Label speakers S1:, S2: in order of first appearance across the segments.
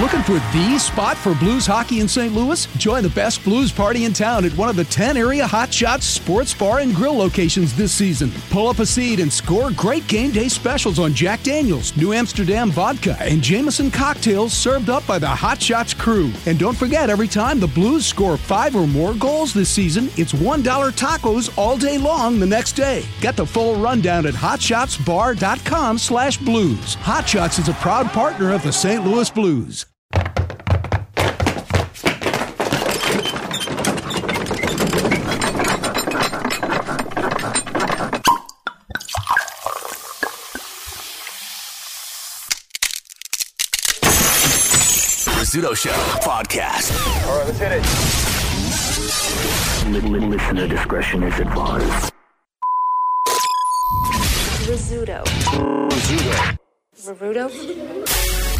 S1: Looking for the spot for blues hockey in St. Louis? Join the best blues party in town at one of the 10 area Hot Shots sports bar and grill locations this season. Pull up a seat and score great game day specials on Jack Daniels, New Amsterdam vodka, and Jameson cocktails served up by the Hot Shots crew. And don't forget, every time the Blues score five or more goals this season, it's $1 tacos all day long the next day. Get the full rundown at hotshotsbar.com slash blues. Hot Shots is a proud partner of the St. Louis Blues.
S2: Rizzuto Show podcast.
S3: All right, let's hit it.
S2: Listener discretion is advised.
S4: Rizzuto. Rizzuto.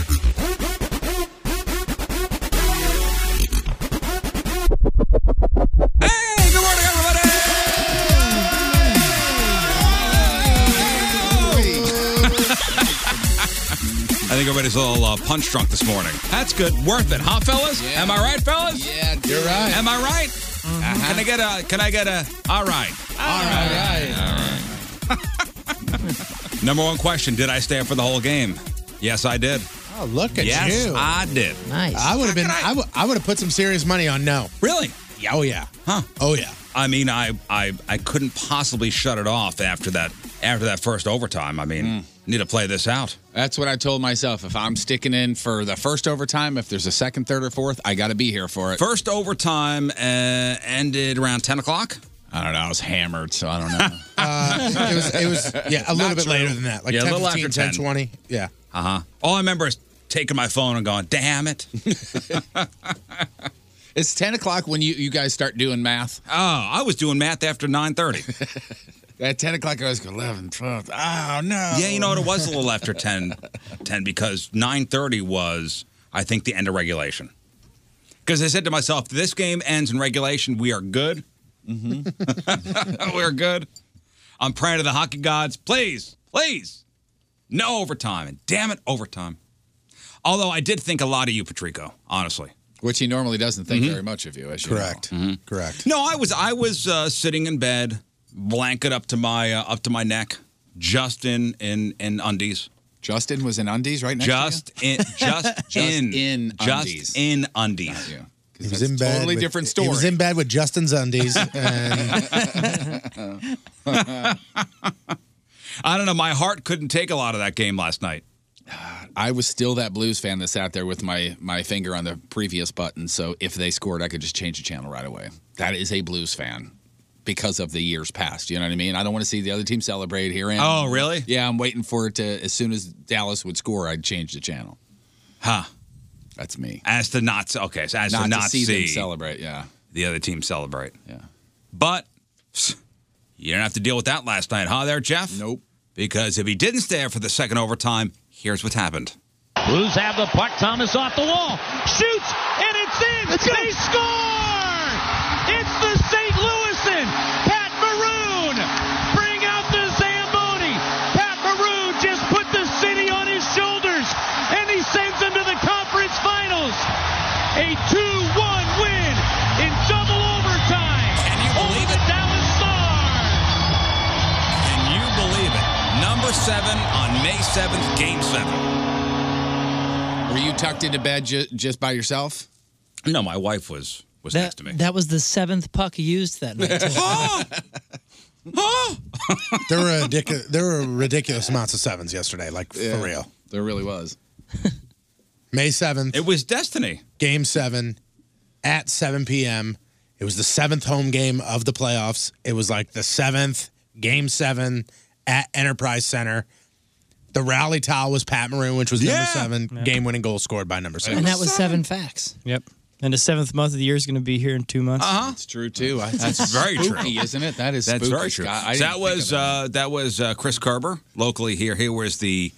S5: Hey, good morning, everybody! I think everybody's a little uh, punch drunk this morning. That's good. Worth it, huh, fellas? Am I right, fellas? Yeah, you're right. Am I right?
S6: Uh-huh.
S5: Can I get a? Can I get a? All right. All right. All right. Number one question: Did I stay up for the whole game? Yes, I did.
S6: Oh, look at
S5: yes,
S6: you.
S5: I did.
S6: Nice. I would have been. I would. I would have put some serious money on no.
S5: Really?
S6: Yeah, oh yeah.
S5: Huh?
S6: Oh yeah.
S5: I mean, I, I I couldn't possibly shut it off after that after that first overtime. I mean, need to play this out.
S7: That's what I told myself. If I'm sticking in for the first overtime, if there's a second, third, or fourth, I got to be here for it.
S5: First overtime uh, ended around ten o'clock.
S7: I don't know. I was hammered, so I don't know.
S6: Uh, it was. It was. Yeah, a
S5: Not
S6: little bit
S5: true.
S6: later than that. Like
S5: Yeah, a
S6: 10,
S5: little
S6: 15,
S5: after 10.
S6: 20. Yeah.
S5: Uh huh. All I remember is taking my phone and going, "Damn it!"
S7: it's ten o'clock when you you guys start doing math.
S5: Oh, I was doing math after nine thirty.
S7: At ten o'clock, I was 11, 12. Oh no.
S5: Yeah, you know what? It was a little after 10, 10 because 9.30 was, I think, the end of regulation. Because I said to myself, this game ends in regulation. We are good.
S7: Mm-hmm.
S5: We're good. I'm praying to the hockey gods, please, please, no overtime. And damn it, overtime. Although I did think a lot of you, Patrico, honestly.
S7: Which he normally doesn't think
S5: Mhm.
S7: very much of you, as you
S5: Correct.
S7: know.
S6: Correct.
S5: No, I was I was uh, sitting in bed, blanket up to my uh, up to my neck, just in in, in undies.
S7: Justin was in undies right next to you?
S5: just in just,
S7: Just
S5: in
S7: in undies.
S5: just in undies.
S6: He was in bed.
S7: totally
S6: with-
S7: different
S6: He was
S7: story.
S6: in bed with Justin's undies. and
S5: I don't know. My heart couldn't take a lot of that game last night.
S7: I was still that Blues fan that sat there with my my finger on the previous button. So if they scored, I could just change the channel right away. That is a Blues fan because of the years past. You know what I mean? I don't want to see the other team celebrate here. And
S5: Oh, really?
S7: Yeah, I'm waiting for it to. As soon as Dallas would score, I'd change the channel.
S5: Huh.
S7: That's me.
S5: As to not s- okay, so as
S7: Not
S5: to
S7: to
S5: not
S7: see them celebrate, yeah.
S5: The other team celebrate.
S7: Yeah.
S5: But you don't have to deal with that last night, huh there, Jeff? Nope. Because if he didn't stay up for the second overtime, here's what happened.
S3: Blues have the puck. Thomas off the wall. Shoots, and it's in. they score! It's the St. Louisan. Pat Maroon. Bring out the Zamboni. Pat Maroon just put the city on his shoulders, and he sends them to the conference finals. A 2 1 win in double overtime. Can you believe it? Dallas Stars.
S5: Can you believe it? Number seven on May 7th, game seven.
S7: Were you tucked into bed ju- just by yourself?
S5: No, my wife was was
S4: that, that was the seventh puck used that night.
S6: there were ridiculous. There were ridiculous amounts of sevens yesterday. Like for real,
S7: there really was.
S6: May seventh. It
S5: was destiny.
S6: Game seven, at seven p.m. It was the seventh home game of the playoffs. It was like the seventh game seven at Enterprise Center. The rally towel was Pat Maroon, which was number
S4: Yeah.
S6: seven game winning goal scored by number seven.
S4: and that was seven facts.
S8: Yep. And the seventh month of the year is going to be here in two months.
S5: Uh-huh.
S7: It's true too. I-
S5: That's very
S7: spooky,
S5: true,
S7: isn't it? That is
S5: That's
S7: spooky,
S5: very true.
S7: Scott. I
S5: So
S7: didn't
S5: that was uh, that was uh, Chris Kerber locally here. Here was the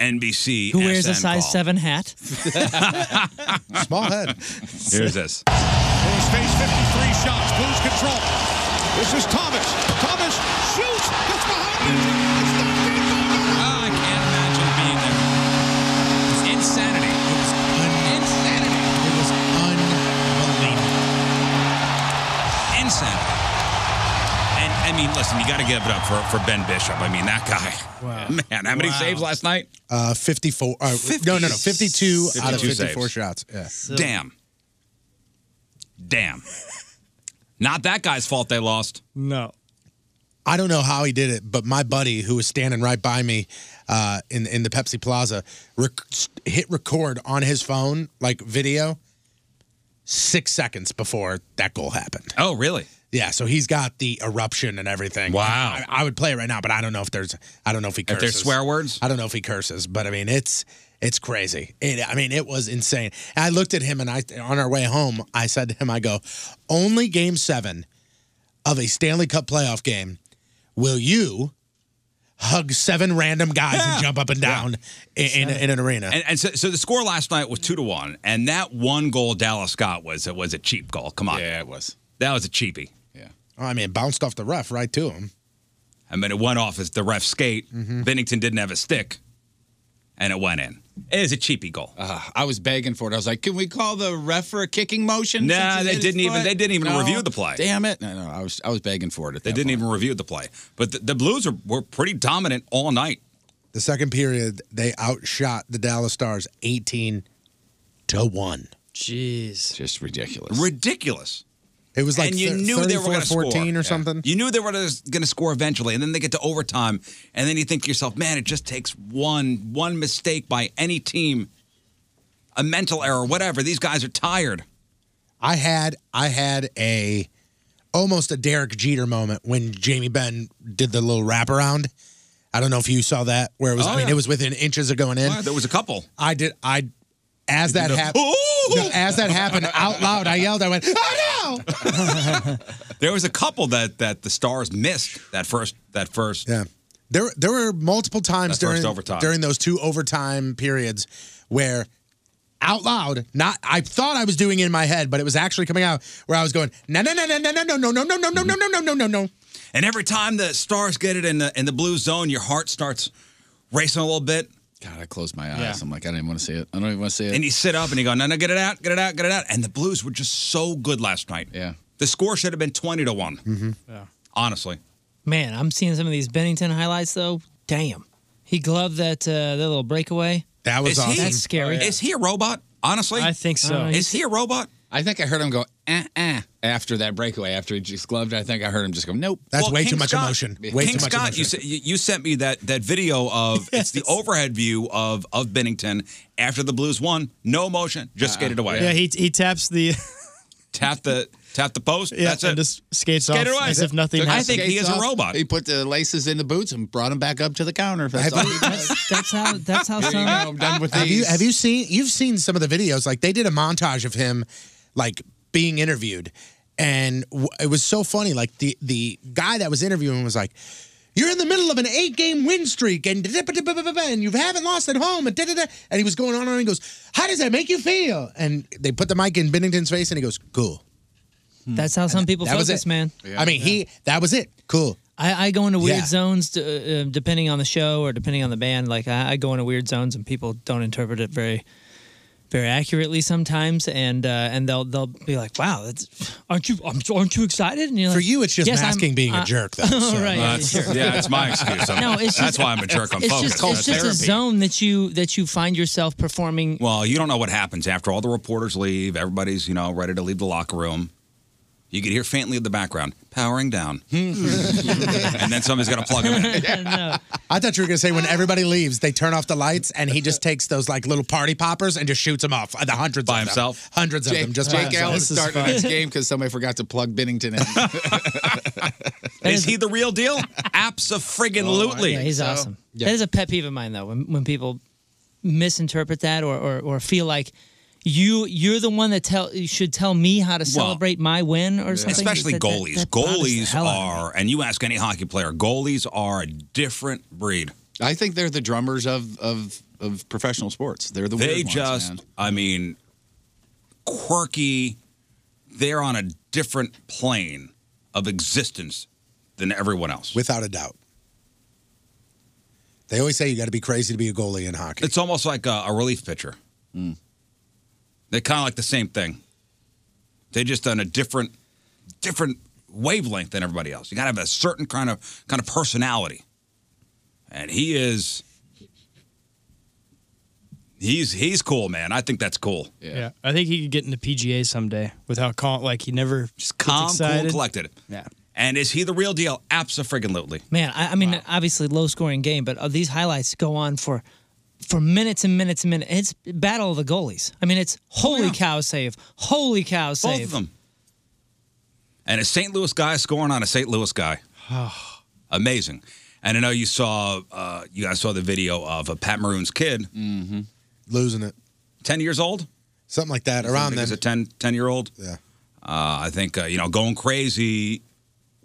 S5: NBC
S4: Who wears a
S5: SN
S4: size
S5: call.
S4: seven hat?
S6: Small head.
S5: Here's this.
S9: Blues face 53 shots. Blues control. This is Thomas. Thomas shoots. It's behind him. It's not good.
S5: Ah, I can't imagine being there.
S7: It's insanity. It was insanity.
S6: It was unbelievable.
S5: Insanity. And I mean, listen, you got to give it up for for Ben Bishop. I mean, that guy. Wow. Man, how many
S6: Wow.
S5: saves last night?
S6: Uh, fifty-four. Uh, no, no, no. Fifty-two, out of
S5: 52 saves.
S6: fifty-four shots. Yeah.
S5: Damn. Damn. Not that guy's fault they lost.
S6: No. I don't know how he did it, but my buddy who was standing right by me uh, in in the Pepsi Plaza rec- hit record on his phone, like video, six seconds before that goal happened.
S5: Oh, really?
S6: Yeah, so he's got the eruption and everything. Wow. I, I would play it right now, but I don't know if there's I don't know if he
S5: If
S6: curses.
S5: there's swear words?
S6: I don't know if he curses, but I mean it's it's crazy. It, I mean it was insane. And I looked at him and I on our way home, I said to him I go, "Only game 7 of a Stanley Cup playoff game will you hug seven random guys and jump up and down in, in, in an arena."
S5: And, and so, so the score last night was two to one, and that one goal Dallas got was it was a cheap goal. Come on, yeah, it was. That was a cheapie.
S6: Oh, I mean, it bounced off the ref right to him.
S5: I mean, it went off as the ref skate.
S7: Mm-hmm.
S5: Bennington didn't have a stick, and it went in. It is a cheapie goal.
S7: Uh, I was begging for it. I was like, "Can we call the ref for a kicking motion?"
S5: Nah,
S7: since he
S5: they
S7: hit his
S5: didn't even-
S7: foot?"
S5: they didn't even review the play.
S7: Damn it! No, no, I was I was begging for it. At
S5: They
S7: that
S5: didn't
S7: point.
S5: even review the play, but the, the Blues are, were pretty dominant all night.
S6: The second period, they outshot the Dallas Stars 18 to 1.
S4: Jeez.
S7: Just ridiculous.
S5: Ridiculous.
S6: It was like
S5: and you
S6: thir-
S5: knew they were going to
S6: 34, 14 or something.
S5: You knew they were going to score eventually, and then they get to overtime, and then you think to yourself, "Man, it just takes one one mistake by any team, a mental error, whatever. These guys are tired."
S6: I had I had a almost a Derek Jeter moment when Jamie Benn did the little wraparound. I don't know if you saw that where it was
S5: Oh,
S6: I mean
S5: yeah.
S6: it was within inches of going in.
S5: Wow, there was a couple.
S6: I did I as that
S5: did a-
S6: happened as that happened out loud I yelled I went oh no
S5: There was a couple that that the Stars missed that first that first.
S6: Yeah. There, there were multiple times
S5: That first
S6: during
S5: overtime.
S6: during those two overtime periods where out loud, not I thought I was doing it in my head, but it was actually coming out where I was going, no, no, no, no, no, no, no, no, no, no, no, no, no, no, no, no, no, no.
S5: And every time the Stars get it in the in the blue zone, your heart starts racing a little bit.
S7: God, I closed my eyes.
S5: Yeah.
S7: I'm like, I didn't want to see it. I don't even want to see it.
S5: And you sit up and you go, no, no, get it out, get it out, get it out. And the Blues were just so good last night. Yeah. The score should have been 20 to 1,
S4: Yeah.
S5: honestly.
S4: Man, I'm seeing some of these Bennington highlights though. Damn, he gloved that uh, that little breakaway.
S5: Is he-
S4: That's scary. Uh,
S5: Is he a robot? Honestly,
S4: I think so.
S5: Is he a robot?
S7: I think I heard him go, eh, eh, after that breakaway, after he just gloved. it, I think I heard him just go, nope.
S5: Well, King Scott- King Scott, You, se- you you sent me that that video of it's the overhead view of of Bennington after the Blues won, no motion,
S7: Ah.
S5: just skated away.
S8: Yeah, he, he taps the.
S5: tap the tap the post.
S8: Yeah,
S5: that's
S8: and
S5: it.
S8: just skates
S5: Skated
S8: off
S5: away.
S8: as if nothing
S5: Took his
S8: happened.
S5: skate- He is a
S7: Off.
S5: robot.
S7: He put the laces in the boots and brought him back up to the counter. If That's all he does.
S4: That's how. That's how.
S7: There you
S4: some-
S7: go. I'm done with
S6: Have you
S7: these.
S6: have you seen you've seen some of the videos? Like they did a montage of him, like being interviewed, and w- it was so funny. Like the the guy that was interviewing was like, You're in the middle of an eight game win streak and, and you haven't lost at home. And, da-da-da." and he was going on and on. He goes, How does that make you feel? And they put the mic in Bennington's face and he goes, Cool.
S4: That's how some people
S6: That was
S4: focus,
S6: it.
S4: man.
S6: I mean, he that was it. Cool.
S4: I, I go into weird
S6: Yeah.
S4: zones d- uh, depending on the show or depending on the band. Like I, I go into weird zones and people don't interpret it very, very accurately sometimes, and uh, and they'll they'll be like, "Wow, that's, aren't you um, aren't you excited?" And you're like,
S6: For you, it's just
S4: "Yes, I'm-
S6: masking being
S4: uh,
S6: a jerk, though.
S4: All right,
S6: so-
S4: yeah, sure. no, it's just,
S5: That's why I'm a jerk. I'm
S4: it's
S5: focused.
S4: Just, it's
S5: That's
S4: just a
S5: therapy.
S4: zone that you that you find yourself performing.
S5: Well, you don't know what happens after all the reporters leave. Everybody's, you know, ready to leave the locker room. You could hear faintly in the background, powering down. and then somebody's got to plug him in.
S6: I thought you were going to say when everybody leaves, they turn off the lights and he just takes those like little party poppers and just shoots them off. uh, The hundreds by of
S7: himself?
S6: them. Hundreds
S7: Jake,
S6: of them. Just
S7: Jake
S6: by himself.
S7: Allen
S6: This is
S7: started
S6: fun.
S7: his game because somebody forgot to plug Bennington in.
S5: Is he the real deal? Apps of friggin'
S4: Yeah, he's awesome. That is a pet peeve of mine though, when when people misinterpret that or or, or feel like you you're the one that tell you should tell me how to celebrate my win or something.
S5: Especially
S4: That- that-
S5: goalies.
S4: that bothers the
S5: goalies
S4: hell out of me.
S5: are, and you ask any hockey player, goalies are a different breed.
S7: I think they're the drummers of of of professional sports. They're the
S5: they
S7: weird ones,
S5: just,
S7: man.
S5: I mean, quirky. They're on a different plane of existence than everyone else.
S6: Without a doubt. They always say you got to be crazy to be a goalie in hockey.
S5: It's Hmm. almost like a, a relief pitcher. They're kind of like the same thing. They're just on a different, different wavelength than everybody else. You got to have a certain kind of kind of personality, and he is. He's he's cool, man. I think that's cool.
S8: Yeah. I think he could get into PGA someday with how calm, like he never just
S5: Calm,
S8: gets
S5: cool,
S8: excited.
S5: and collected. Yeah. And is he the real deal? Absolutely.
S4: Man, I, I mean, obviously low scoring game, but uh, these highlights go on for for minutes and minutes and minutes. It's battle of the goalies. I mean, it's
S8: Oh,
S4: holy cow save, holy cow save.
S5: Both of them. And a St. Louis guy scoring on a St. Louis guy. Amazing. And I know you saw, uh, you guys saw the video of a Pat Maroon's kid
S7: Mm.
S6: losing it.
S5: 10 years old?
S6: Something like that,
S5: I
S6: around
S5: think
S6: them.
S5: He's a 10, 10 year old.
S6: Yeah.
S5: Uh, I think, uh, you know, going crazy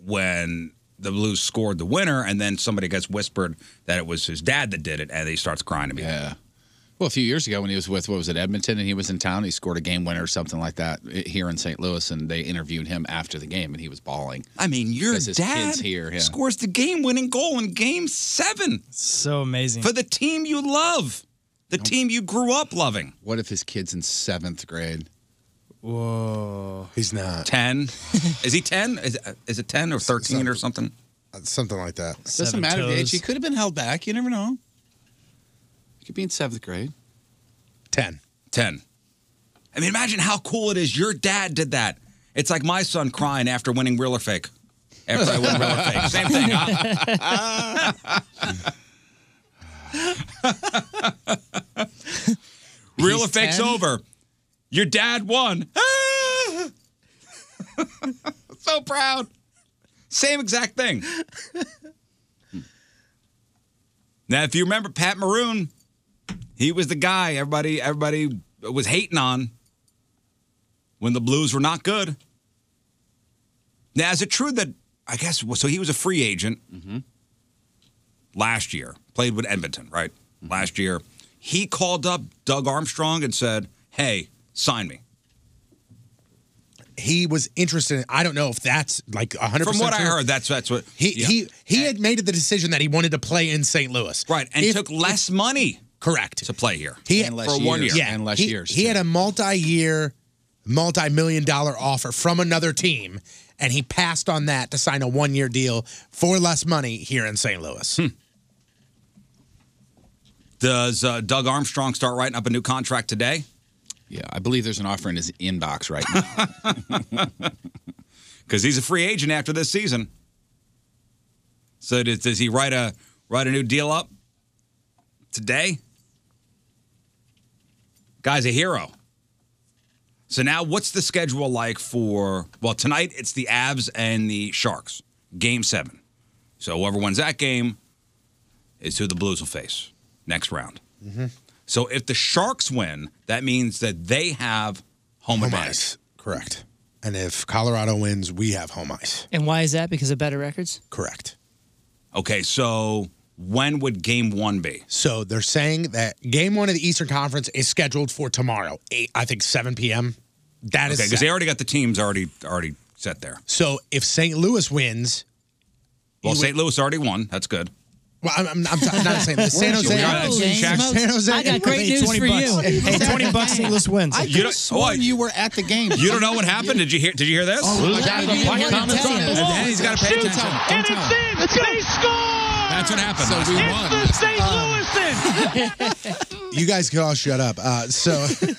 S5: when the Blues scored the winner, and then somebody gets whispered that it was his dad that did it, and he starts crying to me.
S7: Yeah. Well, a few years ago when he was with what was it Edmonton, and he was in town, he scored a game winner or something like that eh, here in St. Louis, and they interviewed him after the game, and he was bawling.
S5: I mean, your
S7: 'Cause his
S5: dad
S7: kids here, yeah.
S5: scores the game-winning goal in Game Seven.
S8: So amazing
S5: for the team you love, the team you grew up loving.
S7: What if his kid's in seventh grade?
S8: Whoa.
S6: He's not.
S5: 10. is he 10? Is, is it 10 or 13 or something?
S6: Something like that.
S7: Doesn't matter the age. He could have been held back. You never know. He could be in seventh grade.
S6: 10.
S5: 10. I mean, imagine how cool it is. Your dad did that. It's like my son crying after winning real or fake. After I win real or fake. Same thing. huh? real or
S9: He's
S5: fake's
S9: 10?
S5: over. Your dad won. Ah! so proud. Same exact thing. Now, if you remember Pat Maroon, he was the guy everybody everybody was hating on when the Blues were not good. Now, is it true that I guess so? He was a free agent
S6: Mm-hmm.
S5: last year. Played with Edmonton, right?
S6: Mm-hmm.
S5: Last year, he called up Doug Armstrong and said, "Hey, sign me."
S6: He was interested. In, I don't know if that's like 100%.
S5: From what I
S6: true.
S5: heard, that's that's what
S6: He
S5: yeah.
S6: he he had made the decision that he wanted to play in St. Louis.
S5: Right, and took less money.
S6: Correct.
S5: To play here,
S6: He
S5: for one year,
S6: Yeah, he, He had a multi-year, multi-million dollar offer from another team, and he passed on that to sign a one-year deal for less money here in St. Louis.
S5: Hmm. Does uh, Doug Armstrong start writing up a new contract today?
S7: Yeah, I believe there's an offer in his inbox right now.
S5: Because he's a free agent after this season. So does, does he write a write a new deal up today? Guy's a hero. So now, what's the schedule like for? Well, tonight it's the Avs and the Sharks, Game Seven. So whoever wins that game is who the Blues will face next round. So if the Sharks win, that means that they have home, advantage.
S6: Correct. And if Colorado wins, we have home ice.
S4: And why is that? Because of better records.
S6: Correct.
S5: Okay, so when would game one be?
S6: So they're saying that game one of the Eastern Conference is scheduled for tomorrow, eight, I think 7 p.m. That is
S5: okay, because
S6: set.
S5: they already got the teams already already set there.
S6: So if St. Louis wins,
S5: Well,
S6: You
S5: St. Louis already won. That's good.
S6: well, I'm, I'm, I'm I'm not saying that. San
S5: Weren't you?
S6: Jose,
S5: We got it.
S6: San
S5: Jackson.
S6: Jose,
S5: I got great news for you. Hey, 20 bucks, St. Louis wins.
S10: I
S5: You
S10: could
S5: don't-
S10: have sworn
S5: oh,
S10: you were at the game.
S5: You don't know what happened. Did you hear? Did you hear this?
S10: Oh, my God. Maybe you wanted to tell us.
S5: And then he's got to pay
S10: Shoot.
S5: attention.
S10: And it's in. They
S5: score. That's what happened. last night.
S6: you guys could all shut up. Uh, so,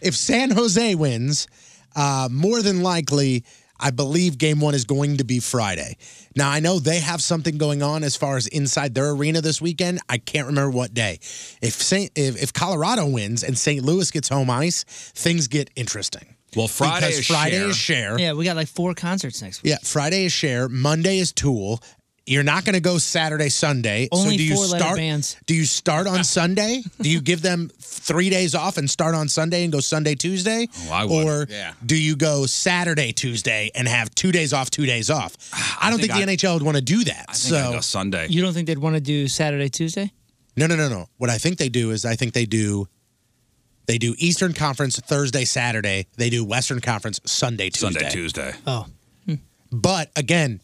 S6: if San Jose wins, uh, more than likely, I believe game one is going to be Friday. Now, I know they have something going on as far as inside their arena this weekend. I can't remember what day. If Saint, if, if Colorado wins and St. Louis gets home ice, things get interesting.
S5: Well,
S6: Friday Because is Friday Cher. is Cher.
S4: Yeah, we got like four concerts next week.
S6: Yeah, Friday is Share, Monday is Tool. You're not going to go Saturday, Sunday.
S4: Only
S6: so do you
S4: four-letter
S6: start?
S4: bands.
S6: Do you start on Sunday? Do you give them three days off and start on Sunday and go Sunday, Tuesday? Oh,
S5: I
S6: would. Or
S5: Yeah.
S6: do you go Saturday, Tuesday, and have two days off, two days off? I don't
S4: think
S6: think,
S4: I-
S6: the NHL would want to do that. so
S5: Sunday.
S4: You don't think they'd want to do Saturday, Tuesday?
S6: no, no, no, no. What I think they do is I think they do. They do Eastern Conference Thursday, Saturday. They do Western Conference Sunday, Tuesday.
S5: Sunday, Tuesday.
S4: Oh.
S6: But again,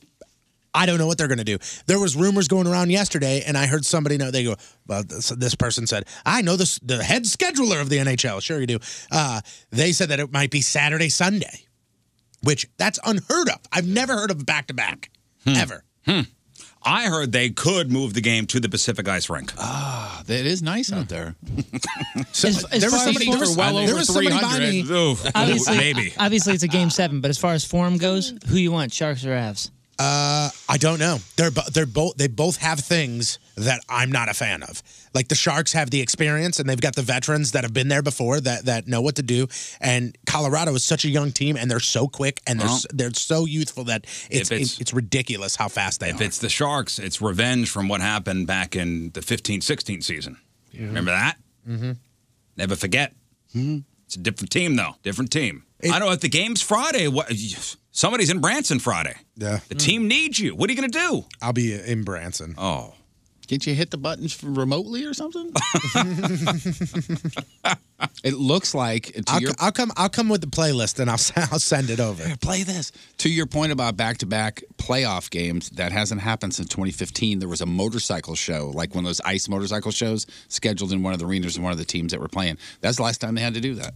S6: I don't know what they're going to do. There was rumors going around yesterday, and I heard somebody know they go. Well, this, this person said, "I know this the head scheduler of the NHL." Sure, you do. Uh, they said that it might be Saturday, Sunday, which that's unheard of. I've never heard of back to back ever.
S5: Hmm. I heard they could move the game to the Pacific Ice Rink.
S7: Ah, it is nice out there.
S6: So,
S7: there was somebody for well over 300.
S4: Obviously,
S7: Maybe.
S4: Obviously, it's a game seven, but as far as form goes, who you want, Sharks or Avs?
S6: Uh, I don't know. They're bo- they're both they both have things that I'm not a fan of. Like the Sharks have the experience and they've got the veterans that have been there before that that know what to do. And Colorado is such a young team and they're so quick and they're
S5: Well.
S6: s they're so youthful that
S5: it's-
S6: it's it's, it's ridiculous how fast they
S5: If it's the Sharks, it's revenge from what happened back in the 15-16 season. Remember that? Mm-hmm.
S6: Mhm.
S5: Never forget. It's a different team, though. Different team. I don't know if the game's Friday. What? Somebody's in Branson Friday.
S6: Yeah.
S5: The team needs you. What are you going to do?
S6: I'll be in Branson.
S5: Oh.
S7: Can't you hit the buttons from remotely or something? it looks like to
S6: I'll,
S7: your
S6: co- I'll come. I'll come with the playlist and I'll s- I'll send it over.
S7: play this. To your point about back-to-back playoff games, that hasn't happened since 2015. There was a motorcycle show, like one of those ice motorcycle shows, scheduled in one of the arenas and one of the teams that were playing. That's the last time they had to do that.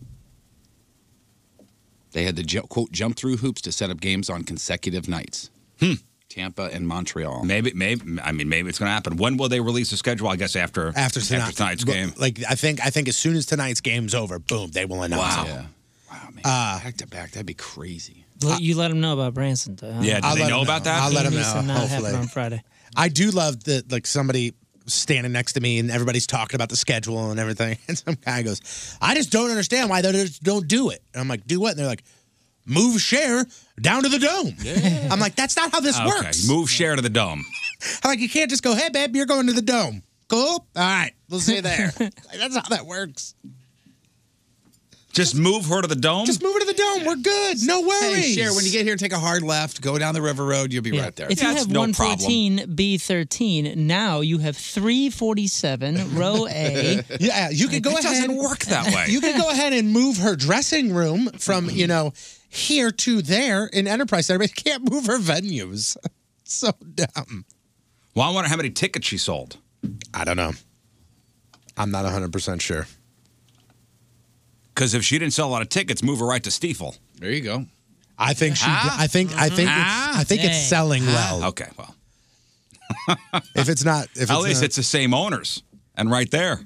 S7: They had to ju- quote jump through hoops to set up games on consecutive nights.
S5: Hmm.
S7: Tampa and Montreal.
S5: Maybe, maybe. I mean, maybe it's going to happen. When will they release the schedule? I guess after
S6: After tonight,
S5: tonight's
S6: but,
S5: game.
S6: like I think I think as soon as tonight's game's over, boom, they will announce.
S5: Wow.
S6: it.
S5: Yeah.
S6: Uh,
S7: back to back, that'd be crazy.
S4: Let- you let them know about Branson. Though, huh?
S6: Yeah, do I'll they let know 'em about know. that? I'll let 'em
S4: Needs to
S6: know,
S4: Not happen
S6: hopefully.
S4: on Friday.
S6: I do love that, like somebody standing next to me and everybody's talking about the schedule and everything, and some guy goes, "I just don't understand why they just don't do it." And I'm like, "Do what?" And they're like, "Move share down to the dome." I'm like, "That's not how this
S5: okay.
S6: works."
S5: Move share to the dome.
S6: I'm like, "You can't just go, hey babe, you're going to the dome." Cool. All right, we'll see you there. Like, that's how that works.
S5: Just move her to the dome.
S6: Just move her to the dome. We're good. No worries.
S7: Hey, Cher, when you get here, take a hard left, go down the river road, you'll be right there.
S4: If you have 114 B 13, now you have 347 row A.
S6: Yeah, you could go
S4: It
S6: ahead.
S4: doesn't work that way.
S6: You could go ahead and move her dressing room from you know here to there in Enterprise Center, but you can't move her venues. So dumb.
S5: Well, I wonder how many tickets she sold.
S6: I don't know. I'm not 100 percent sure.
S5: Because if she didn't sell a lot of tickets, move her right to Stiefel.
S7: There you go.
S6: I think she. I think. I think. It's, I think it's selling well.
S5: Okay, well,
S6: If it's not, if
S5: at
S6: it's
S5: least
S6: not-
S5: it's the same owners, and right there.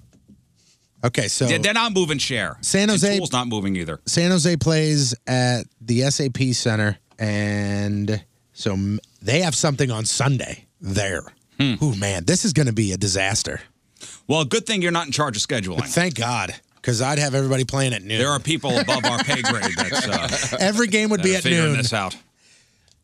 S6: okay. So
S5: Yeah, they're not moving share.
S6: Oh. San Jose-
S5: and Tool's not moving either.
S6: San Jose plays at the SAP Center, and so m- they have something on Sunday there. Oh man, this is going to be a disaster.
S5: Well, good thing you're not in charge of scheduling.
S6: Thank God, because I'd have everybody playing at noon.
S5: There are people above our pay grade. That's uh,
S6: Every game would be
S5: that are
S6: at
S5: figuring
S6: noon.
S5: This out.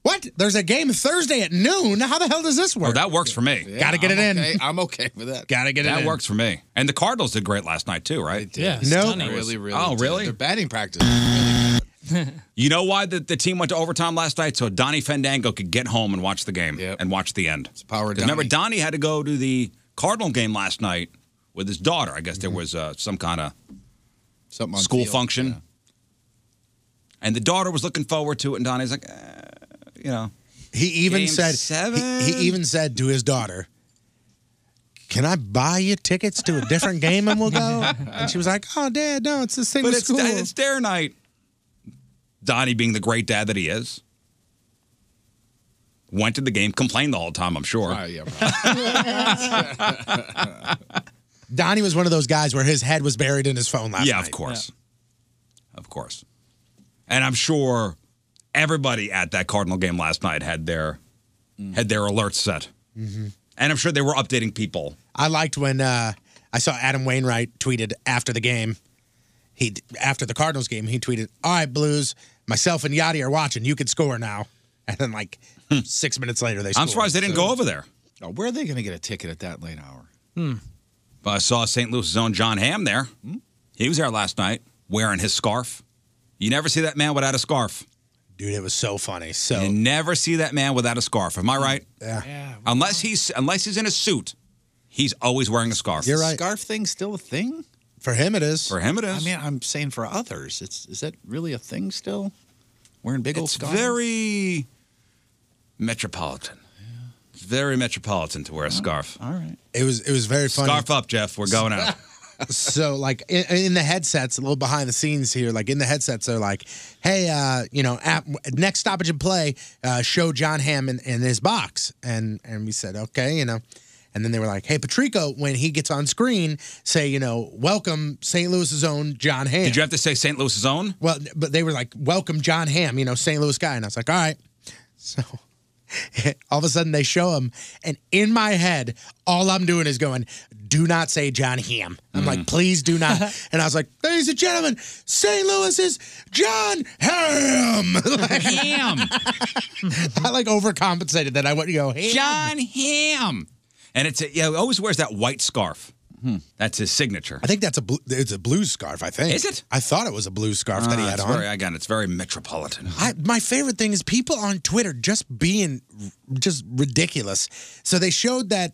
S6: What? There's a game Thursday at noon. How the hell does this work?
S5: Oh, that works for me.
S6: Got to get
S7: I'm
S6: it in.
S7: okay. I'm okay with that.
S6: Gotta get it
S5: That
S6: in.
S5: works for me. And the Cardinals did great last night too, right?
S6: did. Yeah, No. stunning.
S7: Really, really.
S5: Oh,
S7: did.
S5: really?
S7: Their batting practice.
S5: You know why the, the team went to overtime last night? So Donnie Fandango could get home and watch the game and watch the end. It's power
S7: of
S5: Remember, Donnie had to go to the Cardinal game last night with his daughter. I guess there was uh, some kind of
S7: Mm-hmm. Something on
S5: school
S7: field,
S5: function. And the daughter was looking forward to it, and Donnie's like, eh, you know.
S6: He even
S5: Game
S6: said
S5: seven?
S6: He, he even said to his daughter, "Can I buy you tickets to a different game and we'll go?" And she was like, "Oh, Dad, no, it's the same
S5: But
S6: with
S5: it's,
S6: school."
S5: it's their night. Donnie, being the great dad that he is, went to the game, complained the whole time, I'm sure.
S6: Donnie was one of those guys where his head was buried in his phone last
S5: yeah,
S6: night.
S5: of course. Of course. And I'm sure everybody at that Cardinal game last night had their had their alerts set.
S6: Mhm.
S5: And I'm sure they were updating people.
S6: I liked when uh, I saw Adam Wainwright tweeted after the game. He after the Cardinals game, he tweeted, "All right, Blues, myself and Yachty are watching. You can score now." And then like six minutes later, they.
S5: Hmm. I'm
S6: scored.
S5: surprised they didn't go over there.
S7: Oh, where are they going to get a ticket at that late hour?
S5: Hmm. But I saw St. Louis's own John Hamm there. He was there last night wearing his scarf. You never see that man without a scarf.
S6: Dude, it was so funny. So
S5: you never see that man without a scarf. Am I right?
S6: Yeah.
S5: Unless he's unless he's in a suit, he's always wearing a scarf.
S7: Is the Scarf thing still a thing?
S6: For him, it is.
S5: For him, it is.
S7: I mean, I'm saying for others, it's is that really a thing still? Wearing big old
S5: It's
S7: scarves.
S5: very metropolitan. It's Very metropolitan to wear a scarf.
S7: All right.
S6: It was it was very funny.
S5: Scarf up, Jeff. We're going out.
S6: so like in, in the headsets, a little behind the scenes here, like in the headsets, they're like, "Hey, uh, you know, at, next stoppage of play, uh, show John Hamm in, in his box," and and we said, "Okay, you know." And then they were like, "Hey, Patrico, when he gets on screen, say, you know, welcome St. Louis's own John Hamm."
S5: Did you have to say St. Louis's own?
S6: Well, but they were like, "Welcome John Hamm," you know, St. Louis guy, and I was like, "All right." So all of a sudden they show him, and in my head, all I'm doing is going, "Do not say John Hamm." I'm
S5: Mm-hmm.
S6: like, "Please do not," and I was like, "Ladies and gentlemen, St. Louis is John Hamm." like,
S5: Ham.
S6: I like overcompensated that I went to go Ham.
S5: John Ham. And it's a, yeah, he always wears that white scarf. That's his signature.
S6: Hmm. I think that's a blue, it's a blue scarf. I think
S5: Is it?
S6: I thought it was a blue scarf that he
S5: Ah,
S6: had
S5: it's
S6: on.
S5: Very, again, it's very metropolitan.
S6: I, my favorite thing is people on Twitter just being r- just ridiculous. So they showed that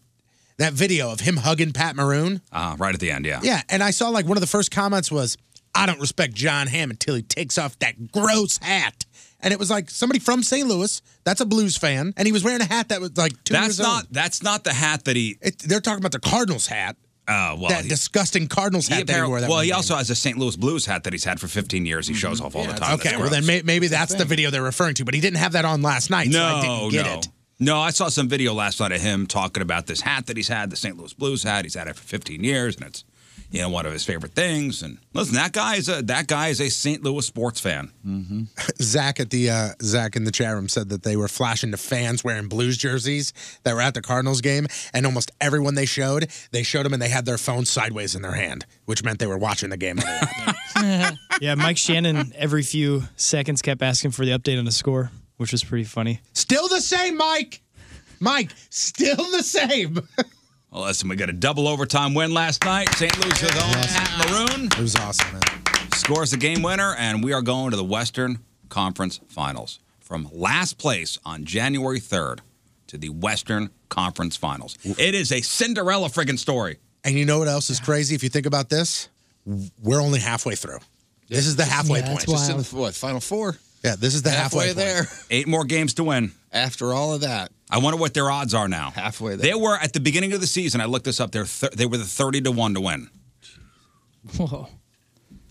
S6: that video of him hugging Pat Maroon.
S5: Ah, right at the end, yeah.
S6: Yeah, and I saw like one of the first comments was, "I don't respect John Hamm until he takes off that gross hat." And it was like somebody from St. Louis that's a Blues fan, and he was wearing a hat that was like two
S5: that's
S6: years
S5: not
S6: old.
S5: that's not the hat that he.
S6: It, they're talking about the Cardinals hat.
S5: Uh, well,
S6: that
S5: he-
S6: disgusting Cardinals
S5: he
S6: hat that he
S5: apparent-
S6: wore. That
S5: well,
S6: one
S5: he
S6: game.
S5: also has a St. Louis Blues hat that he's had for 15 years. He shows off all the time.
S6: Okay,
S5: That's
S6: well then
S5: gross.
S6: may, maybe that's the video they're referring to, but he didn't have that on last night, so I didn't get
S5: no.
S6: it.
S5: No, I saw some video last night of him talking about this hat that he's had, the St. Louis Blues hat. He's had it for 15 years, and it's you know one of his favorite things. And listen, that guy is a that guy is a St. Louis sports fan.
S6: Mm-hmm. Zach at the uh, Zach in the chat room said that they were flashing to fans wearing Blues jerseys that were at the Cardinals game, and almost everyone they showed, they showed them and they had their phone sideways in their hand, which meant they were watching the game.
S8: yeah, Mike Shannon every few seconds kept asking for the update on the score, which was pretty funny.
S6: still the same, Mike. Mike, still the same.
S5: Well, listen, we got a double overtime win last night. St. Louis with own Pat Maroon. It
S6: was awesome, man.
S5: Scores the game winner, and we are going to the Western Conference Finals from last place on January 3rd to the Western Conference Finals. It is a Cinderella friggin' story.
S6: And you know what else is crazy? If you think about this, we're only halfway through. This is the halfway point.
S7: Just in the, what, final four?
S6: yeah, this is the halfway,
S7: Halfway
S6: point.
S7: there.
S5: Eight more games to win.
S7: After all of that.
S5: I wonder what their odds are now.
S7: Halfway
S5: They were at the beginning of the season. I looked this up. They're th- they were the thirty to one to win.
S8: Whoa.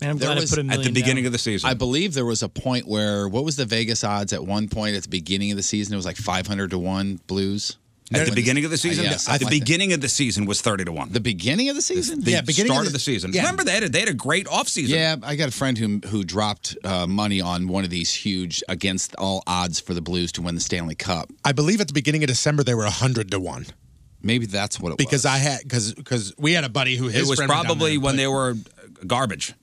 S8: Man, I'm
S7: There
S8: glad I
S7: was-
S8: put a million down.
S5: of the season.
S7: I believe there was a point where what was the Vegas odds at one point at the beginning of the season? It was like five hundred to one Blues.
S5: At the beginning of the season,
S7: yes,
S5: the beginning of the season was thirty to one. The
S7: beginning of the season,
S5: the start of the, season. Remember they had a, they had a great offseason.
S7: Yeah, I got a friend who who dropped uh, money on one of these huge against all odds for the Blues to win the Stanley Cup.
S6: I believe at the beginning of December they were hundred to one.
S7: Maybe that's what it
S6: because I had because because we had a buddy who his
S5: it was
S6: friend down
S5: probably
S6: there.
S5: when they were uh, garbage.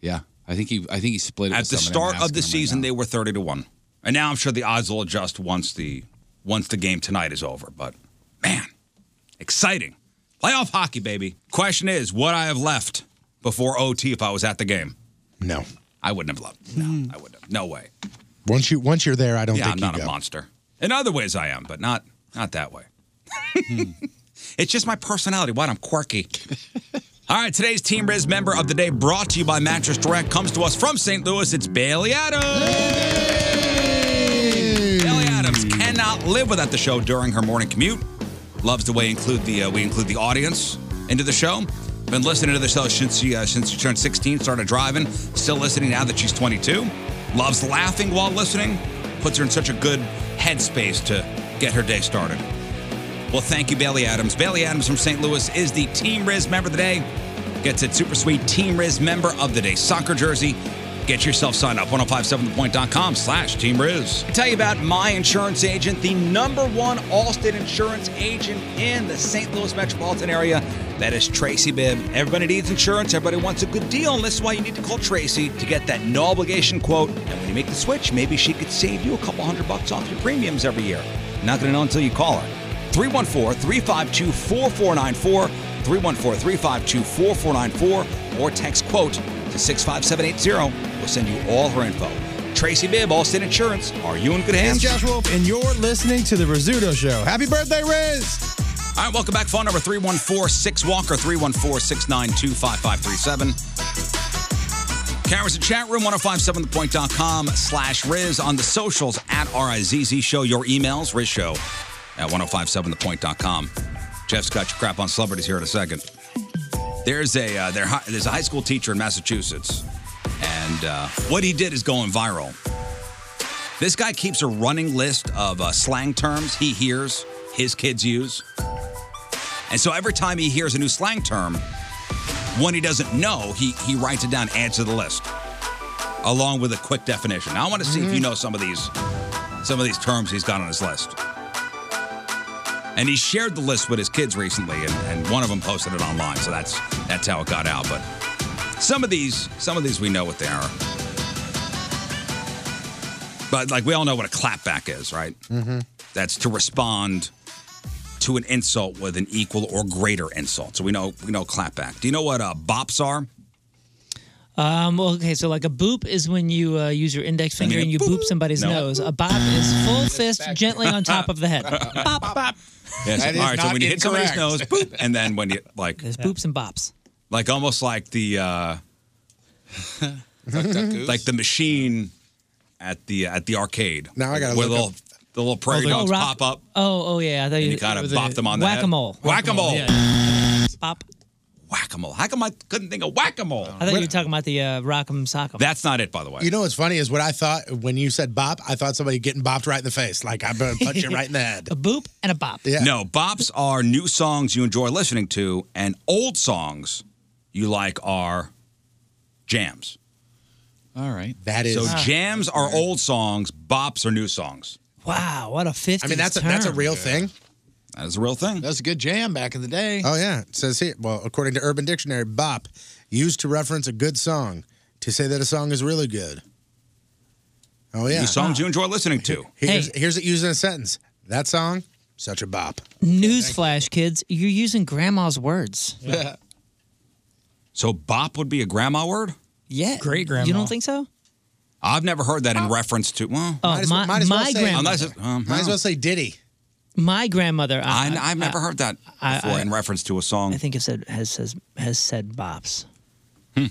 S7: Yeah, I think he I think he split it
S5: At
S7: with
S5: the
S7: someone.
S5: start
S7: I'm
S5: of the
S7: asking him
S5: season, they were thirty to one, and now I'm sure the odds will adjust once the once the game tonight is over. But man, exciting playoff hockey, baby. Question is, would I have left before OT if I was at the game?
S6: No,
S5: I wouldn't have loved. I wouldn't. have. No way.
S6: Once you once you're there, I don't
S5: yeah,
S6: think
S5: I'm
S6: you
S5: not
S6: go.
S5: a monster. In other ways, I am, but not not that way.
S6: Hmm.
S5: it's just my personality. What I'm quirky. All right, today's Team Riz member of the day, brought to you by Mattress Direct, comes to us from St. Louis. It's Bailey Adams. Bailey Adams cannot live without the show during her morning commute. Loves the way include the uh, we include the audience into the show. Been listening to the show since she uh, since she turned 16, started driving, still listening now that she's 22. Loves laughing while listening. Puts her in such a good headspace to get her day started. Well, thank you, Bailey Adams. Bailey Adams from St. Louis is the Team Riz member of the day. Gets it super sweet Team Riz member of the day soccer jersey. Get yourself signed up, 1057thepoint.com slash Team Riz. I tell you about my insurance agent, the number one Allstate insurance agent in the St. Louis metropolitan area. That is Tracy Bibb. Everybody needs insurance, everybody wants a good deal, and this is why you need to call Tracy to get that no obligation quote. And when you make the switch, maybe she could save you a couple hundred bucks off your premiums every year. Not going to know until you call her. 314 352 4494, 314 352 4494, or text quote to 65780. We'll send you all her info. Tracy Bibb, Allstate Insurance. Are you in good hands?
S11: It's Josh Wolf, and you're listening to The Rizzuto Show. Happy birthday, Riz!
S5: All right, welcome back. Phone number 314 6 Walker, 314 692 5537. Cameras in chat room, 1057thepoint.com slash Riz on the socials at RIZZ Show. Your emails, Riz Show at 1057thepoint.com. Jeff's got your crap on celebrities here in a second. There's a, uh, there, hi- there's a high school teacher in Massachusetts, and uh, what he did is going viral. This guy keeps a running list of uh, slang terms he hears his kids use. And so every time he hears a new slang term, one he doesn't know, he, he writes it down, adds to the list, along with a quick definition. Now, I want to see if you know some of these some of these terms he's got on his list. And he shared the list with his kids recently, and, and one of them posted it online, so that's that's how it got out. But some of these some of these we know what they are. But like we all know what a clapback is, right?
S10: Mm-hmm.
S5: That's to respond to an insult with an equal or greater insult. So we know we know clapback. Do you know what uh, bops are?
S4: Um, well, okay, so like a boop is when you uh, use your index
S5: I mean,
S4: finger
S5: a
S4: and you boop, somebody's
S5: No.
S4: nose. A bop is full fist gently on top of the head. Bop, bop.
S5: Yes.
S4: That is
S5: All right. So
S4: not
S5: when you hit somebody's nose,
S4: incorrect.
S5: boop, and then when you like,
S4: There's boops and bops.
S5: like almost like the, uh, like the machine at the uh, at the arcade.
S6: Now I gotta
S5: where
S6: look
S5: the little, the little prairie
S4: Oh,
S5: dogs
S4: rock-
S5: pop up.
S4: Oh, oh yeah. I thought
S5: And you
S4: it
S5: kinda
S4: was
S5: bop
S4: a
S5: them on the head.
S4: whack-a-mole.
S5: Whack-a-mole.
S4: yeah. Bop.
S5: Whack-a-mole. How come I couldn't think of whack-a-mole?
S4: I thought you were talking about the uh, Rock'em Sock'em.
S5: That's not it, by the way.
S6: You know what's funny is what I thought when you said bop, I thought somebody getting bopped right in the face. Like I better punch you right in the head.
S4: A boop and a bop.
S5: No, bops are new songs you enjoy listening to, and old songs you like are jams.
S7: All right.
S6: That
S5: So
S7: Ah.
S5: jams are old songs, bops are new songs.
S4: Wow, what a 50s
S6: I mean, that's a, that's a
S4: term.
S6: real thing.
S5: That is a real thing.
S6: That's a good jam back in the day. Oh yeah, it says here. Well, according to Urban Dictionary, bop used to reference a good song to say that a song is really good. Oh yeah,
S5: New songs you enjoy listening to.
S6: Here's, here's it used in a sentence. That song, such a bop.
S4: Newsflash, kids, you're using grandma's words. Yeah.
S5: So bop would be a grandma word?
S4: Great grandma. You don't think so?
S5: I've never heard that in reference to. Well,
S4: Oh, Might as well- my- might as well my say- grandmother.
S5: Unless it- um,
S4: Might as
S5: no.
S4: well
S6: say Diddy.
S4: My grandmother.
S5: I, I've never heard that before
S4: I- I-
S5: in reference to a song.
S4: I think it said has says has said bops.
S5: Hmm.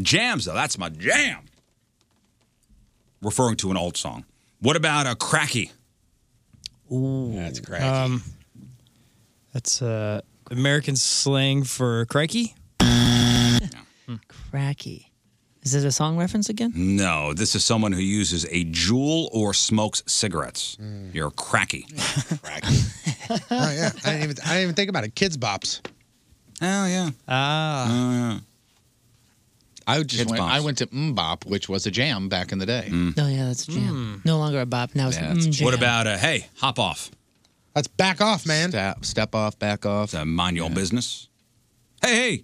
S5: Jams, though, that's my jam. Referring to an old song. What about a cracky?
S8: Ooh.
S5: That's cracky.
S4: Oh,
S8: Um, that's uh, American slang for crikey.
S4: Cracky. Is it a song reference again?
S5: No, this is someone who uses a jewel or smokes cigarettes.
S4: Mm.
S5: You're cracky.
S6: oh yeah, I didn't even I didn't even think about it. Kids bops.
S5: Oh yeah.
S7: Ah. I would just
S4: Kids
S7: went,
S4: bops.
S7: I went to Mbop, which was a jam back in the day.
S4: No, yeah, that's a jam. No longer a bop. Now it's
S7: Yeah,
S4: mm,
S7: it's a
S4: jam.
S7: jam. What
S5: about a hey, hop off?
S6: That's back off, man.
S7: Step, step off, back off.
S5: mind your own business. Hey, hey,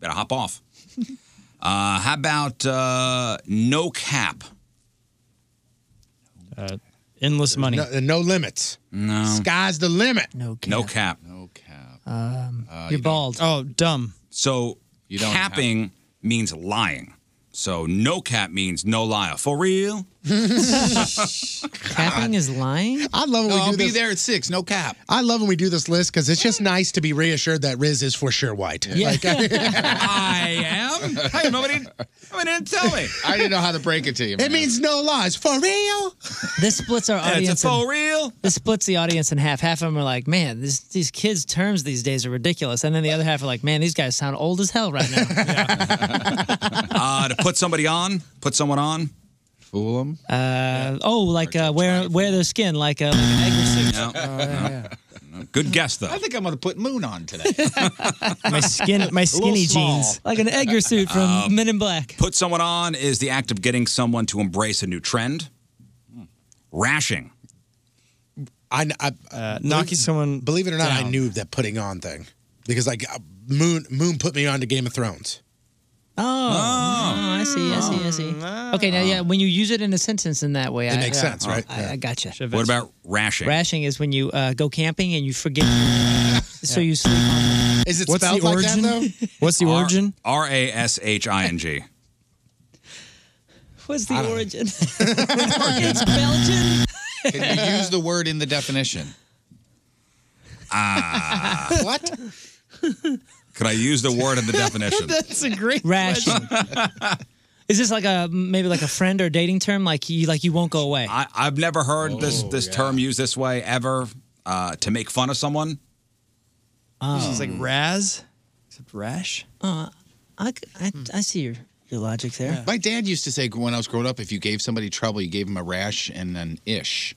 S5: better hop off. uh, how about uh, no cap?
S8: Uh, endless money.
S6: No, no limits.
S5: No.
S6: Sky's the limit.
S4: No cap.
S5: No cap.
S4: Um,
S5: you
S7: Uh,
S4: you're bald.
S8: Oh, dumb.
S5: So capping means lying. So no cap means no liar. For real?
S4: Capping is lying.
S6: I love when we do this.
S7: at six. No cap.
S6: I love when we do this list because it's just nice to be reassured that Riz is for sure white.
S7: Yeah.
S6: Like,
S5: I am. Hey, nobody, nobody didn't tell me.
S7: I didn't know how to break it to you.
S6: it means no lies for real.
S4: This splits our
S6: Yeah, it's a
S4: audience.
S6: for
S4: in,
S5: real.
S4: This splits the audience in half. Half of them are like, "Man, this, these kids' terms these days are ridiculous," and then the other half are like, "Man, these guys sound old as hell right now."
S5: Uh, to put somebody on, put someone on.
S7: Fool them.
S4: Uh, oh, like uh, wear wear their skin like a like an egg suit.
S5: No. No. Good guess though.
S7: I think I'm going to put Moon on today.
S4: my skin, my skinny jeans, like an Edgar suit from
S5: Uh,
S4: Men in Black.
S5: Put someone on is the act of getting someone to embrace a new trend. Rashing.
S6: I, I
S8: knocking someone.
S6: Believe it or not, I
S8: down.
S6: knew that putting on thing because like uh, Moon Moon put me on to Game of Thrones.
S4: Oh, I see, I see, I see. Okay, now yeah, when you use it in a sentence in that way,
S6: It
S4: I,
S6: makes
S4: yeah, Oh,
S6: sense, right?
S4: I, I gotcha.
S5: What about rashing?
S4: Rashing is when you uh, go camping and you forget, so you sleep. On
S6: Is it
S4: What's the
S6: spelled like
S4: origin?
S6: that though?
S4: What's
S5: R- R A S H I N G.
S4: What's the
S7: I don't-
S4: origin? it's Belgian.
S7: Can you use the word in the definition?
S5: Ah.
S6: what?
S5: Could I use the word in the definition?
S4: That's a great rashing. Is this like a maybe like a friend or dating term? Like you like you won't go away.
S5: I, I've never heard
S6: Oh,
S5: this this term used this way ever. Uh, to make fun of someone.
S4: Oh.
S8: It's like Raz, except Rash.
S4: Oh, I, c- I- I see your your logic there.
S7: My dad used to say when I was growing up, if you gave somebody trouble, you gave them a rash and an ish.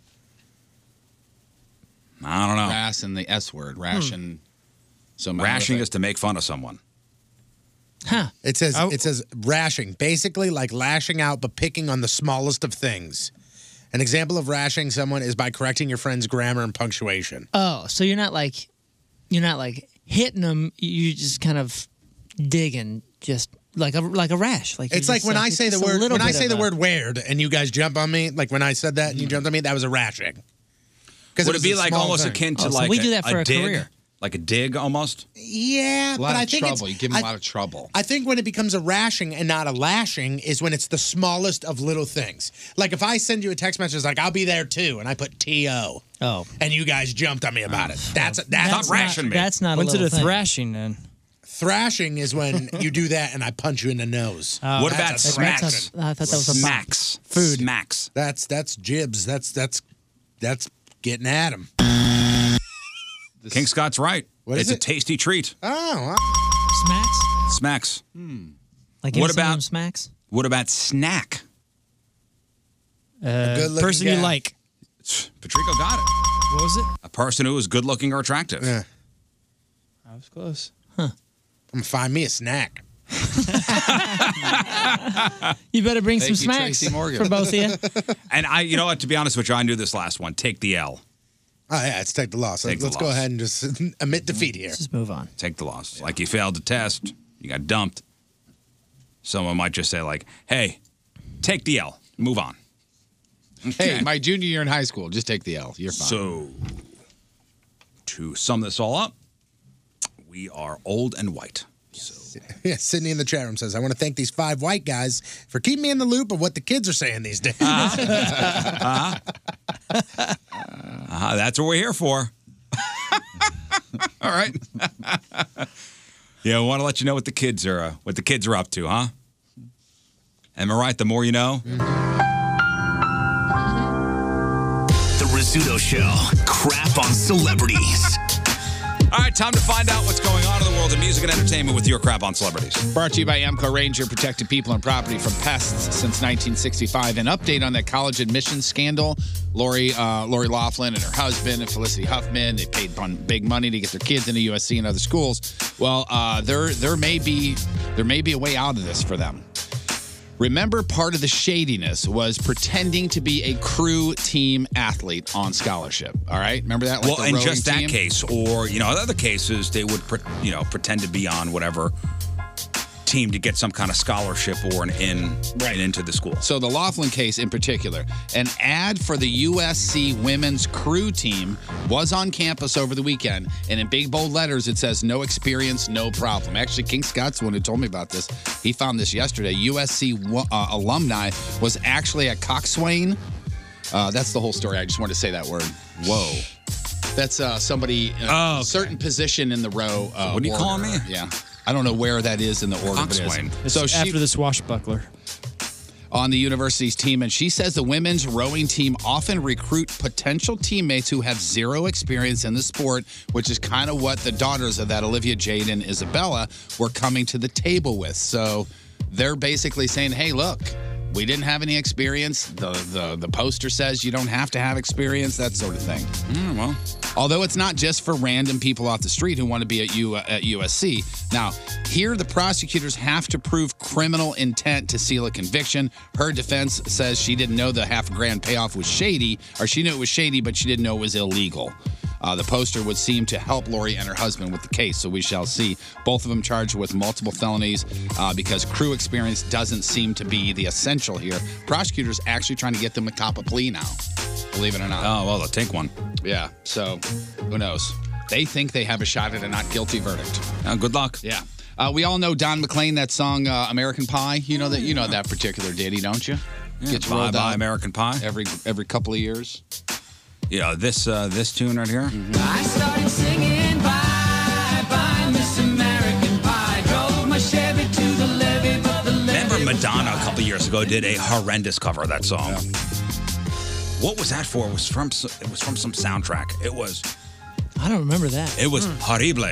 S5: I don't know.
S7: Rash and the S word. Rash
S5: Hmm.
S7: and some
S5: Rashing is to make fun of someone.
S4: Huh.
S6: It says
S4: Oh.
S6: it says rashing, basically like lashing out but picking on the smallest of things. An example of rashing someone is by correcting your friend's grammar and punctuation.
S4: Oh, so you're not like you're not like hitting them. You just kind of digging, just like a like a rash. Like you
S6: It's like
S4: just,
S6: when I say the
S4: just a
S6: word
S4: little
S6: when I
S4: bit
S6: say
S4: of Mm.
S6: the
S4: a-
S6: word weird and you guys jump on me, like when I said that and you jumped on me, that was a rashing. 'Cause
S5: Would
S6: was
S5: it be
S6: a
S5: like
S6: small
S5: almost
S6: thing.
S5: akin to like a, a dig? Like a dig almost?
S6: Yeah, but I think it's, I-
S7: trouble.
S6: I think when it becomes a rashing and not a lashing is when it's the smallest of little things. Like if I send you a text message like I'll be there too, and I put T O.
S4: Oh.
S6: And you guys jumped on me about it. That's that's,
S8: That's Stop rashing not- me. Oh. that's not a When's it little a thing. thrashing then?
S6: Thrashing is when you do that and I punch you in the nose.
S8: Oh. What about
S6: That's a
S8: smacks?
S6: thrashing.
S8: I thought that was a bump. Smacks. Food.
S5: Smacks.
S6: That's that's jibs. That's that's that's getting at Oh, him.
S5: King Scott's right.
S6: What
S5: it's
S6: is
S5: a
S6: it?
S5: tasty treat.
S6: Oh.
S8: Uh,
S4: Smacks.
S5: Smacks.
S4: Hmm. Like
S5: What
S4: what about
S5: about-
S4: smacks?
S5: What about snack?
S8: Uh,
S5: good-looking
S8: person
S5: guy.
S8: you like.
S5: Patrico got it.
S8: What was it?
S5: A person who is good looking or attractive. Yeah.
S8: I was close.
S6: I'm gonna find me a snack.
S4: You better bring
S5: Thank
S4: some
S5: you,
S4: smacks
S5: Tracy Morgan.
S4: for both of you.
S5: And I, you know what? To be honest with you, I knew this last one. Take the L.
S6: Oh yeah, it's take the loss.
S5: Take the
S6: Let's go
S5: loss.
S6: ahead and just admit defeat here.
S4: Just move on.
S5: Take the loss. Like you failed the test, you got dumped. Someone might just say like, "Hey, take the L, move on."
S7: Hey, my junior year in high school, just take the L. You're fine.
S5: So, to sum this all up, we are old and white.
S6: Yeah, Sydney in the chat room says, I want to thank these five white guys for keeping me in the loop of what the kids are saying these days.
S7: Ah,
S5: Uh-huh. Uh-huh, that's what we're here for. all right. yeah, we want to let you know what the kids are uh, what the kids are up to, huh? Am I right? The more you know.
S2: The Rizzuto Show. Crap on celebrities.
S5: All right, time to find out what's going on in the world of music and entertainment with your crap on celebrities.
S7: Brought to you by Amco Ranger, protecting people and property from pests since 1965. An update on that college admissions scandal. Lori, uh, Lori Laughlin and her husband and Felicity Huffman, they paid bun- big money to get their kids into USC and other schools. Well, uh, there, there, may be, there may be a way out of this for them. Remember, part of the shadiness was pretending to be a crew team athlete on scholarship. All right, remember that?
S5: well,
S7: the
S5: in
S7: rowing
S5: just that
S7: team?
S5: case, or you know, in other cases, they would pre- you know pretend to be on whatever team to get some kind of scholarship or an in right. into the school.
S7: So the Laughlin case in particular, an ad for the USC women's crew team was on campus over the weekend, and in big bold letters it says "No experience, no problem." Actually, King Scott's the one who told me about this. He found this yesterday. USC wa- uh, alumni was actually a coxswain. Uh, that's the whole story. I just wanted to say that word. Whoa. That's uh, somebody in a certain position in the row. Uh,
S5: What do Oh, you call
S7: order.
S5: me?
S7: Yeah. I don't know where that is in the order. but it is.
S5: Coxswain.
S7: So
S8: It's
S7: she
S8: after the swashbuckler.
S7: on the university's team, and she says the women's rowing team often recruit potential teammates who have zero experience in the sport, which is kind of what the daughters of that Olivia Jade and Isabella were coming to the table with. So they're basically saying, "Hey, look." We didn't have any experience. The, the the poster says you don't have to have experience, that sort of thing.
S5: Hmm,
S7: well, although it's not just for random people off the street who want to be at U at USC. Now, here the prosecutors have to prove criminal intent to seal a conviction. Her defense says she didn't know the half grand payoff was shady, or she knew it was shady, but she didn't know it was illegal. Uh, the poster would seem to help Lori and her husband with the case, so we shall see. Both of them charged with multiple felonies uh, because crew experience doesn't seem to be the essential here. Prosecutors actually trying to get them to cop a plea now, believe it or not.
S5: Oh, well, they'll take one.
S7: Yeah, so who knows? They think they have a shot at a not guilty verdict.
S5: good luck.
S7: Yeah. Uh, we all know Don McLean, that song uh, "American Pie." You know that you know that particular ditty, don't you?
S5: Yeah,
S7: Gets
S5: Bye
S7: rolled
S5: Bye
S7: out
S5: American Pie.
S7: every every couple of years.
S5: Yeah, this uh, this tune right here.
S10: Mm-hmm. I started singing bye bye Miss American Pie. Drove my Chevy to the levee, but the
S5: Remember Madonna a couple years ago did a horrendous cover of that song. What was that for? It was from s- it was from some soundtrack. It was
S4: I don't remember that. Hmm.
S5: it was horrible.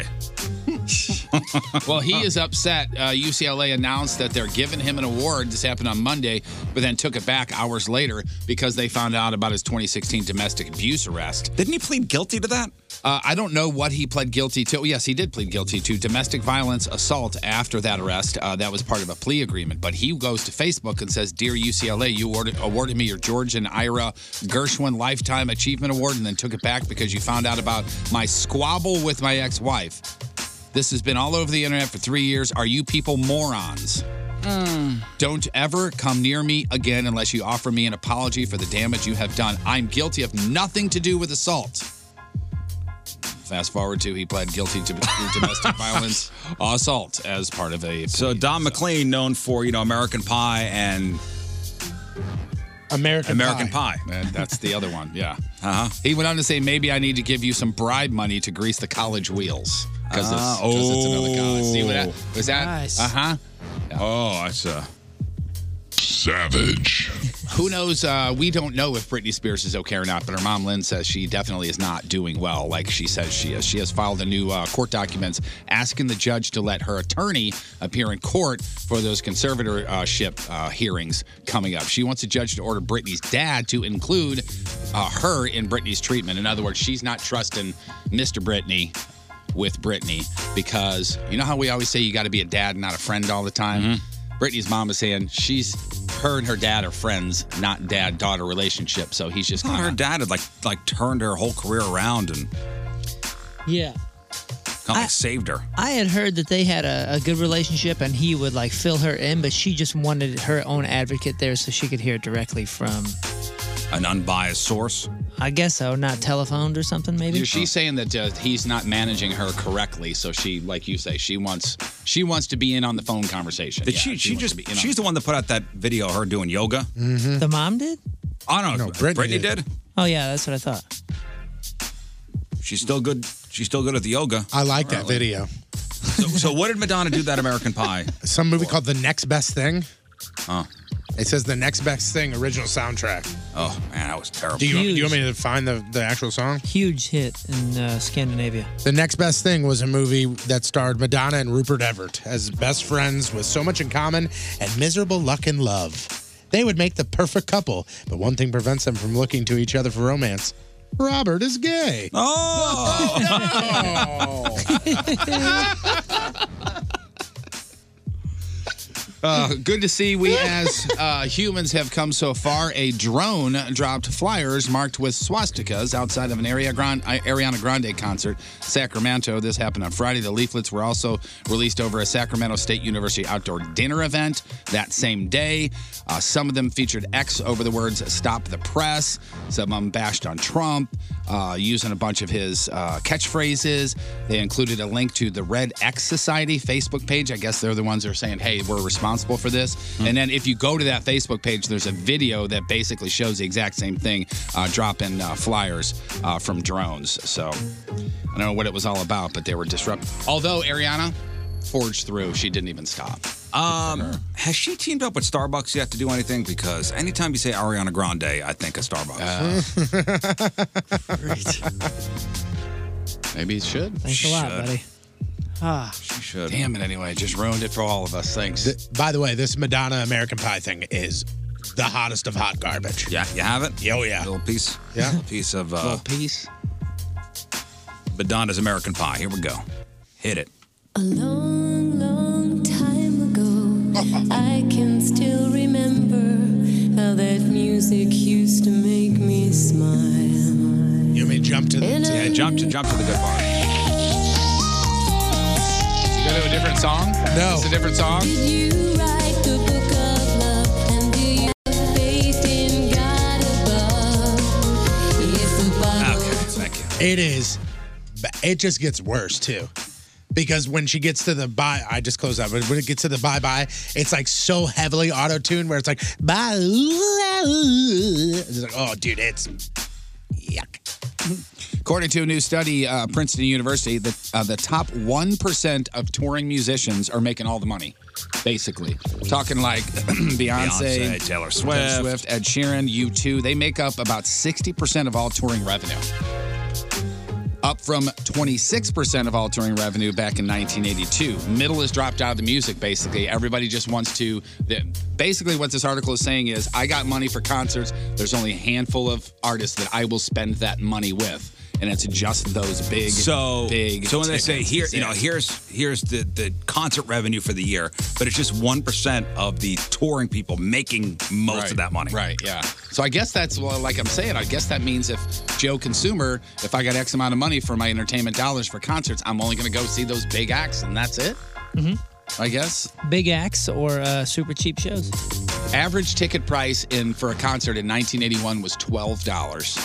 S7: well, he is upset. Uh, UCLA announced that they're giving him an award. This happened on Monday, but then took it back hours later because they found out about his 2016 domestic abuse arrest.
S5: Didn't he plead guilty to that?
S7: Uh, I don't know what he pled guilty to. Oh, Yes, he did plead guilty to domestic violence assault after that arrest. Uh, that was part of a plea agreement. But he goes to Facebook and says, Dear UCLA, you awarded, awarded me your George and Ira Gershwin Lifetime Achievement Award and then took it back because you found out about my squabble with my ex wife. This has been all over the internet for three years. Are you people morons? Don't ever come near me again unless you offer me an apology for the damage you have done. I'm guilty of nothing to do with assault. Fast forward to he pled guilty to domestic violence assault as part of a.
S5: So Don McLean, known for you know American Pie and
S6: American
S5: American Pie.
S7: And that's the other one. Yeah.
S5: Uh huh.
S7: He went on to say, maybe I need to give you some bribe money to grease the college wheels because it's,
S5: Ah,
S7: 'cause it's another college. See what
S5: oh.
S7: that was that?
S5: Nice.
S7: Uh huh.
S5: Oh, that's uh, savage.
S7: Who knows? Uh, we don't know if Britney Spears is okay or not, but her mom Lynn says she definitely is not doing well, like she says she is. She has filed a new uh, court documents asking the judge to let her attorney appear in court for those conservatorship uh, hearings coming up. She wants a judge to order Britney's dad to include uh, her in Britney's treatment. In other words, she's not trusting Mr. Britney with Brittany because you know how we always say you got to be a dad, not a friend all the time?
S5: Mm-hmm.
S7: Brittany's mom is saying she's her and her dad are friends, not dad daughter relationship. So he's just kind
S5: Her dad had like like turned her whole career around and
S4: Yeah.
S5: kind of like saved her.
S4: I had heard that they had a, a good relationship and he would like fill her in, but she just wanted her own advocate there so she could hear it directly from,
S5: An unbiased source.
S4: I guess so, not telephoned or something maybe.
S7: She's saying that uh, he's not managing her correctly, so she, like you say, she wants she wants to be in on the phone conversation.
S5: Did
S7: Yeah,
S5: she, she
S7: wants
S5: just
S7: to be in on
S5: she's the one that put out that video of her doing yoga.
S4: The mom did?
S5: I don't know. Brittany, did.
S4: Oh yeah, that's what I thought.
S5: She's still good. She's still good at the yoga.
S6: I like that video.
S5: So, so what did Madonna do that American Pie?
S6: Some movie called The Next Best Thing.
S5: Oh,
S6: It says The Next Best Thing original soundtrack.
S5: oh man, that was terrible.
S6: Do you, do you want me to find the, the actual song?
S4: Huge hit in uh, Scandinavia.
S6: The next best thing was a movie that starred Madonna and Rupert Everett as best friends with so much in common and miserable luck in love. They would make the perfect couple, but one thing prevents them from looking to each other for romance. Robert is gay.
S5: Oh.
S10: Oh,
S7: Uh, good to see we as uh, humans have come so far. A drone dropped flyers marked with swastikas outside of an Aria Grande, Ariana Grande concert, Sacramento. This happened on Friday. The leaflets were also released over a Sacramento State University outdoor dinner event that same day. Uh, some of them featured X over the words "Stop the Press." Some of them bashed on Trump, uh, using a bunch of his uh, catchphrases. They included a link to the Red X Society Facebook page. I guess they're the ones that are saying, "Hey, we're responsible for this." And then if you go to that Facebook page, there's a video that basically shows the exact same thing, uh, dropping uh, flyers uh, from drones. So I don't know what it was all about, but they were disrupt. Although Ariana forged through, she didn't even stop.
S5: Um, has she teamed up with Starbucks yet to do anything? Because anytime you say Ariana Grande, I think of Starbucks.
S7: Maybe it should.
S4: Thanks a lot, buddy.
S7: Ah. She should. Damn it, anyway. Just ruined it for all of us. Thanks.
S6: by the way, this Madonna American Pie thing is the hottest of hot garbage.
S5: Yeah, you have it?
S6: Oh, yeah.
S5: Little piece.
S6: Yeah.
S5: Little piece of. Uh,
S6: Little
S7: piece.
S5: Madonna's American Pie. Here we go. Hit it.
S12: A long, long time ago, I can still remember how that music used to make me smile.
S6: You may jump to the.
S12: And
S5: yeah, jump to jump to the good part.
S7: Go to a different song? No. It's a different song?
S12: You write the book of love, and do you have faith in God above? If the Bible
S6: It is. ba- It just gets worse too, because when she gets to the bye, I just close up. But when it gets to the bye bye, it's like so heavily auto tuned where it's like bye. It's like oh, dude, it's
S7: According to a new study, uh, Princeton University, the, uh, the top 1% of touring musicians are making all the money, basically. Talking like Beyonce,
S5: Beyonce, Taylor Swift.
S7: Ed Sheeran, U2, they make up about 60% of all touring revenue. Up from 26% of all touring revenue back in 1982. Middle has dropped out of the music, basically. Everybody just wants to. the- Basically, what this article is saying is I got money for concerts. There's only a handful of artists that I will spend that money with. And it's just those big,
S5: so
S7: big.
S5: So when they say
S7: tickets.
S5: here, you know,
S7: Yeah.
S5: here's here's the the concert revenue for the year, but it's just one percent of the touring people making most
S7: Right.
S5: of that money.
S7: Right. Yeah. So I guess that's well, like I'm saying. I guess that means if Joe consumer, if I got X amount of money for my entertainment dollars for concerts, I'm only going to go see those big acts, and that's it.
S4: Mhm.
S7: I guess.
S4: Big acts or uh, super cheap shows.
S7: Average ticket price in for a concert in 1981 was twelve dollars.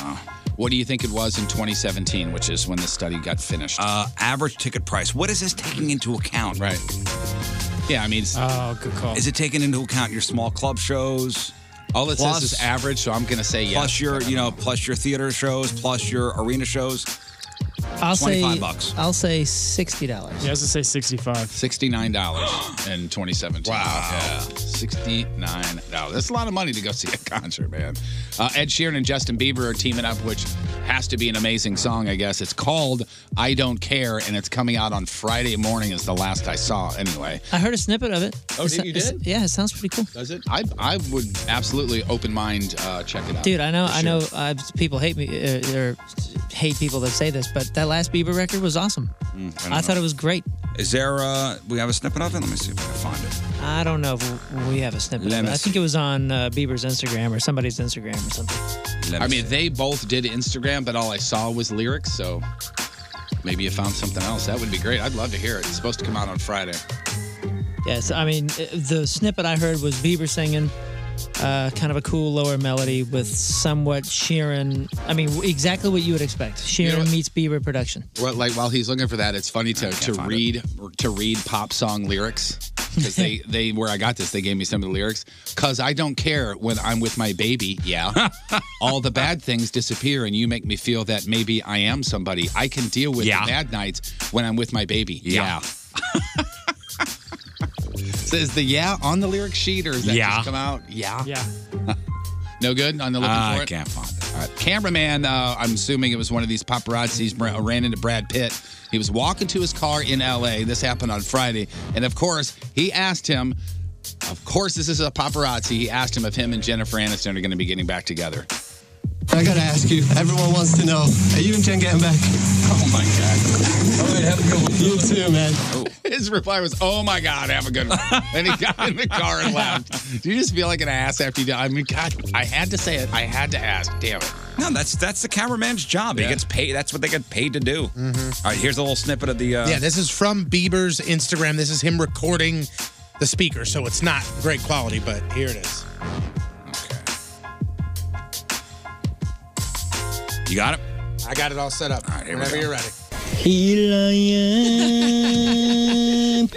S7: What do you think it was in 2017, which is when the study got finished?
S5: Uh, average ticket price. What is this taking into account?
S7: Right. Yeah, I mean. It's,
S5: oh, good call. Is it taking into account your small club shows?
S7: All it says is average, so I'm going to say yes.
S5: Plus your, you know, plus your theater shows, plus your arena shows.
S4: I'll say
S7: 25 bucks.
S4: I'll say sixty dollars.
S7: Yeah, I was gonna say sixty-five. Sixty-nine dollars in twenty seventeen. Wow, yeah, sixty-nine dollars. That's a lot of money to go see a concert, man. Uh, Ed Sheeran and Justin Bieber are teaming up, which has to be an amazing song, I guess. It's called "I Don't Care" and it's coming out on Friday morning. Is the last I saw, anyway.
S4: I heard a snippet of it.
S7: Oh,
S4: It's-
S7: did you
S4: it's-
S7: did?
S4: Yeah, it sounds pretty cool.
S7: Does it? I I would absolutely open mind uh, check it out,
S4: Dude, I know,
S7: for
S4: I
S7: sure.
S4: know. Uh, people hate me uh, or hate people that say this, but that last Bieber record was awesome.
S5: Mm,
S4: I,
S5: don't
S4: thought
S5: know.
S4: it was great.
S5: Is there? Uh, we have a snippet of it. Let me see if I can find it.
S4: I don't know if we have a snippet.
S5: Let
S4: of it.
S5: me
S4: I think it was on uh, Bieber's Instagram or somebody's Instagram or something.
S7: I mean, they both did Instagram, but all I saw was lyrics. So maybe you found something else. That would be great. I'd love to hear it. It's supposed to come out on Friday.
S4: Yes, I mean uh, the snippet I heard was Bieber singing, uh, kind of a cool lower melody with somewhat Sheeran. I mean, exactly what you would expect. Sheeran meets Bieber production.
S7: Well, like while he's looking for that, it's funny to, to read to read pop song lyrics because they they where I got this they gave me some of the lyrics because I don't care when I'm with my baby. Yeah, all the bad things disappear and you make me feel that maybe I am somebody. I can deal with the bad nights when I'm with my baby. Yeah. so is the yeah on the lyric sheet or is that
S5: Yeah.
S7: just come out? Yeah.
S4: Yeah.
S7: No good on the looking
S5: Uh,
S7: for it.
S5: I can't find
S7: All right. Cameraman, uh, I'm assuming it was one of these paparazzis, br- ran into Brad Pitt. He was walking to his car in LA. This happened on Friday. And of course, he asked him, of course, this is a paparazzi. He asked him if him and Jennifer Aniston are going to be getting back together.
S13: I gotta ask you. Everyone wants to know. Are you and Jen getting back? Oh my god. All right, have a good one. You too, man.
S7: His reply was, "Oh my God, have a good one." Then he got in the car and left. Do you just feel like an ass after you? do- I mean, God, I had to say it. I had to ask. Damn it.
S5: No, that's that's the cameraman's job. He
S7: Yeah.
S5: gets paid. That's what they get paid to do. All right, here's a little snippet of the. Uh,
S6: yeah, this is from Bieber's Instagram. This is him recording the speaker, so it's not great quality, but here it is.
S5: you got it.
S6: I got it all set up. All right,
S5: here we
S6: Whenever
S5: go.
S6: you're ready.
S14: Here I am,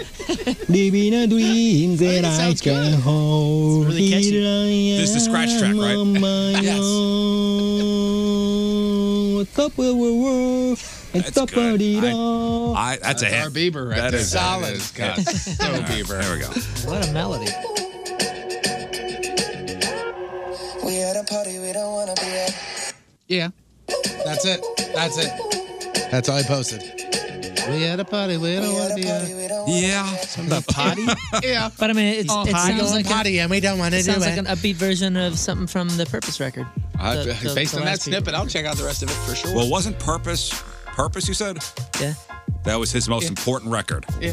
S14: living a dream that I can hold.
S5: really catchy.
S14: Here I am
S5: This is the scratch track, right?
S14: on my own, top of the world, and top of it all.
S5: I, that's, a hit.
S7: Our Bieber, right
S5: That
S7: there.
S5: is-
S7: solid.
S5: that is-
S7: God,
S5: yeah.
S7: so
S5: All right,
S7: Bieber.
S5: There we go.
S4: What a melody.
S12: We at a party we don't wanna be at.
S6: Yeah. That's it. That's it. That's all I posted. We had a party. We don't want to be at.
S5: Yeah.
S6: The potty? yeah.
S4: But I mean, it's,
S6: Oh,
S4: it
S6: potty
S4: sounds
S6: going
S4: like a-
S6: potty and we don't wanna
S4: it sounds
S6: do
S4: like an
S6: it.
S4: upbeat version of something from the Purpose record.
S7: I-
S4: The- the-
S7: based
S4: the
S7: on that
S4: last
S7: snippet, I'll check out the rest of it for sure.
S5: Well, wasn't Purpose Purpose? You said.
S4: Yeah.
S5: That was his most important record.
S6: Yeah.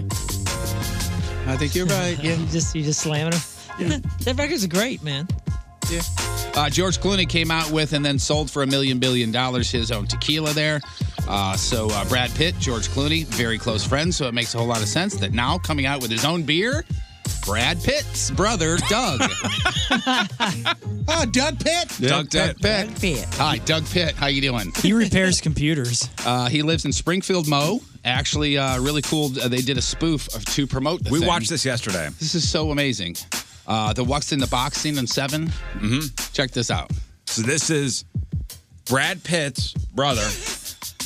S6: I think you're right. Yeah.
S4: you just you just slamming them. that record's great, man.
S7: Yeah. Uh, George Clooney came out with and then sold for a million billion dollars his own tequila there. Uh, so uh, Brad Pitt, George Clooney, very close friends, so it makes a whole lot of sense that now coming out with his own beer, Brad Pitt's brother Doug. Ah,
S6: oh, Doug Pitt.
S7: Doug, Doug Pitt.
S4: Doug Pitt.
S7: Hi, Doug Pitt. How you doing?
S8: He repairs computers.
S7: Uh, he lives in Springfield, Mo. Actually, uh, really cool. uh, They did a spoof of, to promote. The
S5: We
S7: thing.
S5: watched this yesterday.
S7: This is so amazing. Uh, the What's in the Box scene in 7 Mm-hmm. Check this out.
S5: So this is Brad Pitt's brother,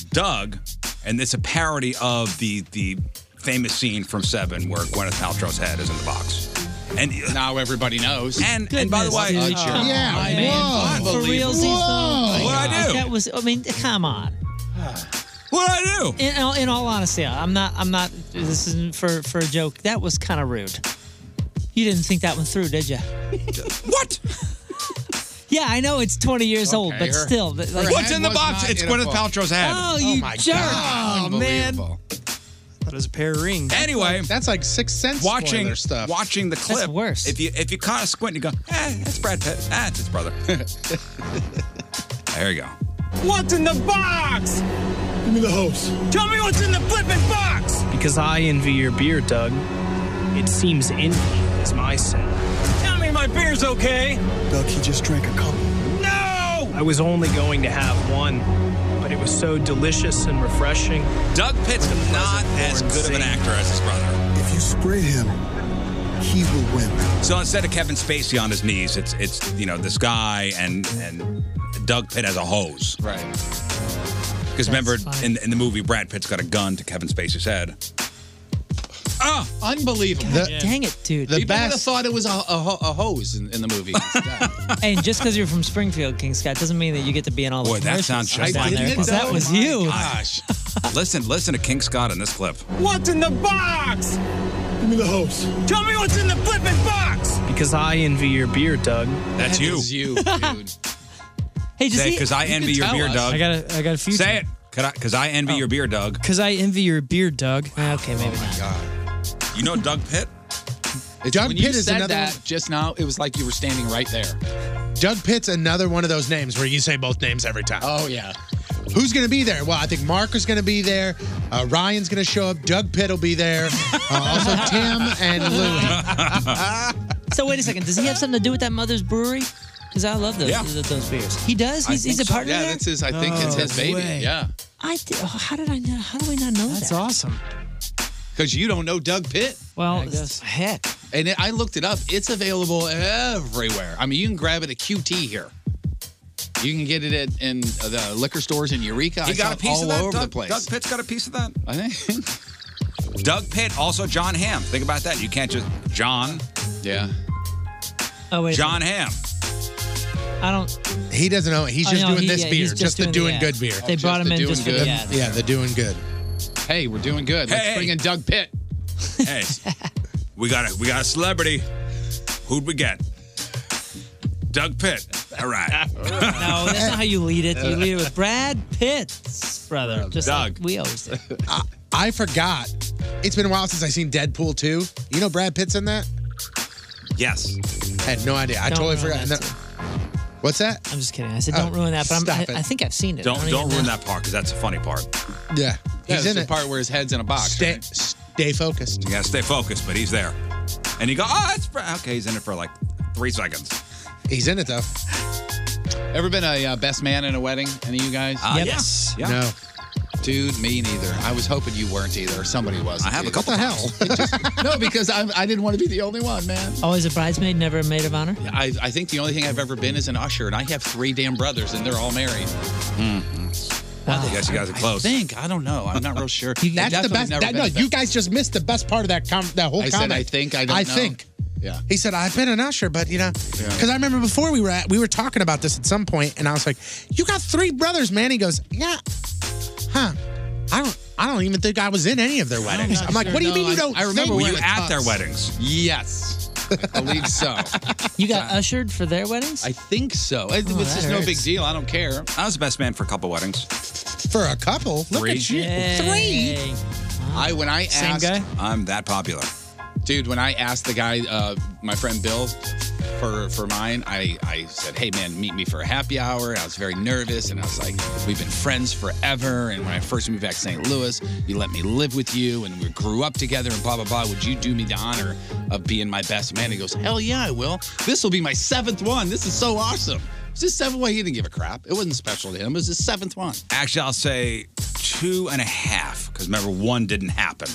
S5: Doug, and it's a parody of the the famous scene from Seven where Gwyneth Paltrow's head is in the box. And
S7: now everybody knows.
S5: And and by the way,
S4: Goodness, dude. Oh, my man. For real,
S5: Whoa. What'd I do?
S4: That was. I mean, come on.
S5: What I do?
S4: In, all- in all honesty, I'm not. I'm not. This isn't for for a joke. That was kind of rude. You didn't think that one through, did you?
S5: what?
S4: Yeah, I know it's 20 years old,
S5: Okay,
S4: but
S5: her-
S4: still. but,
S5: her What's head in the was box? not It's in a Gwyneth book. Paltrow's head.
S4: Oh,
S5: Oh,
S4: you
S5: my
S4: jerk!
S5: God.
S4: Oh man.
S5: Unbelievable.
S8: That was a pair of rings.
S5: Anyway,
S6: that's like six cents.
S5: Watching
S6: spoiler stuff.
S5: watching the
S6: That's
S5: clip. worse. If you if you kind of squint, you go, eh, that's Brad Pitt. Ah, it's his brother. there you go.
S3: What's in the box? Give me the hose. Tell me what's in the flipping box.
S8: Because I envy your beer, Doug. It seems envy is my sin.
S3: Tell me my beer's okay. Doug, he just drank a cup. No!
S8: I was only going to have one, but it was so delicious and refreshing.
S5: Doug Pitt's not as good of an actor as his brother.
S9: If you spray him, he will win.
S5: So instead of Kevin Spacey on his knees, it's it's you know this guy and and Doug Pitt has a hose.
S7: Right.
S5: Because remember in, in the movie, Brad Pitt's got a gun to Kevin Spacey's head. Ah,
S7: unbelievable!
S4: Dang it, dude.
S7: People would have thought it was a, a, ho- a hose in, in the movie.
S4: and just because you're from Springfield, King Scott, doesn't mean that you get to be in all the
S5: boy, that
S4: commercials
S5: sounds just
S4: down
S5: like
S4: there, 'cause that was you.
S5: Gosh, listen, listen to King Scott in this clip.
S3: What's in the box? Give me the hose. Tell me what's in the flipping box.
S8: Because I envy your beer, Doug.
S5: That's you.
S4: Hey,
S5: Say because I envy your beer, Doug.
S8: I got a, I got a few.
S5: Say it. Because I envy your beer, Doug.
S8: Because I envy your beer, Doug.
S4: okay, maybe not.
S5: You know Doug Pitt?
S6: Doug
S7: when
S6: Pitt
S7: you
S6: is
S7: said
S6: another
S7: that
S6: one-
S7: just now, it was like you were standing right there.
S6: Doug Pitt's another one of those names where you say both names every time.
S7: Oh yeah.
S6: Who's going to be there? Well, I think Mark is going to be there. Uh, Ryan's going to show up. Doug Pitt will be there. Uh, also, Tim and Louie.
S4: So wait a second. Does he have something to do with that Mother's Brewery? Because I love those,
S6: Yeah.
S4: those those beers. He does.
S6: I
S4: He's, he's a
S6: think so.
S4: partner.
S6: Yeah,
S4: there?
S6: that's his-
S7: I think it's his baby. Yeah.
S4: I did, oh, how did I know? How do we not know that? That's
S8: awesome.
S7: Because you don't know Doug Pitt.
S4: Well,
S7: heck. And it, I looked it up. It's available everywhere. I mean, you can grab it at QT here. You can get it at, in the liquor stores in Eureka.
S5: He
S7: I
S5: got
S7: saw
S5: a
S7: it
S5: piece
S7: all
S5: of that.
S7: over
S5: Doug,
S7: the place.
S5: Doug Pitt's got a piece of that.
S7: I think.
S5: Doug Pitt, also John Hamm. Think about that. You can't just John.
S7: Yeah.
S4: Oh wait. a
S5: John Hamm.
S4: second. I don't.
S6: He doesn't know. He's
S4: Oh,
S6: just
S4: no,
S6: doing
S4: he-
S6: this
S4: yeah,
S6: beer,
S4: he's
S6: just,
S4: just
S6: the
S4: doing
S6: doing
S4: the
S6: good
S4: ad.
S6: beer.
S5: Oh,
S4: They brought him
S6: the
S4: in
S6: doing
S4: just for
S6: good.
S4: the ad.
S6: Yeah, the doing good.
S7: Hey, we're doing good. Let's
S5: Hey.
S7: bring in Doug Pitt.
S5: Hey, we got a we got a celebrity. Who'd we get? Doug Pitt. All right.
S4: No, that's not how you lead it. You lead it with Brad Pitt's brother, just
S5: Doug.
S4: like we always do.
S6: I forgot It's been a while since I seen Deadpool 2. You know Brad Pitt's in that?
S5: Yes.
S6: I had no idea. I
S4: Don't
S6: totally
S4: ruin
S6: forgot.
S4: that
S6: No- What's that?
S4: I'm just kidding. I said,
S6: Oh,
S4: don't ruin that, but I'm,
S6: stop
S4: I,
S6: it.
S4: I think I've seen it.
S5: Don't
S4: I
S5: don't,
S4: even
S5: ruin
S4: know.
S5: that part because that's the funny part.
S7: Yeah,
S6: Yeah. He's
S7: that's
S6: in
S7: the
S6: it.
S7: part where his head's in a box.
S6: Stay, stay focused.
S5: You gotta stay focused, but he's there. And you go, oh, that's Brad." okay. He's in it for like three seconds.
S6: He's in it though.
S7: Ever been a uh, best man in a wedding? Any of you guys?
S5: Uh, Yep. yes. Yeah. No.
S7: Dude, me neither. I was hoping you weren't either. Somebody was.
S5: I have a
S7: dude.
S5: couple
S7: What the hell? no, because I, I didn't want to be the only one, man.
S5: Oh.
S4: Always a bridesmaid, never a maid of honor.
S7: I, I think the only thing I've ever been is an usher, and I have three damn brothers, and they're all married.
S5: Hmm. I think- guess you guys are close.
S7: I think I don't know. I'm not real sure.
S6: That's the
S7: Definitely
S6: best.
S7: never
S6: That,
S7: been
S6: no,
S7: a
S6: you guys just missed the best part of that com- that whole
S7: I said,
S6: comment.
S7: I think, I don't
S6: I
S7: know.
S6: think.
S7: Yeah.
S6: He said I've been an usher, but you know,
S7: Yeah.
S6: because I remember before we were at, we were talking about this at some point, and I was like, "You got three brothers, man." He goes, "Yeah, huh? I don't, I don't even think I was in any of their weddings." I'm, like,
S7: sure.
S6: "What do you
S7: No,
S6: mean you
S7: I-
S6: don't?"
S7: I remember
S6: think?
S7: wearing a tux. Yes, I believe so.
S4: You got ushered for their weddings?
S7: I think so. It
S4: Oh,
S7: was just
S4: that
S7: no
S4: hurts.
S7: big deal. I don't care.
S5: I was the best man for a couple weddings.
S6: for a couple. Look
S5: Three.
S6: at you,
S7: Yay.
S6: three.
S7: I when I
S6: Same
S7: asked,
S6: guy?
S5: I'm that popular.
S7: dude. When I asked the guy, uh, my friend Bill, for for mine, I I said, "Hey man, meet me for a happy hour." I was very nervous, and I was like, "We've been friends forever." And when I first moved back to St. Louis, you let me live with you, and we grew up together, and blah blah blah. Would you do me the honor of being my best man? He goes, "Hell yeah, I will. This will be my seventh one. This is so awesome." It's his seventh one. He didn't give a crap. It wasn't special to him. It was his seventh one.
S5: Actually, I'll say two and a half because remember, one didn't happen.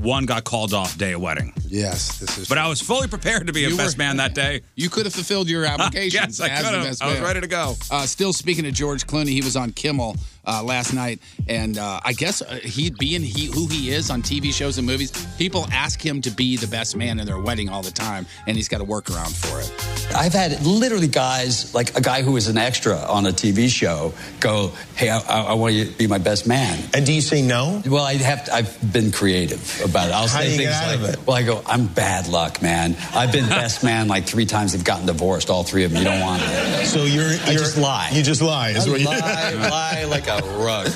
S5: One got called off day of wedding.
S6: Yes, this is.
S5: But I was fully prepared to be
S7: You
S5: a best
S7: were-
S5: man that day.
S7: You could have fulfilled your application.
S5: Yes, I could have. I was ready to go.
S7: Uh, still speaking to George Clooney, he was on Kimmel uh, last night, and uh, I guess uh, he being he, who he is on TV shows and movies, people ask him to be the best man in their wedding all the time, and he's got a workaround for it.
S15: I've had literally guys, like a guy who was an extra on a TV show, go, "Hey, I, I, I want you to be my best man." And do you say no? Well, I have. To, I've been creative about it. I'll
S13: How
S15: say
S13: do you
S15: things
S13: get out
S15: like,
S13: of it?
S15: "Well, I go, I'm bad luck, man. I've been best man like three times. They've gotten divorced, all three of them. You don't want it."
S13: So you're, you're
S15: I just lie.
S13: You just lie. Is
S15: I
S13: what you
S15: lie, lie like a rug.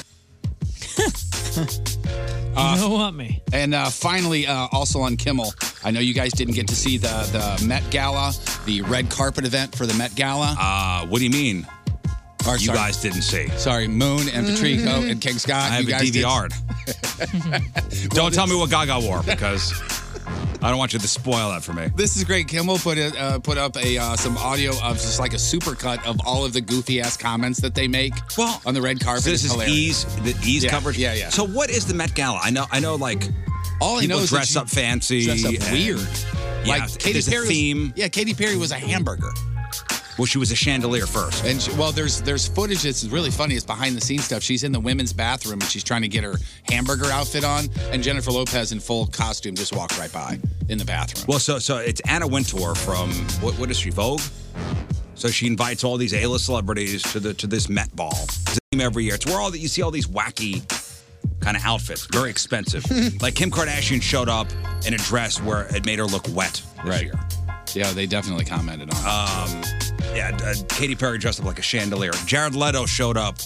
S7: Uh,
S4: don't want me.
S7: And uh, finally, uh, also on Kimmel, I know you guys didn't get to see the the Met Gala, the red carpet event for the Met Gala.
S5: Uh, what do you mean? Uh,
S7: Or,
S5: you
S7: sorry.
S5: guys didn't see.
S7: Sorry, Moon and Patrico and King Scott.
S5: I have
S7: you
S5: a
S7: guys did-
S5: DVR. don't tell me what Gaga wore because I don't want you to spoil that for me.
S7: This is great. Kimmel put it, uh, put up a uh, some audio of just like a supercut of all of the goofy ass comments that they make. Well, on the red carpet.
S5: So this is
S7: It's hilarious.
S5: ease the ease
S7: Yeah,
S5: coverage.
S7: Yeah, yeah.
S5: So what is the Met Gala? I know I know like
S7: all I
S5: people
S7: know is that
S5: dress
S7: you
S5: up fancy,
S7: dress up
S5: and-
S7: weird.
S5: Yeah,
S7: like Katy
S5: there's a
S7: Perry. was-
S5: theme.
S7: yeah, Katy Perry was a hamburger.
S5: Well, she was a chandelier first.
S7: And she, well, there's there's footage that's really funny. It's behind the scenes stuff. She's in the women's bathroom and she's trying to get her hamburger outfit on, and Jennifer Lopez in full costume just walked right by in the bathroom.
S5: Well, so so it's Anna Wintour from what what is she Vogue? So she invites all these A-list celebrities to the to this Met Ball It's a theme every year. It's where all that you see all these wacky kind of outfits, very expensive. like Kim Kardashian showed up in a dress where it made her look wet this
S7: Right.
S5: year.
S7: Yeah, they definitely commented on.
S5: Um, yeah, uh, Katy Perry dressed up like a chandelier. Jared Leto showed up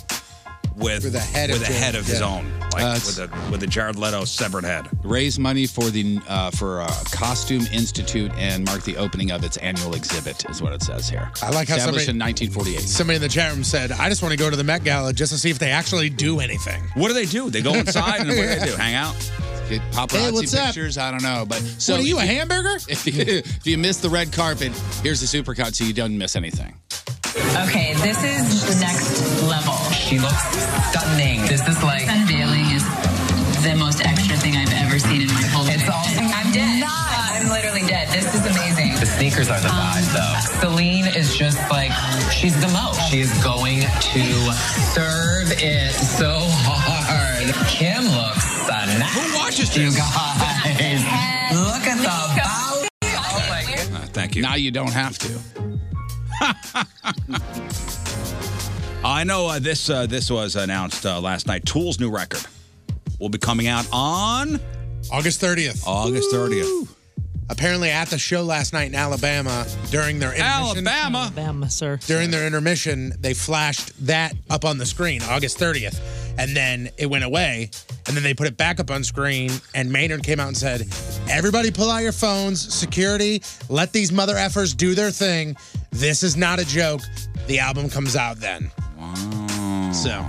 S5: with
S7: With a head of
S5: with a
S7: Jared-
S5: head of his
S7: yeah.
S5: own, like
S7: Uh,
S5: with a with a Jared Leto severed head.
S7: raise money for the uh, for uh, Costume Institute and mark the opening of its annual exhibit is what it says here.
S6: I like how
S7: established
S6: somebody-
S7: in 1948.
S6: Somebody in the chat room said, "I just want to go to the Met Gala just to see if they actually do anything."
S5: What do they do? They go inside and what do they do? Hang out?
S7: Get paparazzi
S6: Hey, what's up?
S7: pictures. I don't know, but so
S6: what are you, a
S7: if
S6: hamburger?
S7: If you, if you miss the red carpet, here's the supercut so you don't miss anything.
S16: Okay, this is next level. She looks stunning. This is like unveiling is the most extra thing I've ever seen in my whole life. I'm dead. I'm literally dead. This is amazing. Um,
S17: The sneakers are the vibe, though.
S16: Celine is just like she's the most.
S17: She is going to serve it so hard. Kim looks stunning. Who watches this? You guys. Look at the body. Oh my God.
S5: thank you.
S7: Now you don't have to.
S5: I know uh, this uh, this was announced uh, last night. Tool's new record will be coming out on
S6: August 30th.
S5: August 30th.
S6: Apparently, at the show last night in Alabama, during their intermission,
S5: Alabama,
S4: Alabama, sir.
S6: during their intermission, they flashed that up on the screen, August 30th, and then it went away. And then they put it back up on screen, and Maynard came out and said, Everybody pull out your phones, security, let these mother effers do their thing. This is not a joke. The album comes out then.
S5: So,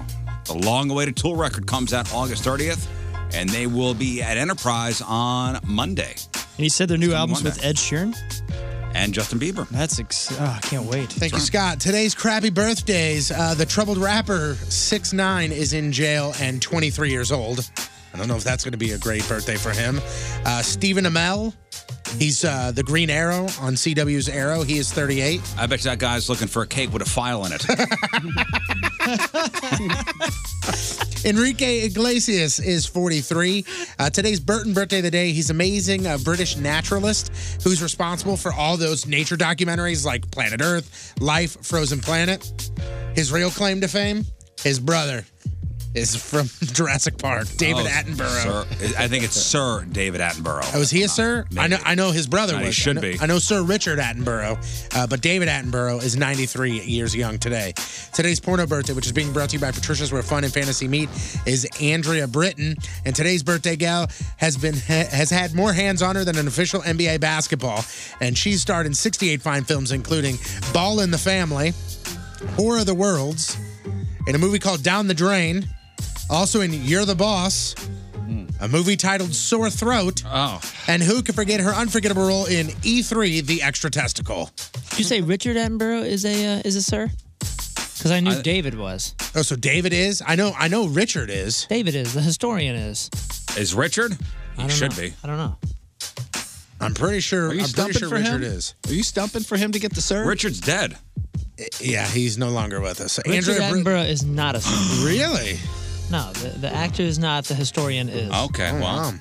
S5: the long-awaited Tool record comes out August 30th, and they will be at Enterprise on Monday.
S8: And you said their new albums
S5: Monday.
S8: with Ed Sheeran.
S5: And Justin Bieber.
S8: That's ex- oh, I can't wait.
S6: Thank you, Scott. Today's crappy birthdays. Uh, the troubled rapper Six Nine is in jail and 23 years old. I don't know if that's going to be a great birthday for him. Uh, Stephen Amell, he's uh, the Green Arrow on CW's Arrow. He is 38.
S5: I bet that guy's looking for a cake with a file in it.
S6: Enrique Iglesias is 43. Uh, today's Burton birthday of the day. He's amazing uh, British naturalist who's responsible for all those nature documentaries like Planet Earth, Life, Frozen Planet. His real claim to fame, his brother is from Jurassic Park, David
S5: Oh,
S6: Attenborough.
S5: Sir, I think it's Sir David Attenborough.
S6: Oh, was he a sir? I know. I know his brother
S5: Not, he
S6: was.
S5: should
S6: I know,
S5: be.
S6: I know Sir Richard Attenborough, uh, but David Attenborough is 93 years young today. Today's porno birthday, which is being brought to you by Patricia's, where fun and fantasy meet, is Andrea Britton, and today's birthday gal has been ha- has had more hands on her than an official NBA basketball, and she's starred in 68 fine films, including Ball in the Family, Horror of the Worlds, in a movie called Down the Drain, also in You're the Boss. A movie titled Sore Throat.
S5: Hmm. Oh.
S6: And who can forget her unforgettable role in E3, The Extra Testicle?
S4: Did you say Richard Attenborough is a uh, is a sir? Because I knew David was.
S6: Oh, so David is? I know I know Richard is.
S4: David is, the historian is.
S5: Is Richard?
S4: I
S5: He
S4: don't
S5: should
S4: know.
S5: be.
S4: I don't know.
S6: I'm pretty sure.
S5: Are you
S6: I'm pretty
S5: stumping
S6: sure
S5: for
S6: Richard
S5: him?
S6: is.
S5: Are you stumping for him to get the serve? Richard's dead.
S6: Yeah, he's no longer with us.
S4: Richard
S6: Andrea Br-
S4: Attenborough is not a sir.
S6: really?
S4: No, the, the actor is not. The historian is.
S5: Okay,
S6: wow.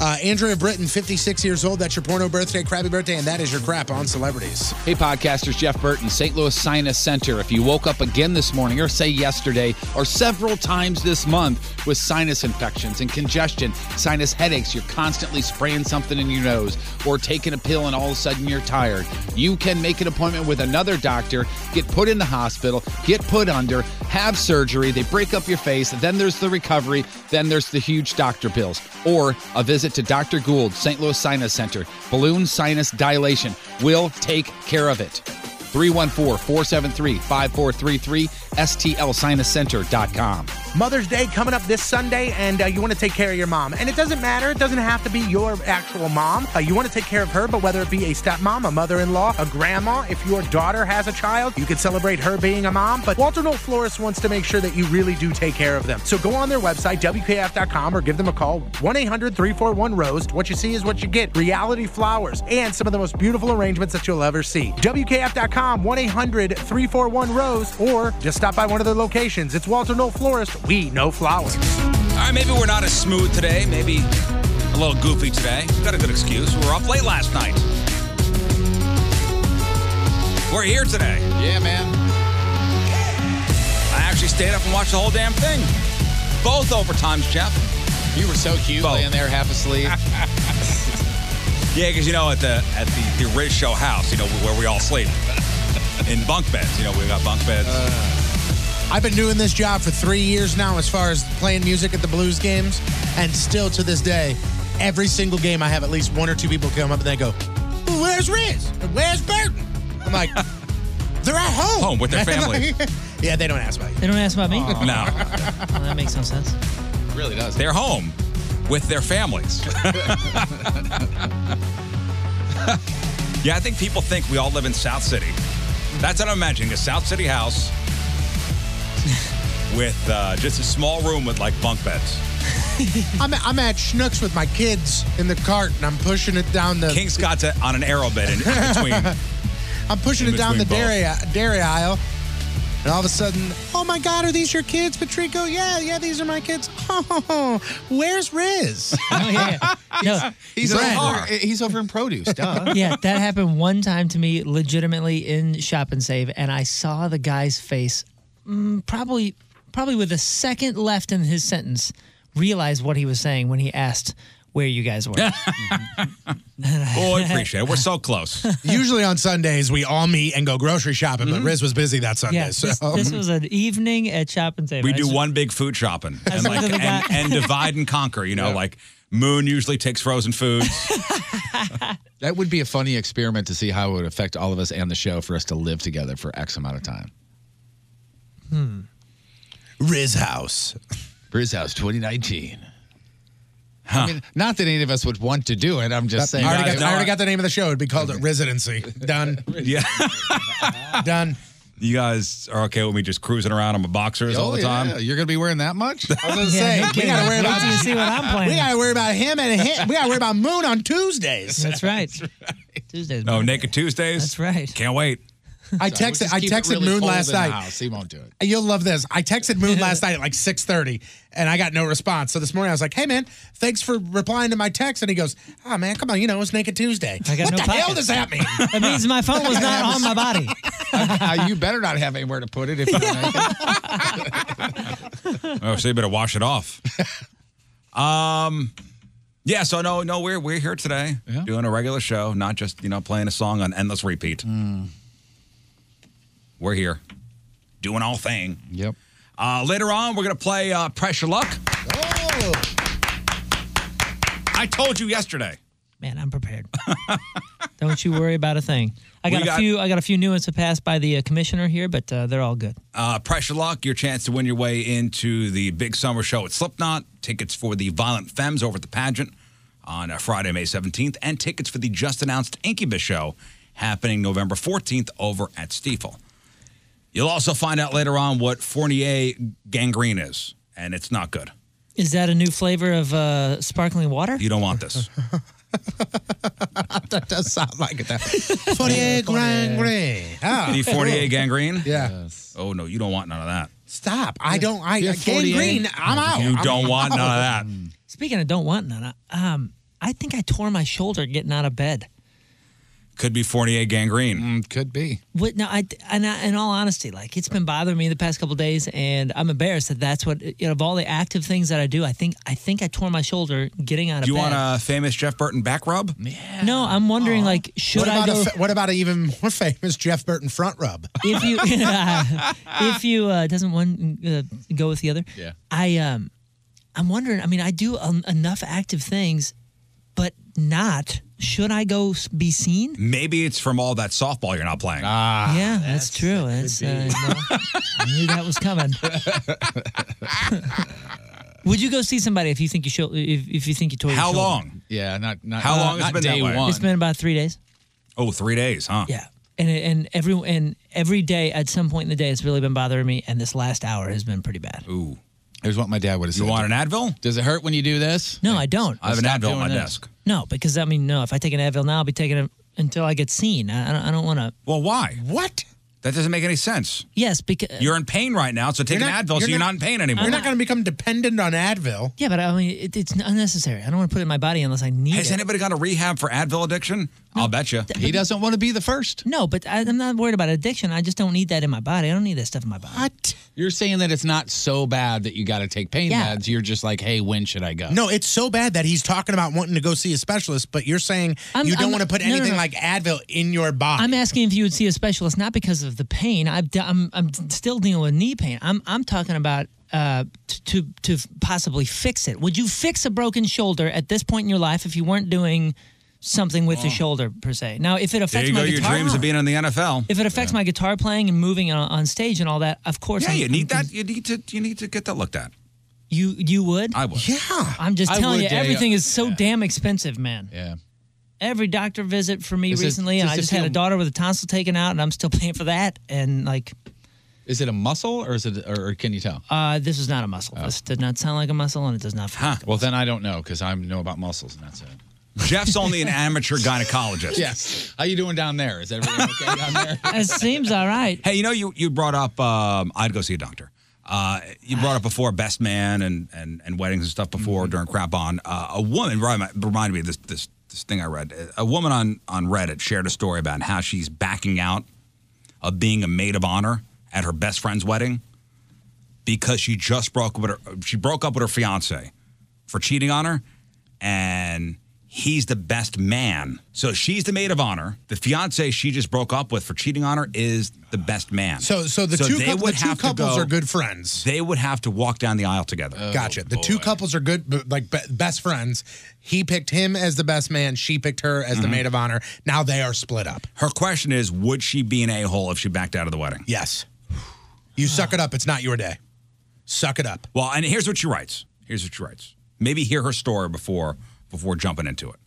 S6: Uh, Andrea Britton, 56 years old. That's your porno birthday, crappy birthday, and that is your crap on celebrities.
S7: Hey, podcasters, Jeff Burton, St. Louis Sinus Center. If you woke up again this morning, or say yesterday, or several times this month with sinus infections and congestion, sinus headaches, you're constantly spraying something in your nose, or taking a pill and all of a sudden you're tired, you can make an appointment with another doctor, get put in the hospital, get put under, have surgery, they break up your face, then there's the recovery, then there's the huge doctor bills, or a visit to Dr. Gould, St. Louis Sinus Center. Balloon sinus dilation will take care of it. 314-473-5433, stlsinuscenter.com.
S6: Mother's Day coming up this Sunday, and uh, you want to take care of your mom. And it doesn't matter, it doesn't have to be your actual mom. Uh, you want to take care of her, but whether it be a stepmom, a mother in law, a grandma, if your daughter has a child, you can celebrate her being a mom. But Walter Noel Flores wants to make sure that you really do take care of them. So go on their website, WKF.com, or give them a call 1 800 341 Roast. What you see is what you get reality flowers and some of the most beautiful arrangements that you'll ever see. WKF.com, 1 800 341 Roast, or just stop by one of their locations. It's Walter Noel Florist. We know flowers.
S5: All right, maybe we're not as smooth today. Maybe a little goofy today. Got a good excuse. We were up late last night. We're here today.
S7: Yeah, man.
S5: I actually stayed up and watched the whole damn thing. Both overtimes, Jeff.
S7: You were so cute laying there half asleep.
S5: yeah, because you know at the at the, the Riz Show house, you know where we all sleep in bunk beds. You know we got bunk beds.
S6: I've been doing this job for three years now, as far as playing music at the blues games, and still to this day, every single game I have at least one or two people come up and they go, "Where's Riz? Where's Burton?" I'm like, "They're at home,
S5: Home with their family.
S6: yeah, they don't ask about you.
S4: They don't ask about me.
S5: no,
S4: Well, that makes no sense.
S7: really does.
S5: They're home with their families. yeah, I think people think we all live in South City. That's what I'm imagining a South City house with uh, just a small room with like bunk beds.
S6: I'm, I'm at Schnucks with my kids in the cart, and I'm pushing it down the
S5: King Scott's a- on an arrow bed in, in between.
S6: I'm pushing
S5: In
S6: it down the
S5: between both.
S6: dairy, dairy aisle, and all of a sudden, oh my God, are these your kids, Patrico? Yeah, yeah, these are my kids. Oh, where's Riz?
S4: Oh, yeah. No,
S7: He's over, he's over in produce, duh.
S4: yeah, that happened one time to me legitimately in Shop and Save, and I saw the guy's face mm, probably probably with a second left in his sentence realize what he was saying when he asked, where you guys were.
S5: Oh, I appreciate it. We're so close.
S6: Usually on Sundays we all meet and go grocery shopping, but Riz was busy that Sunday.
S4: Mm-hmm. yeah,
S6: so
S4: this, this was an evening at Shop and Save.
S5: We
S4: I
S5: do
S4: just-
S5: one big food shopping
S4: I
S5: and
S4: said
S5: like
S4: to the
S5: and,
S4: guy-
S5: and divide and conquer. You know, like Moon usually takes frozen food.
S7: That would be a funny experiment to see how it would affect all of us and the show for us to live together for X amount of time.
S9: Hmm.
S7: Riz House. Riz House 2019. I mean, not that any of us would want to do it. I'm just
S6: That-
S7: saying.
S6: I already, got, I already got the name of the show. It'd be called a residency. Done.
S5: Yeah.
S6: Done.
S5: You guys are okay with me just cruising around on my boxers
S7: Oh,
S5: all the
S7: yeah.
S5: time?
S7: You're going to be wearing that much?
S6: I was gonna say we gotta worry about We gotta worry about him and him. We gotta worry about Moon on Tuesdays.
S4: That's right. Tuesdays.
S5: No, Oh, Naked Tuesdays. That's
S4: right.
S5: Can't wait.
S6: I texted. I texted Moon last night.
S7: He won't do it.
S6: You'll love this. I texted Moon last night at like 6:30 and I got no response. So this morning I was like, "Hey man, thanks for replying to my text." And he goes, "Ah man, come on, you know, it's Naked Tuesday."
S4: I got
S6: what
S4: no
S6: the hell
S4: pockets.
S6: does that mean?
S4: That means my phone was not on my body.
S7: you better not have anywhere to put it if
S5: Oh, so you better wash it off. um, yeah. So no, no, we're we're here today doing a regular show, not just you know playing a song on endless repeat. We're here doing all thing.
S7: Yep.
S5: Uh, later on, we're gonna play uh, Pressure Luck.
S7: Oh.
S5: I told you yesterday.
S4: Man, I'm prepared. Don't you worry about a thing. I
S5: We
S4: got a
S5: got-
S4: few. I got a few new ones to pass by the uh, commissioner here, but uh, they're all good.
S5: Uh, pressure Lock, your chance to win your way into the big summer show at Slipknot. Tickets for the Violent Femmes over at the pageant on uh, Friday, May 17th, and tickets for the just announced Incubus show happening November 14th over at Stiefel. You'll also find out later on what Fournier gangrene is, and it's not good.
S4: Is that a new flavor of uh, sparkling water?
S5: You don't want this.
S6: that does sound like it. Forty-eight grand grand. Ah.
S5: the Fournier gangrene?
S6: Yeah.
S5: Oh, no, you don't want none of that.
S6: Stop. I don't. I
S4: You're
S6: gangrene.
S4: 48.
S6: I'm out.
S5: You
S6: I'm
S5: don't want
S6: out.
S5: none of that.
S4: Speaking of don't want none, I- um, I think I tore my shoulder getting out of bed.
S5: Could be Fournier gangrene.
S7: could be.
S4: What? No, I and I, in all honesty, like it's been bothering me the past couple days, and I'm embarrassed that that's what you know, of all the active things that I do. I think I think I tore my shoulder getting out of
S5: Do you
S4: bed.
S5: want a famous Jeff Burton back rub? Yeah.
S4: No, I'm wondering like should
S6: what about
S4: I go?
S6: a, fa- what about an even more famous Jeff Burton front rub?
S4: if you if you uh, doesn't one uh, go with the other.
S6: Yeah.
S4: I um I'm wondering. I mean, I do um, enough active things, but not. Should I go s- be seen?
S5: Maybe it's from all that softball you're not playing. Ah.
S4: yeah, that's, true. That's, uh, you know, I knew that was coming. Would you go see somebody if you think you show, if, if you think you tore your
S5: How
S4: shoulder?
S5: long?
S7: Yeah, not not
S5: How
S4: uh,
S5: long has it
S4: not
S5: been
S4: day
S5: that way?
S4: It's been about three days.
S5: oh, three days, huh?
S4: Yeah. And it- and every and every day at some point in the day, it's really been bothering me. And this last hour has been pretty bad.
S5: Ooh.
S7: Here's what my dad would have said.
S5: You want an Advil?
S7: Does it hurt when you do this?
S4: No, I don't.
S5: I have an
S7: Stop
S5: Advil on my
S7: doing this.
S5: desk.
S4: No, because I mean, no. If I take an Advil now, I'll be taking it until I get seen. I, I don't, I don't want to.
S5: Well, why?
S6: What?
S5: That doesn't make any sense.
S4: Yes, because
S5: You're in pain right now, so take
S6: You're
S5: an
S6: not-
S5: Advil so you're not, in pain anymore.
S6: You're not going to become dependent on Advil.
S4: yeah, but I mean, it, it's unnecessary. I don't want to put it in my body unless I need
S5: Has
S4: it.
S5: anybody gone to rehab for Advil addiction? I'll bet you.
S4: He doesn't
S7: want to be the first.
S4: No, but I, I'm not worried about addiction. I just don't need that in my body. I don't need that stuff in my body.
S6: What?
S7: You're saying that it's not so bad that you got to take pain
S4: Yeah.
S7: meds. You're just like, hey, when should I go?
S6: No, it's so bad that he's talking about wanting to go see a specialist, but you're saying
S4: I'm-
S6: you
S4: I'm-
S6: don't want to put
S4: no, no,
S6: anything
S4: no.
S6: like Advil in your body.
S4: I'm asking if you would see a specialist, not because of the pain. I've, d- I'm I'm still dealing with knee pain. I'm I'm talking about uh, t- to to possibly fix it. Would you fix a broken shoulder at this point in your life if you weren't doing something with your shoulder per se? Now, if it
S5: Oh. There
S4: affects
S5: you go,
S4: my
S5: your
S4: guitar,
S5: dreams of being in the NFL.
S4: if it affects my guitar playing and moving on, on stage and all that, of course.
S5: Yeah,
S4: I'm-
S5: you need that. You need to. You need to get that looked at.
S4: You you would?
S5: I would.
S6: Yeah.
S4: I'm just
S5: I
S4: telling
S5: would,
S4: you,
S5: yeah,
S4: everything
S5: yeah.
S4: is so damn expensive, man.
S7: Yeah.
S4: Every doctor visit for me
S7: Is it-
S4: recently, and
S7: does
S4: I
S7: it
S4: just had a
S7: feel-
S4: daughter with a tonsil taken out, and I'm still paying for that. And like,
S7: Is it a muscle or is it, or, or can you tell?
S4: uh, this is not a muscle.
S5: Oh.
S4: This did not sound like a muscle, and it does not. Feel like
S7: Well, then I don't know because I know about muscles and that's it.
S5: Jeff's only an amateur gynecologist.
S7: Yes. How you doing down there? Is everything okay down there?
S4: a- it seems all right.
S5: Hey, you know, you you brought up um, I'd go see a doctor. Uh, you brought up before best man and and, and weddings and stuff before during crap on uh, a woman remi- reminded me of this this this thing I read. A woman on on Reddit shared a story about how she's backing out of being a maid of honor at her best friend's wedding because she just broke up with her she broke up with her fiance for cheating on her and he's the best man. So she's the maid of honor. The fiance she just broke up with for cheating on her is the best man.
S6: So, so the two,
S5: they
S6: cou- the
S5: would
S6: two
S5: have to
S6: couples
S5: go-
S6: are good Oh. friends.
S5: They would have to walk down the aisle together.
S6: gotcha. The two couples are good, b- like be- best friends. He picked him as the best man. She picked her as the
S5: Mhm.
S6: maid of honor. Now they are split up.
S5: Her question is Would she be an a hole if she backed out of the wedding?
S6: Yes. You suck it up. It's not your day. Suck it up.
S5: Well, and here's what she writes. Here's what she writes. Maybe hear her story before before jumping into it.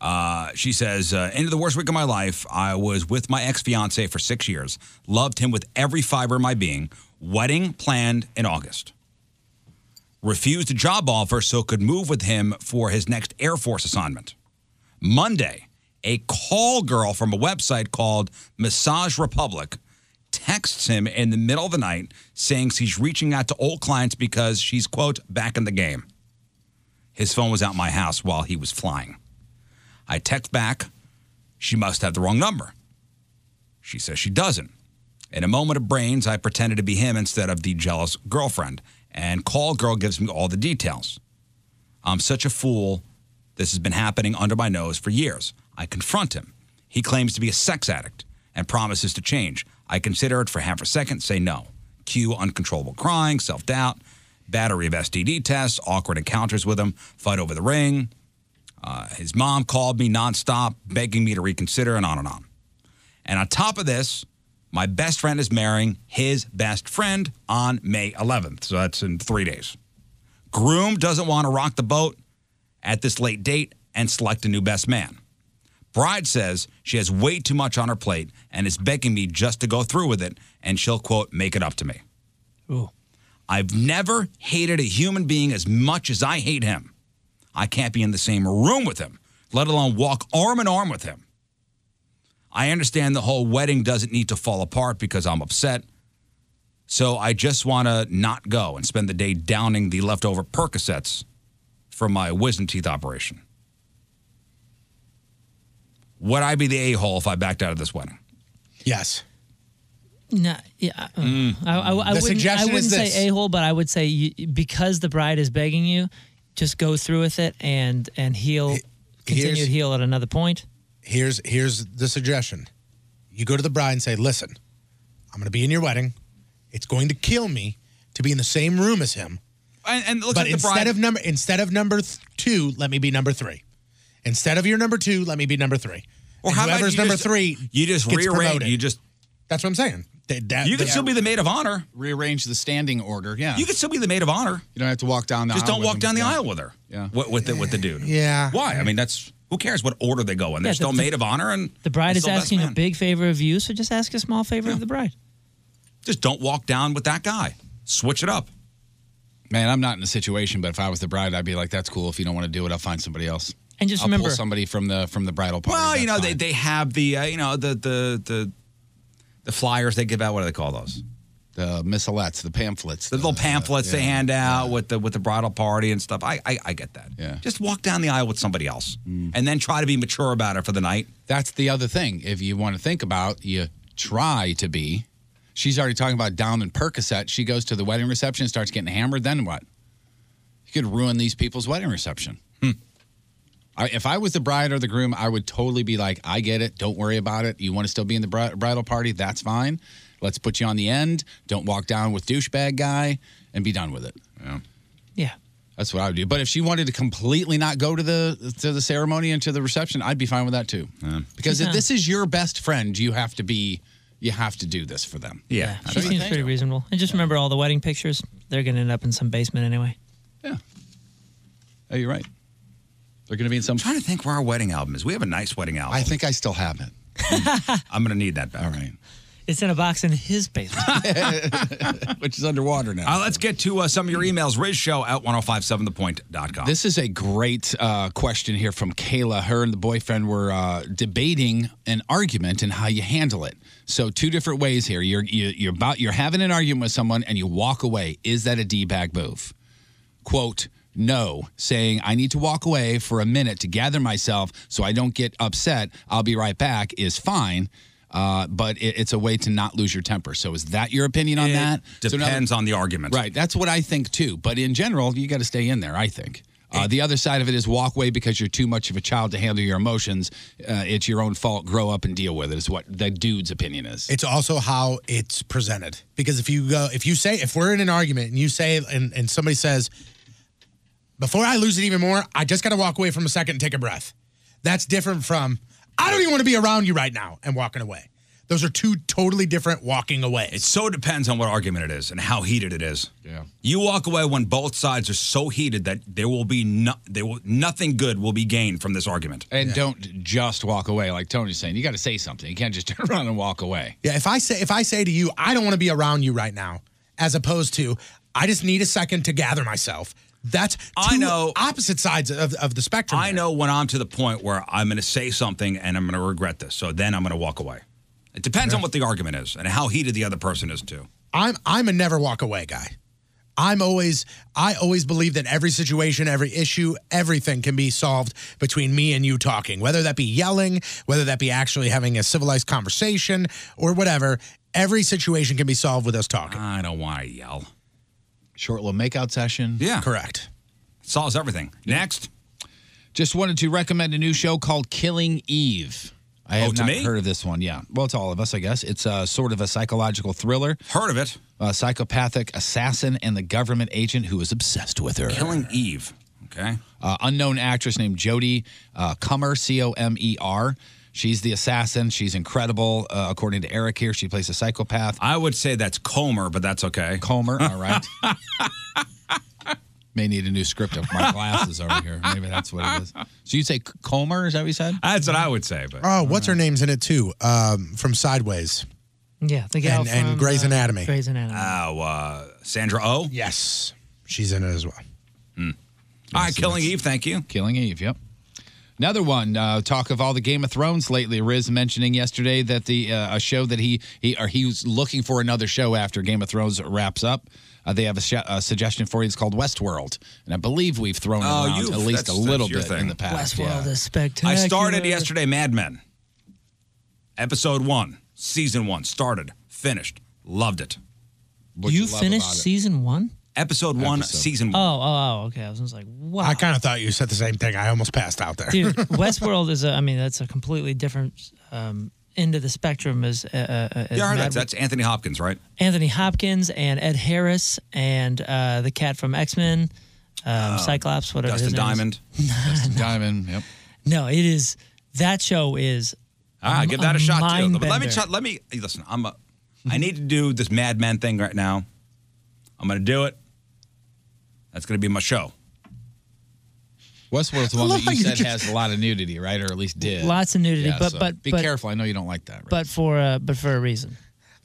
S5: Uh, she says, uh, "Into the worst week of my life. I was with my ex fiance for six years. Loved him with every fiber of my being. Wedding planned in August. Refused a job offer so could move with him for his next Air Force assignment. Monday, a call girl from a website called Massage Republic." texts him in the middle of the night saying she's reaching out to old clients because she's, quote, back in the game. His phone was out my house while he was flying. I text back, she must have the wrong number. She says she doesn't. In a moment of brains, I pretended to be him instead of the jealous girlfriend, and call girl gives me all the details. I'm such a fool. This has been happening under my nose for years. I confront him. He claims to be a sex addict and promises to change. I consider it for half a second, say no. Cue uncontrollable crying, self doubt, battery of STD tests, awkward encounters with him, fight over the ring. Uh, his mom called me nonstop, begging me to reconsider, and on and on. And on top of this, my best friend is marrying his best friend on May 11th. So that's in three days. Groom doesn't want to rock the boat at this late date and select a new best man. Bride says she has way too much on her plate and is begging me just to go through with it, and she'll, quote, make it up to me.
S4: Ooh.
S5: I've never hated a human being as much as I hate him. I can't be in the same room with him, let alone walk arm in arm with him. I understand the whole wedding doesn't need to fall apart because I'm upset. So I just want to not go and spend the day downing the leftover Percocets from my wisdom teeth operation. Would I be the a hole if I backed out of this wedding?
S6: Yes.
S4: No, yeah. uh,
S5: Mm.
S4: I, I, I
S5: The
S4: wouldn't, I
S5: suggestion is
S4: wouldn't
S5: this.
S4: say a hole, but I would say you, because the bride is begging you, just go through with it and and heal, continue
S6: here's-
S4: to heal at another point.
S6: Here's here's the suggestion. You go to the bride and say, "Listen, I'm going to be in your wedding. It's going to kill me to be in the same room as him.
S5: And, and look
S6: but
S5: at the
S6: instead
S5: bride.
S6: of number instead of number th- two, let me be number three. Instead of your number two, let me be number three.
S5: Or
S6: And
S5: how about
S6: whoever's
S5: you
S6: number
S5: just-
S6: three?
S5: you just
S6: gets
S5: rearrange-
S6: promoted.
S5: you just-
S6: That's what I'm saying. They- that-
S7: You
S6: they-
S7: could still be
S5: the maid of honor.
S7: Rearrange the standing order. Yeah.
S5: You could still be the maid of honor.
S7: You don't have to walk down the
S5: Just
S7: aisle
S5: don't
S7: with
S5: walk
S7: them.
S5: down the
S7: Yeah.
S5: aisle with her.
S7: Yeah.
S5: With, with, the, with the dude.
S6: Yeah.
S5: Why? I mean, that's who cares what order they go in. They're
S4: Yeah, the-
S5: still
S4: the-
S5: maid of honor, and
S4: The bride
S5: they're
S4: is
S5: still best
S4: asking a
S5: man.
S4: big favor of you, so just ask a small favor of the bride.
S5: Just don't walk down with that guy. Switch it up.
S7: Man, I'm not in the situation, but if I was the bride, I'd be like, "That's cool. If you don't want to do it, I'll find somebody else."
S4: And just
S7: I'll
S4: remember-
S7: pull somebody from the from the bridal party.
S5: Well, you know, they, they have the uh, you know the the the the flyers they give out. What do they call those?
S7: The missalettes, the pamphlets,
S5: the, little pamphlets they
S7: yeah,
S5: hand out with the with the bridal party and stuff. I I, I get that. Yeah. Just walk down the aisle with somebody else, and then try to be mature about it for the night.
S7: Mm. That's the other thing. If you want to think about, you try to be. She's already talking about down in Percocet. She goes to the wedding reception, starts getting hammered. Then what? You could ruin these people's wedding reception. I, if I was the bride or the groom, I would totally be like, I get it. Don't worry about it. You want to still be in the bri- bridal party? That's fine. Let's put you on the end. Don't walk down with douchebag guy and be done with it. Yeah.
S4: Yeah.
S7: That's what I would do. But if she wanted to completely not go to the to the ceremony and to the reception, I'd be fine with that too. Because
S4: Yeah.
S7: if this is your best friend, you have to be you have to do this for them.
S5: Yeah.
S4: She seems pretty reasonable. And just remember all the wedding pictures. They're going to end up in some basement anyway.
S7: Oh, you're right. They're going to be in some. I'm
S5: trying to think where our wedding album is. We have a nice wedding album. I
S7: think I still have it.
S5: I'm going to need that back. All
S7: right.
S4: It's in a box in his basement.
S7: Which is underwater now.
S5: Uh, let's get to uh, some of your emails. Rizshow at 1057thepoint.com.
S7: This is a great uh, question here from Kayla. Her and the boyfriend were uh, debating an argument and how you handle it. So two different ways here. You're you, you're about you're having an argument with someone and you walk away. Is that a d bag move? Quote. No, saying I need to walk away for a minute to gather myself so I don't get upset. I'll be right back is fine, uh, but it, it's a way to not lose your temper. So is that your opinion on that? So in other-
S5: Depends on the argument.
S7: Right. That's what I think too. But in general, you got to stay in there, I think. Uh, the other side of it is walkway because you're too much of a child to handle your emotions. Uh, it's your own fault. Grow up and deal with it. Is what the dude's opinion is.
S6: It's also how it's presented. Because if you go, if you say, if we're in an argument and you say, and, and somebody says, before I lose it even more, I just got to walk away from a second and take a breath. That's different from, I don't even want to be around you right now and walking away. Those are two totally different walking away.
S5: It so depends on what argument it is and how heated it is. Yeah. You walk away when both sides are so heated that there will be no, there will nothing good will be gained from this argument.
S7: And don't just walk away like Tony's saying. You got to say something. You can't just turn around and walk away.
S6: Yeah, if I say if I say to you, I don't want to be around you right now, as opposed to I just need a second to gather myself. That's two I know opposite sides of, of the spectrum.
S5: I know when I'm to the point where I'm going to say something and I'm going to regret this. So then I'm going to walk away. It depends on what the argument is and how heated the other person is too.
S6: I'm I'm a never walk away guy. I'm always I always believe that every situation, every issue, everything can be solved between me and you talking, whether that be yelling, whether that be actually having a civilized conversation or whatever. Every situation can be solved with us talking.
S7: Ah.
S5: I don't want to yell.
S7: Short little makeout session.
S5: Yeah.
S6: Correct.
S5: Solves everything. Next.
S7: Just wanted to recommend a new show called Killing Eve. I
S5: Oh,
S7: have
S5: to
S7: not
S5: me?
S7: heard of this one. Yeah, well, it's all of us, I guess. It's uh, sort of a psychological thriller.
S5: Heard of it?
S7: A psychopathic assassin and the government agent who is obsessed with her.
S5: Killing Eve. Okay.
S7: Uh, unknown actress named Jodie uh, Comer, C O M E R. She's the assassin. She's incredible, uh, according to Eric. Here, she plays a psychopath.
S5: I would say that's Comer, but that's okay.
S7: Comer. All right. May need a new script of my glasses over here. Maybe that's what it is. So you say Comer? Is that what you said?
S5: That's what I would say. But
S6: Oh, what's her name's in it too? Um, from Sideways.
S4: Yeah, the gal
S6: And- and
S4: from,
S6: Grey's
S4: uh,
S6: Anatomy.
S4: Grey's Anatomy.
S5: Oh, uh, Sandra O. Oh?
S6: Yes. She's in it as well.
S5: All right, Killing Eve. Thank you.
S7: Killing Eve. Yep. Another one. Uh, talk of all the Game of Thrones lately. Riz mentioning yesterday that the uh, a show that he he or he was looking for another show after Game of Thrones wraps up. Uh, they have a, sh- a suggestion for you. It's called Westworld, and I believe we've thrown
S5: Oh,
S7: around
S5: you've-
S7: at least
S5: that's-
S7: a little
S5: that's your
S7: bit in
S5: thing.
S7: the past.
S4: Westworld
S7: yeah.
S4: is spectacular.
S5: I started yesterday Mad Men. Episode one, season one, started, finished, loved it.
S4: you finished season one?
S5: Episode one, season
S4: Oh,
S5: one.
S4: oh, oh, okay. I was just like, wow.
S6: I kind of thought you said the same thing. I almost passed out there.
S4: Dude, Westworld is a, I mean, that's a completely different um, end of the spectrum as, uh, uh, as
S5: yeah, I heard
S4: Mad-
S5: that. That's Anthony Hopkins, right?
S4: Anthony Hopkins and Ed Harris and uh, the cat from X Men, um, Cyclops, whatever
S5: Oh, Dustin
S4: his name is.
S5: Diamond.
S7: Dustin Diamond. Yep.
S4: No, it is, that show is.
S5: All right,
S4: m-
S5: Ah, give that a shot too. But let me
S4: mind-bender.
S5: try, let me hey, listen. I'm a. I need to do this Mad Men thing right now. I'm gonna do it. That's gonna be my show.
S7: Westworld's the
S5: I
S7: one
S5: love
S7: that
S5: how
S7: you
S5: you
S7: said
S5: just-
S7: has a lot of nudity, right? Or at least did.
S4: Lots of nudity,
S7: Yeah,
S4: but-
S7: so
S4: but-
S7: be
S4: but-
S7: careful. I know you don't like that.
S4: But for, uh, but for a reason.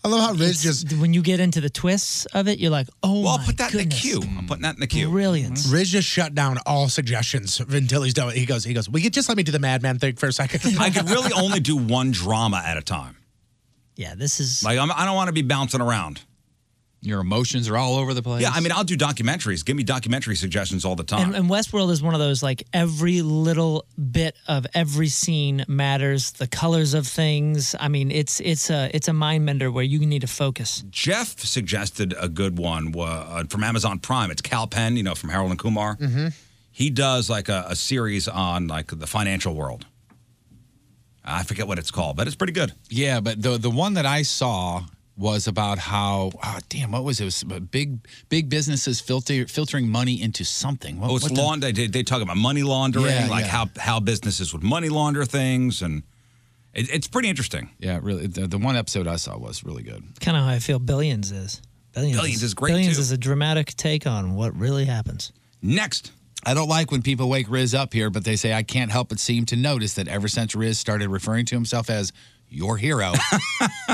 S6: I love how
S4: Riz just. When you get into the twists of it, you're like, oh
S5: Well,
S4: my
S5: I'll put that
S4: goodness.
S5: in the queue. I'm putting that in the queue. Mm-hmm.
S4: Brilliance.
S6: Riz just shut down all suggestions until he's done. He goes, he goes. Will you just let me do the madman thing for a second?
S5: I could really only do one drama at a time.
S4: Yeah, this is
S5: Like I'm, I don't want to be bouncing around.
S7: Your emotions are all over the place.
S5: Yeah, I mean, I'll do documentaries. Give me documentary suggestions all the time.
S4: And, and Westworld is one of those like every little bit of every scene matters. The colors of things. I mean, it's it's a it's a mind mender where you need to focus.
S5: Jeff suggested a good one uh, from Amazon Prime. It's Cal Penn, you know, from Harold and Kumar. He does like a, a series on like the financial world. I forget what it's called, but it's pretty good.
S7: Yeah, but the the one that I saw was about how oh, damn what was it? it was about big big businesses filter, filtering money into something. What,
S5: oh, it's
S7: what the-
S5: laundering. They, they talk about money laundering,
S7: Yeah,
S5: like
S7: yeah.
S5: how how businesses would money launder things, and it, it's pretty interesting.
S7: yeah, really. The, the one episode I saw was really good.
S4: Kind of how I feel. Billions is billions.
S7: Billions is great,
S4: Billions
S7: too.
S4: is a dramatic take on what really happens.
S5: Next.
S7: I don't like when people wake Riz up here, but they say I can't help but seem to notice that ever since Riz started referring to himself as your hero,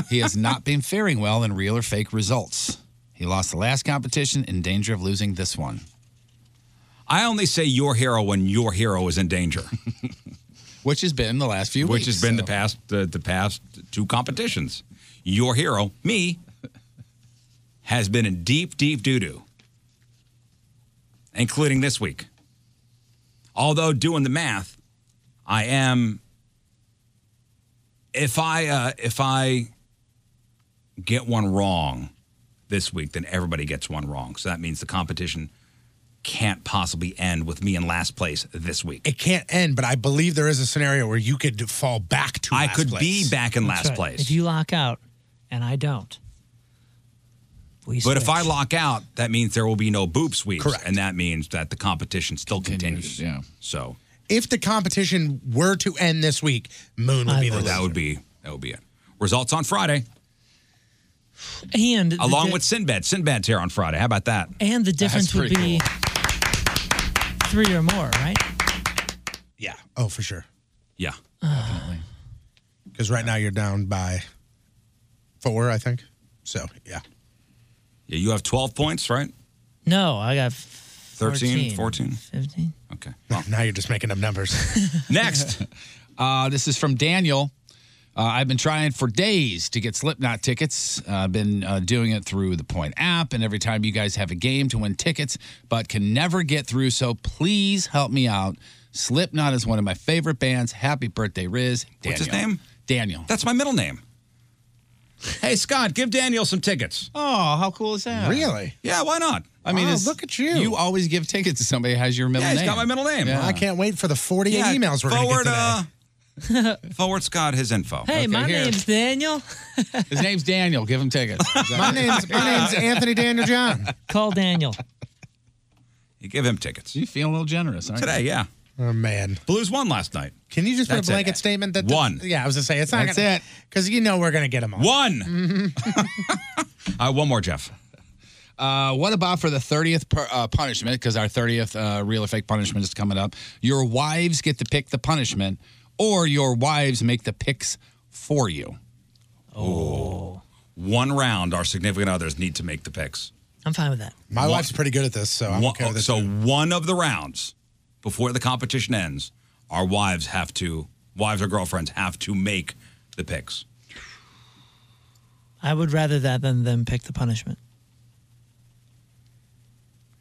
S7: he has not been faring well in real or fake results. He lost the last competition in danger of losing this one.
S5: I only say your hero when your hero is in danger,
S7: which has been the last few,
S5: which
S7: weeks,
S5: has been the past the, the past two competitions. Your hero, me, has been in deep, deep doo doo, including this week. Although doing the math, I am. If I uh, if I get one wrong this week, then everybody gets one wrong. So that means the competition can't possibly end with me in last place this week.
S6: It can't end, but I believe there is a scenario where you could fall back to.
S5: I
S6: last
S5: could be
S6: place.
S5: back in last place.
S4: If you lock out and I don't,
S5: but if I lock out, that means there will be no boop sweeps. Correct. And that means that the competition still continues. Yeah. So
S6: If the competition were to end this week, Moon would be the
S5: that
S6: loser.
S5: would be that would be it. Results on Friday,
S4: and
S5: along
S4: the,
S5: with Sinbad. Sinbad's here on Friday. How about that?
S4: and the difference would
S5: pretty
S4: be three or more, right?
S6: Oh, for sure.
S5: Yeah.
S6: Definitely. Because right now you're down by four, I think. So yeah.
S5: Yeah, you have 12 points, right?
S4: No, I got
S5: 13,
S4: 14.
S5: 14.
S4: 15.
S5: Okay.
S6: now you're just making up numbers.
S5: Next.
S7: uh, this is from Daniel. Uh, I've been trying for days to get Slipknot tickets. Uh, I've been uh, doing it through the Point app, and every time you guys have a game to win tickets, but can never get through. So please help me out. Slipknot is one of my favorite bands. Happy birthday, Riz.
S5: What's his
S7: Daniel.
S5: name?
S7: Daniel.
S5: That's my middle name. Hey, Scott, give Daniel some tickets.
S7: Oh, how cool is that?
S5: Really? Yeah, why not?
S7: I mean,
S5: Wow,
S7: it's-
S5: look at you.
S7: You always give tickets to somebody who has your middle
S5: Yeah, he's
S7: name.
S5: got my middle name.
S7: Yeah.
S6: I can't wait for the 48
S5: Yeah,
S6: emails we're going to
S5: forward,
S6: get
S5: uh, forward Scott his info.
S4: Hey, my name's Daniel.
S7: His name's Daniel. Give him tickets.
S6: My name's- my name's Anthony Daniel John.
S4: Call Daniel.
S5: You give him tickets.
S7: You feeling a little generous, aren't
S5: Today,
S7: you?
S5: yeah.
S6: Oh man,
S5: Blues won last night.
S6: Can you just put a
S5: That's it.
S6: blanket statement that the-
S5: One.
S6: yeah, I was gonna say it's not
S5: That's
S6: gonna,
S5: it.
S6: because you know we're gonna get them all.
S5: One. Uh, one more, Jeff.
S7: Uh, what about for the 30th per, uh, punishment? Because our 30th uh, real or fake punishment is coming up. Your wives get to pick the punishment, or your wives make the picks for you.
S5: Oh. One round, our significant others need to make the picks.
S4: I'm fine with that.
S6: My
S5: One-
S6: wife's pretty good at this, so I'm
S5: one,
S6: okay with this.
S5: so one of the rounds before the competition ends, our wives have to, wives or girlfriends have to make the picks.
S4: I would rather that than them pick the punishment.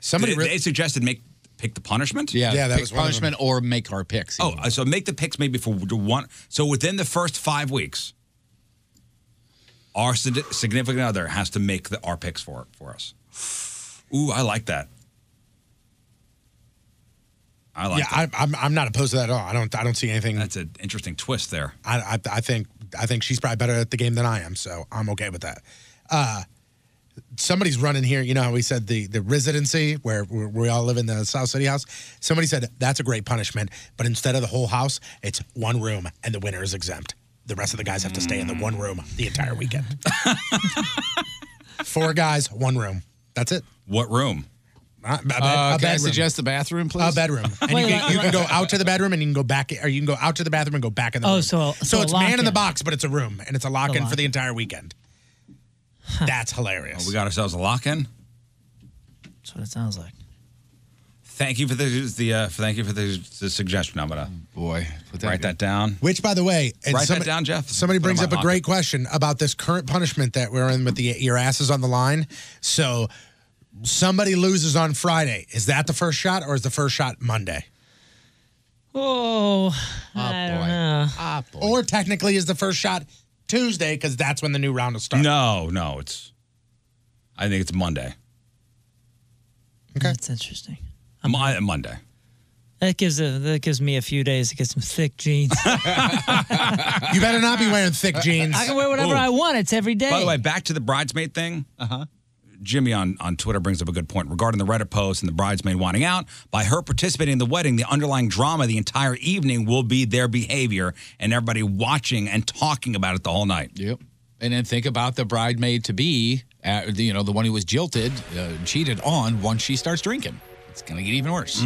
S5: Somebody they, they suggested make pick the punishment.
S7: Yeah, Yeah, that pick was one of punishment them. or make our picks.
S5: Oh, uh, so make the picks maybe for one. So within the first five weeks, our sig- significant other has to make the, our picks for for us. Ooh, I like that. I like.
S6: yeah,
S5: that.
S6: I, I'm I'm not opposed to that at all. I don't I don't see anything. That's
S5: an interesting twist there.
S6: I, I I think I think she's probably better at the game than I am, so I'm okay with that. Uh, somebody's running here. You know how we said the the residency where we we all live in the South City house. Somebody said that's a great punishment, but instead of the whole house, it's one room, and the winner is exempt. The rest of the guys have to stay in the one room the entire weekend. Four guys, one room. That's it.
S5: What room?
S6: Uh, a bed-
S7: Uh,
S6: a
S7: can I
S6: bedroom.
S7: suggest the bathroom, please?
S6: A bedroom. And
S7: Wait,
S6: you,
S7: like-
S6: can, you can go
S7: like-
S6: out to the bedroom and you can go back, or you can go out to the bathroom and go back in the
S4: Oh,
S6: room.
S4: so- so a
S6: it's man in the
S4: lock-in.
S6: box, but it's a room and it's a lock in for
S4: lock-in.
S6: the entire weekend. That's hilarious.
S5: Oh, we got ourselves a lock in.
S4: That's what it sounds like.
S5: Thank you for the, the uh, thank you for the, the suggestion. I'm gonna
S7: boy
S5: write that down.
S6: Which, by the way, and
S5: Write that
S6: somebody-
S5: down, Jeff.
S6: Somebody
S5: Put it
S6: brings
S5: in
S6: up
S5: my
S6: a great question about this current punishment that we're in with the your asses on the line. So somebody loses on Friday. Is that the first shot or is the first shot Monday?
S4: Oh, I don't know.
S6: Or technically, is the first shot Tuesday because that's when the new round will start.
S5: No, no, it's. I think it's Monday.
S6: Okay,
S4: that's interesting.
S5: Mon- Monday.
S4: That gives a, that gives me a few days to get some thick jeans.
S6: you better not be wearing thick jeans.
S4: I can wear whatever
S5: Ooh.
S4: I want. It's every day.
S5: By the way, back to the bridesmaid thing. Uh huh. Jimmy on, on Twitter brings up a good point regarding the Reddit post and the bridesmaid wanting out. By her participating in the wedding, the underlying drama the entire evening will be their behavior and everybody watching and talking about it the whole night.
S7: Yep. And then think about the bridemaid to be, uh, the- you know, the one who was jilted, uh, cheated on once she starts drinking. It's going to get even worse.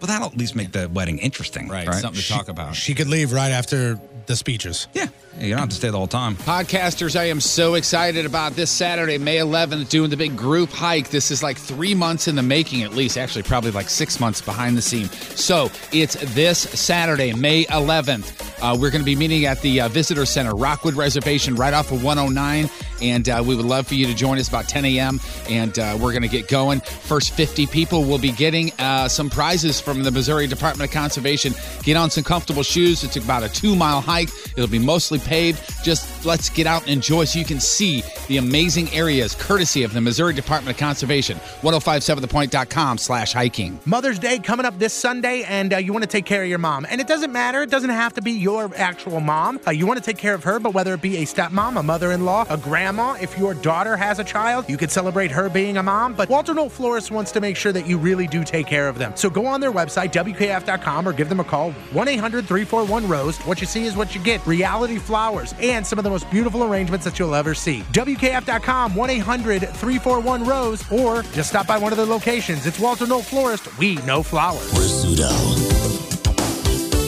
S5: But Hmm. that'll at least make the wedding interesting, right?
S7: something to talk about.
S6: She could leave right after the speeches.
S5: Yeah. You don't have to stay the whole time.
S7: Podcasters, I am so excited about this Saturday, May 11th, doing the big group hike. This is like three months in the making, at least, actually, probably like six months behind the scene. So it's this Saturday, May 11th. Uh, we're going to be meeting at the uh, Visitor Center, Rockwood Reservation, right off of 109. And uh, we would love for you to join us about 10 a.m. And uh, we're going to get going. First 50 people will be getting uh, some prizes from the Missouri Department of Conservation. Get on some comfortable shoes. It's about a two mile hike, it'll be mostly paved. Just let's get out and enjoy so you can see the amazing areas courtesy of the Missouri Department of Conservation. 1057thepoint.com slash hiking.
S18: Mother's Day coming up this Sunday, and uh, you want to take care of your mom. And it doesn't matter, it doesn't have to be your actual mom. Uh, you want to take care of her, but whether it be a stepmom, a mother in law, a grandma, if your daughter has a child, you could celebrate her being a mom. But Walter Noel Flores wants to make sure that you really do take care of them. So go on their website, WKF.com, or give them a call 1 800 341 Roast. What you see is what you get reality flowers and some of the most beautiful arrangements that you'll ever see. WKF.com, 1 800 341 Rose, or just stop by one of their locations. It's Walter Noel Florist. We know flowers.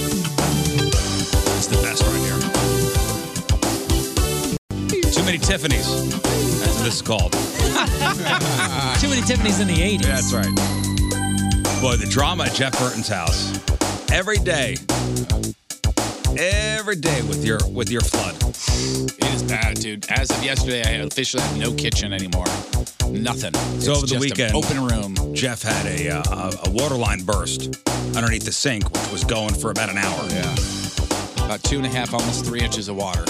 S5: It's the best right here. Too many Tiffany's. That's what this is called.
S4: Too many Tiffany's in the 80s.
S5: That's right. Boy, the drama at Jeff Burton's house. Every day. Every day with your with your flood.
S7: It is bad, dude. As of yesterday, I officially have no kitchen anymore. Nothing.
S5: So
S7: It's
S5: over the
S7: just an
S5: weekend,
S7: open room.
S5: Jeff had a, uh, a a water line burst underneath the sink, which was going for about an hour. Yeah,
S7: about two and a half, almost three inches of water.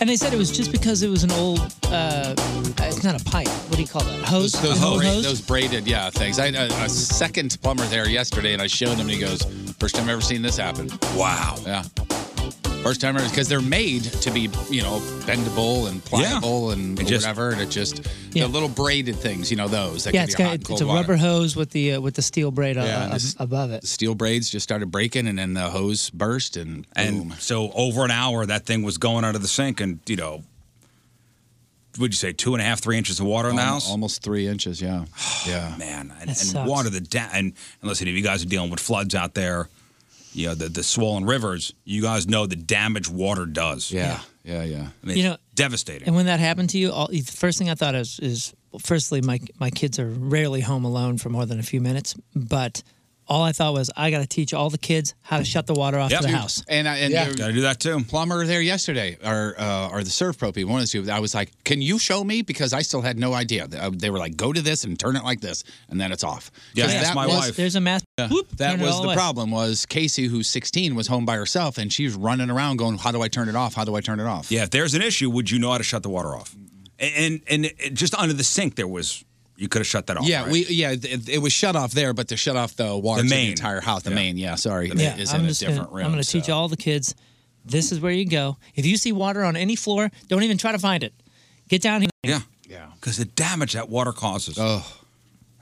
S4: And they said it was just because it was an old, uh, it's not a pipe. What do you call that? Hose?
S7: Those,
S4: An old
S7: bra-
S4: hose?
S7: those braided, yeah, things. I had a, a second plumber there yesterday, and I showed him, and he goes, first time I've ever seen this happen.
S5: Wow.
S7: Yeah. First time ever, because they're made to be, you know, bendable and pliable and
S5: It just-
S7: whatever. And it just,
S4: Yeah.
S7: the little braided things, you know, those. That
S4: yeah,
S7: can
S4: it's
S7: be
S4: got
S7: hot and
S4: it's,
S7: cold
S4: a
S7: water.
S4: rubber hose with the uh, with the steel braid uh,
S7: Yeah,
S4: ab-
S7: this-
S4: above it.
S7: Steel braids just started breaking, and then the hose burst, and
S5: and so over an hour that thing was going under the sink, and you know, would you say two and a half, three inches of water in the
S7: Al-
S5: house?
S7: Almost three inches, yeah. yeah.
S5: Man, and,
S7: That
S5: and
S7: sucks.
S5: water the da- and, and listen, if you guys are dealing with floods out there, you know the the swollen rivers, you guys know the damage water does.
S7: Yeah, yeah, yeah.
S5: I mean, it's
S4: You know-
S5: devastating.
S4: And when that happened to you, all, the first thing I thought is, is well, firstly, my my kids are rarely home alone for more than a few minutes, but all I thought was I got to teach all the kids how to shut the water off to the
S7: Dude,
S4: house.
S7: And, I- and
S4: Yeah.
S7: the
S5: Gotta do that too.
S7: Plumber there yesterday, or uh, or the surf pro people, one of the two. I was like, "Can you show me?" Because I still had no idea. Uh, They were like, "Go to this and turn it like this, and then it's off." 'Cause that was-
S4: There's a mass.
S7: Yeah.
S4: Whoop,
S7: that
S4: turn it
S7: was
S4: all
S7: the
S4: away.
S7: problem. Was Casey, who's 16, was home by herself, and she's running around going, "How do I turn it off? How do I turn it off?"
S5: Yeah, if there's an issue, would you know how to shut the water off? And and, and it- just under the sink, there was you could have shut that off.
S7: yeah,
S5: right?
S7: we yeah, it, it was shut off there, but to shut off the water
S5: The
S7: to
S5: main.
S7: the entire house, the main, yeah, sorry,
S4: Yeah,
S7: is
S4: I'm
S7: in a
S4: just
S7: different
S4: gonna,
S7: room.
S4: I'm going to teach all the kids. This is where you go. If you see water on any floor, don't even try to find it. Get down here.
S5: Yeah. Yeah. Because the damage that water causes.
S7: Oh.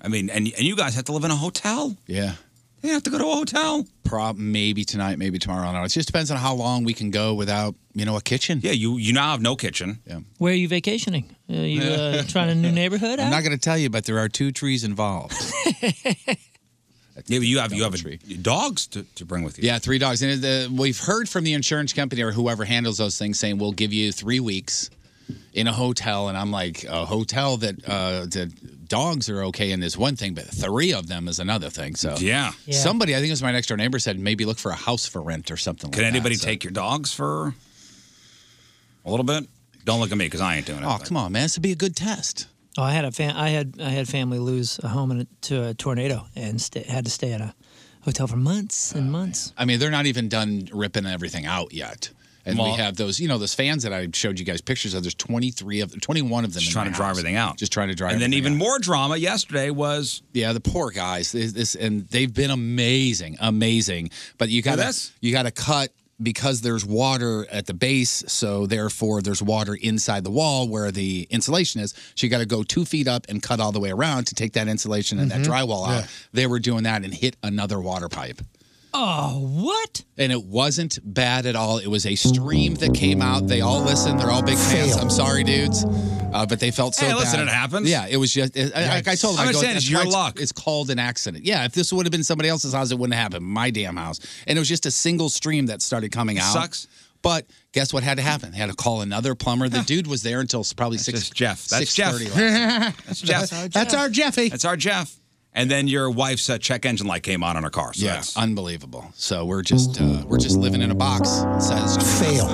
S5: I mean, and and you guys have to live in a hotel.
S7: Yeah.
S5: You have to go to a hotel.
S7: Prob maybe tonight, maybe tomorrow. I don't know. It just depends on how long we can go without, you know, a kitchen.
S5: Yeah, you you now have no kitchen.
S7: Yeah.
S4: Where are you vacationing? Are you uh, trying a new neighborhood?
S7: I'm
S4: out?
S7: not going to tell you, but there are two trees involved.
S5: yeah, but you have you have a, dogs to, to bring with you.
S7: Yeah, three dogs. And the, we've heard from the insurance company or whoever handles those things saying we'll give you three weeks in a hotel. And I'm like, a hotel that uh, the dogs are okay in is one thing, but three of them is another thing. So
S5: Yeah. Yeah.
S7: somebody I think it was my next door neighbor said maybe look for a house for rent or something.
S5: Can
S7: like
S5: anybody
S7: that. So-
S5: take your dogs for a little bit? Don't look at me because I ain't doing it.
S7: Oh come on, man! This would be a good test.
S4: Oh, I had a fam- I had I had family lose a home in a, to a tornado and sta had to stay at a hotel for months and months.
S7: I mean, they're not even done ripping everything out yet. And we
S4: Well-
S7: have those, you know, those fans that I showed you guys pictures of. There's 23 of, 21 of them. Just
S5: trying to dry everything out.
S7: Just trying to dry.
S5: And then even
S7: everything out.
S5: more drama yesterday was
S7: yeah, the poor guys. This, this and they've been amazing, amazing. But you gotta
S5: that's-
S7: you gotta cut because there's water at the base, so therefore there's water inside the wall where the insulation is. So you gotta go two feet up and cut all the way around to take that insulation and
S4: Mhm.
S7: that drywall out.
S4: Yeah.
S7: They were doing that and hit another water pipe.
S4: Oh, what?
S7: And it wasn't bad at all. It was a stream that came out. They all listened. They're all big fans. I'm sorry, dudes, uh, but they felt so.
S5: Hey, listen,
S7: bad.
S5: it happens.
S7: Yeah, it was just. I- I, like I told them,
S5: I'm just
S7: I go,
S5: saying it's
S7: "That's
S5: your
S7: why
S5: luck."
S7: It's called an accident. Yeah, if this would have been somebody else's house, it wouldn't happen. My damn house. And it was just a single stream that started coming out.
S5: sucks.
S7: But guess what had to happen? They had to call another plumber. The dude was there until probably six. Jeff.
S5: That's Jeff.
S7: That's
S5: Jeff.
S7: That's our Jeffy.
S5: That's our Jeff. And then your wife's uh, check engine light came on on her car. So
S7: Yeah,
S5: that's
S7: unbelievable. So we're just uh, we're just living in a box. It says fail.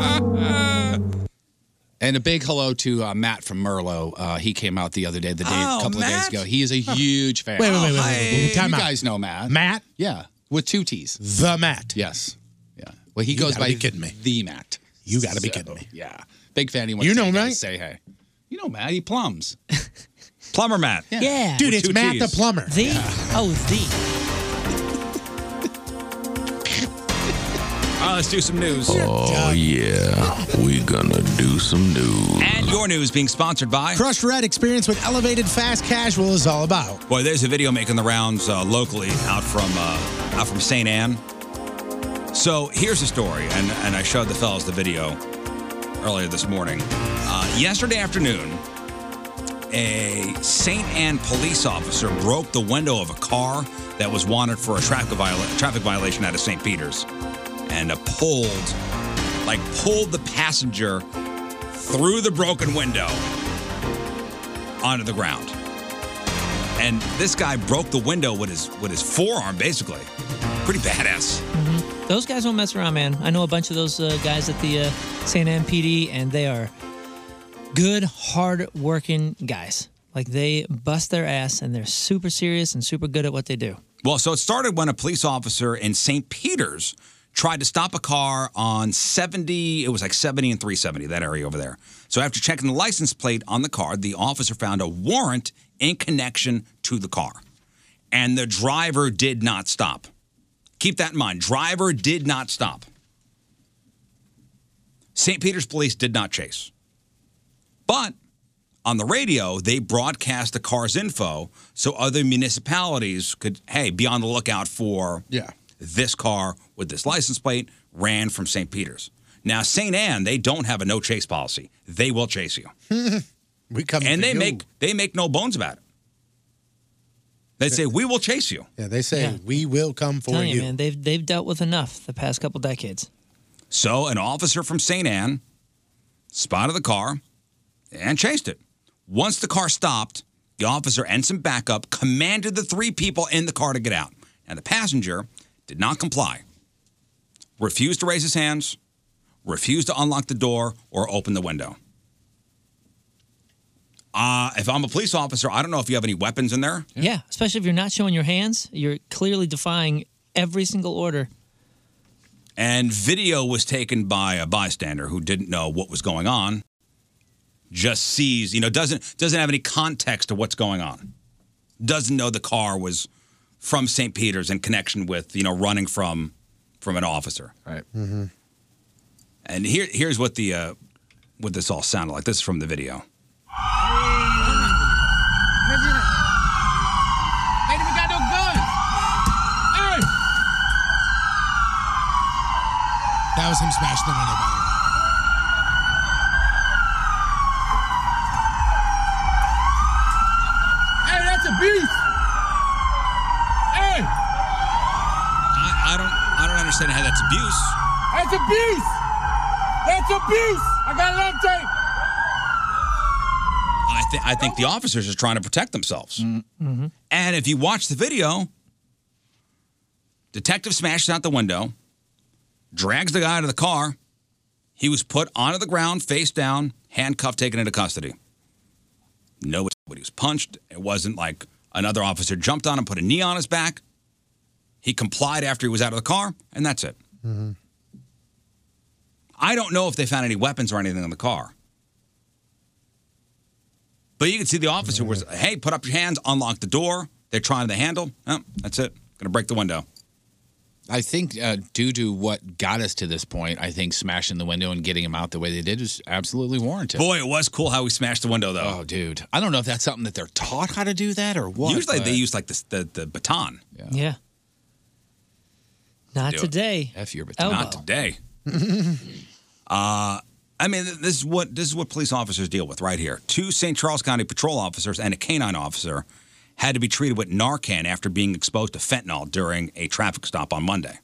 S7: And a big hello to uh, Matt from Merlot. Uh, he came out the other day, the day,
S5: Oh,
S7: a couple of days
S5: Matt?
S7: ago. He is a huge fan.
S5: Wait, wait, wait, wait, wait, wait,
S7: You
S5: time out.
S7: guys know Matt.
S18: Matt?
S7: Yeah, with two T's.
S6: The Matt.
S7: Yes. Yeah. Well, he
S6: You
S7: goes
S6: gotta
S7: by
S6: be kidding me.
S7: the Matt.
S6: You gotta be
S7: So,
S6: kidding me.
S7: Yeah. Big fan. He went
S6: You
S7: to
S6: know
S7: you guys
S6: Matt?
S7: Say hey. You know Matt. He plums. Plumber Matt.
S6: Dude, it's Matt the plumber.
S4: The oh the
S5: All right,
S7: Uh,
S5: let's do some news.
S19: Oh, yeah. We're gonna do some news.
S5: And your news being sponsored by.
S6: Crush Red experience with elevated fast casual is all about.
S5: Boy, there's a video making the rounds uh, locally out from uh, out from St. Anne. So here's the story, and, and I showed the fellas the video earlier this morning. Uh, yesterday afternoon, a St. Anne police officer broke the window of a car that was wanted for a traffic, viola- traffic violation out of St. Peter's and uh, pulled, like, pulled the passenger through the broken window onto the ground and this guy broke the window with his with his forearm, basically. Pretty badass.
S4: Those guys won't mess around, man. I know a bunch of those uh, guys at the uh, St. Ann PD, and they are good, hard-working guys. Like they bust their ass, and they're super serious and super good at what they do.
S5: Well, so it started when a police officer in St. Peter's tried to stop a car on 70, it was like 70 and 370, that area over there. So after checking the license plate on the car, the officer found a warrant in connection to the car. And the driver did not stop. Keep that in mind. Driver did not stop. St. Peter's police did not chase. But on the radio, they broadcast the car's info so other municipalities could, hey, be on the lookout for yeah. this car with this license plate ran from St. Peter's. Now, St. Anne, they don't have a no chase policy. They will chase you.
S6: we come
S5: and
S6: for
S5: they
S6: you.
S5: make they make no bones about it. They say, we will chase you.
S6: Yeah, they say
S4: Yeah.
S6: we will come for
S4: Telling you,
S6: you.
S4: man, they've they've dealt with enough the past couple decades.
S5: So an officer from St. Anne spotted the car and chased it. Once the car stopped, the officer and some backup commanded the three people in the car to get out. And the passenger did not comply, refused to raise his hands, refused to unlock the door or open the window. Uh, if I'm a police officer, I don't know if you have any weapons in there.
S4: Yeah. especially if you're not showing your hands, you're clearly defying every single order.
S5: And video was taken by a bystander who didn't know what was going on. Just sees, you know, doesn't doesn't have any context to what's going on. Doesn't know the car was from St. Peter's in connection with, you know, running from from an officer. Right.
S20: Mm-hmm.
S5: And here here's what the uh, what this all sounded like. This is from the video.
S20: They even got no gun. Hey!
S6: That was him smashing the window, by the way.
S20: Hey, that's abuse. Hey,
S5: I, I don't I don't understand how that's abuse.
S20: that's abuse. That's abuse. I got a love tape.
S5: I think I think the officers are trying to protect themselves.
S20: Mm-hmm.
S5: And if you watch the video, detective smashes out the window, drags the guy out of the car. He was put onto the ground, face down, handcuffed, taken into custody. Nobody he was punched. It wasn't like another officer jumped on him, put a knee on his back. He complied after he was out of the car, and that's it. I don't know if they found any weapons or anything in the car. But you can see the officer was, hey, put up your hands, unlock the door. They're trying the handle. Oh, that's it. Gonna break the window.
S7: I think uh, due to what got us to this point, I think smashing the window and getting him out the way they did is absolutely warranted.
S5: Boy, it was cool how we smashed the window, though.
S7: Oh, dude. I don't know if that's something that they're taught how to do that or what.
S5: Usually they
S7: but-
S5: use like this, the the baton.
S4: Yeah. Not
S5: Do it.
S4: today. Oh,
S5: F your
S4: baton.
S5: Not today. Uh, I mean, th- this is what this is what police officers deal with right here. Two St. Charles County patrol officers and a canine officer had to be treated with Narcan after being exposed to fentanyl during a traffic stop on Monday.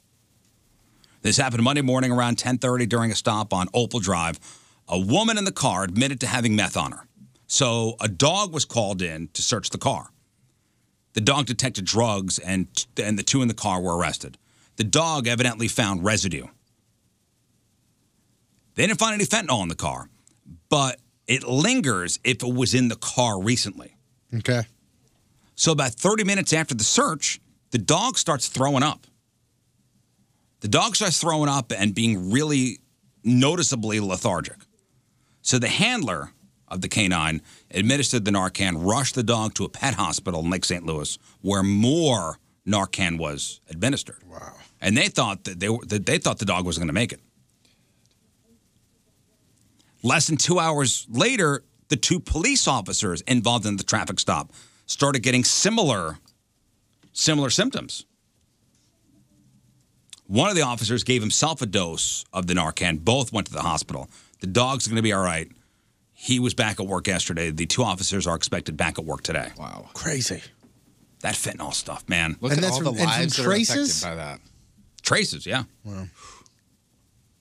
S5: This happened Monday morning around 10:30 during a stop on Opal Drive. A woman in the car admitted to having meth on her. So a dog was called in to search the car. The dog detected drugs, and and the two in the car were arrested. The dog evidently found residue. They didn't find any fentanyl in the car, but it lingers if it was in the car recently.
S6: Okay.
S5: So about 30 minutes after the search, the dog starts throwing up. The dog starts throwing up and being really noticeably lethargic. So the handler of the canine administered the Narcan, rushed the dog to a pet hospital in Lake St. Louis, where more Narcan was administered. Wow! And they thought that they were, that they thought the dog was going to make it. Less than two hours later, the two police officers involved in the traffic stop started getting similar similar symptoms. One of the officers gave himself a dose of the Narcan. Both went to the hospital. The dog's going to be all right. He was back at work yesterday. The two officers are expected back at work today. Wow.
S6: Crazy.
S5: That fentanyl stuff, man.
S6: Look And at that's all the from- and from lives that are affected traces? by
S5: that. Traces, yeah.
S6: Wow.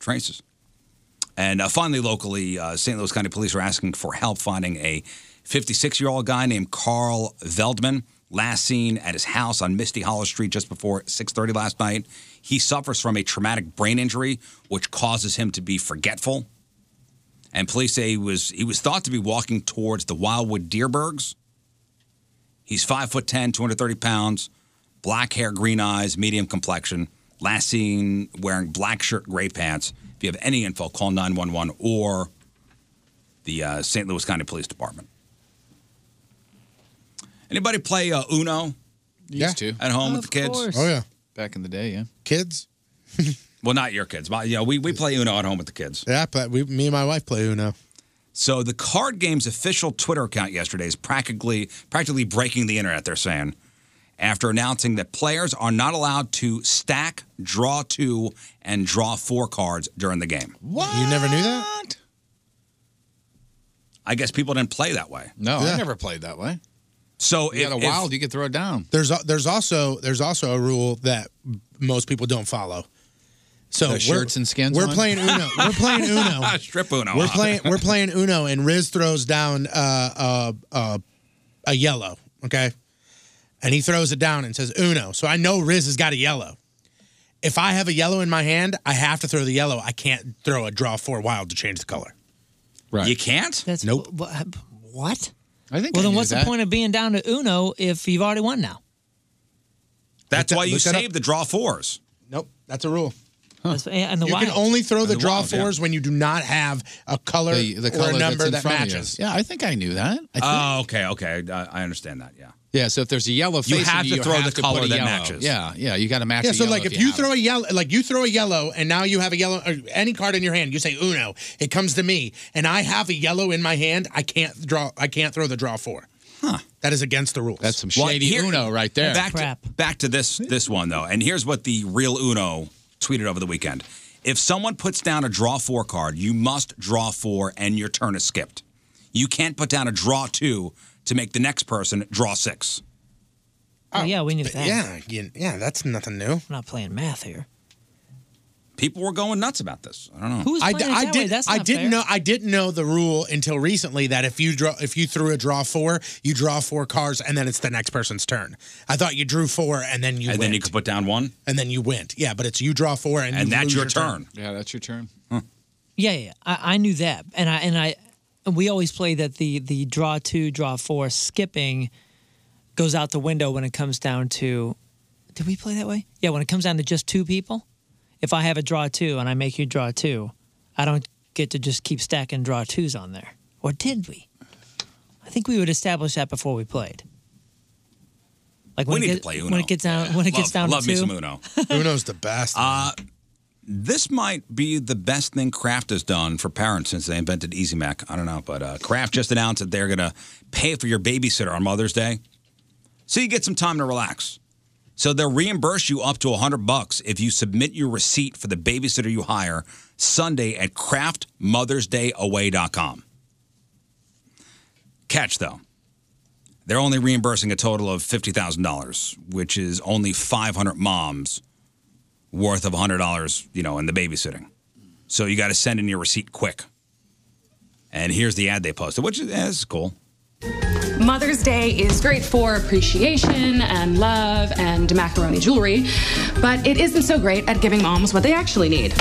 S5: Traces. And uh, finally, locally, uh, St. Louis County Police are asking for help finding a 56 year old guy named Carl Veldman. Last seen at his house on Misty Hollow Street just before 6:30 last night. He suffers from a traumatic brain injury, which causes him to be forgetful. And police say he was he was thought to be walking towards the Wildwood Deerbergs. He's five foot 10, 230 pounds, black hair, green eyes, medium complexion. Last seen wearing black shirt, gray pants. If you have any info, call 911 or the uh, St. Louis County Police Department. Anybody play uh, Uno?
S7: Used to.
S5: At home with the kids?
S7: Back in the day, yeah.
S5: Kids? well, not your kids. But, yeah, we, we play Uno at home with the kids.
S6: Yeah, but we, me and my wife play Uno.
S5: So the card game's official Twitter account yesterday is practically practically breaking the internet. They're saying after announcing that players are not allowed to stack, draw two, and draw four cards during the game.
S6: What? You never knew that?
S5: I guess people didn't play that way.
S7: No,
S6: Yeah.
S7: I never played that way.
S5: So
S7: you
S5: if-
S7: got
S5: if-
S7: a wild, you could throw it down.
S6: There's a, there's also there's also a rule that most people don't follow. So
S7: The
S6: we're-
S7: shirts and skins
S6: We're
S7: one?
S6: playing Uno. We're playing Uno.
S5: Strip Uno.
S6: We're playing we're playing Uno, and Riz throws down uh, uh, uh, a yellow. Okay, and he throws it down and says Uno. So I know Riz has got a yellow. If I have a yellow in my hand, I have to throw the yellow. I can't throw a draw four wild to change the color.
S5: Right. You can't.
S4: That's
S6: nope.
S4: What?
S7: I
S6: think
S4: Well, then
S6: I knew
S4: what's
S6: that.
S4: the point of being down to Uno if you've already won now?
S5: That's
S6: that-
S5: why you
S6: look that up.
S5: save the draw fours.
S6: Nope, that's a rule.
S4: That's- And the
S6: you
S4: wild.
S6: can only throw
S5: And
S6: the,
S5: the
S6: draw
S5: wild, yeah.
S6: fours when you do not have a color,
S7: The, the color
S6: or a number
S7: that's in
S6: that
S7: front of you.
S6: matches.
S7: Yeah, I think I knew that. I think.
S5: Oh, okay, okay. I, I understand that. Yeah.
S7: yeah, so if there's a yellow
S5: You
S7: face,
S5: have
S7: in
S5: to
S7: you
S5: throw
S7: have
S5: the
S7: to put
S5: color
S7: a
S5: that
S7: yellow.
S5: matches.
S7: Yeah, yeah, you got to match.
S6: yeah,
S7: the
S6: so
S7: yellow
S6: like if
S7: you
S6: you
S7: have
S6: throw a yellow, like you throw a yellow, and now you have a yellow, or any card in your hand, you say Uno. It comes to me, and I have a yellow in my hand. I can't draw. I can't throw the draw four. Huh? That is against the rules. That's
S7: some
S5: Well, here- Back,
S6: Crap.
S5: To, back to this this one though, and here's what the real Uno tweeted over the weekend: If someone puts down a draw four card, you must draw four, and your turn is skipped. You can't put down a draw two to make the next person draw six.
S4: Oh, yeah, we knew
S6: but
S4: that.
S6: yeah, you- yeah, that's nothing new.
S4: I'm not playing math here.
S5: People were going nuts about this. I don't know.
S4: Who's
S6: I,
S4: playing it
S6: I
S4: that way?
S6: did.
S4: That's
S6: I
S4: not
S6: didn't
S4: fair.
S6: know. I didn't know the rule until recently that if you draw, if you threw a draw four, you draw four cards, and then it's the next person's turn. I thought you drew four, and then you
S5: and
S6: went,
S5: then you could put down one.
S6: and then you went. Yeah, but it's you draw four, and
S5: And
S6: you
S5: that's
S6: lose
S5: your
S6: turn.
S7: Yeah, that's your turn.
S4: Yeah, yeah. I, I knew that, and I and I and we always play that the the draw two, draw four, skipping goes out the window when it comes down to. Did we play that way? Yeah, when it comes down to just two people, if I have a draw two and I make you draw two, I don't get to just keep stacking draw twos on there. Or did we? I think we would establish that before we played. Like
S5: We
S4: when it
S5: need to
S4: get-
S5: play
S4: when
S5: Uno.
S4: it gets down when it
S5: love,
S4: gets down
S5: love
S4: to
S5: me
S4: two.
S5: some Uno.
S6: Uno's the best.
S5: Uh, this might be the best thing Kraft has done for parents since they invented Easy Mac. I don't know, but uh, Kraft just announced that they're going to pay for your babysitter on Mother's Day, so you get some time to relax. So they'll reimburse you up to 100 bucks if you submit your receipt for the babysitter you hire Sunday at craftmothersdayaway.com. Catch though. They're only reimbursing a total of $50,000, which is only 500 moms worth of $100, you know, in the babysitting. So you got to send in your receipt quick. And here's the ad they posted, which is, eh, this is cool.
S21: Mother's Day is great for appreciation and love and macaroni jewelry, but it isn't so great at giving moms what they actually need,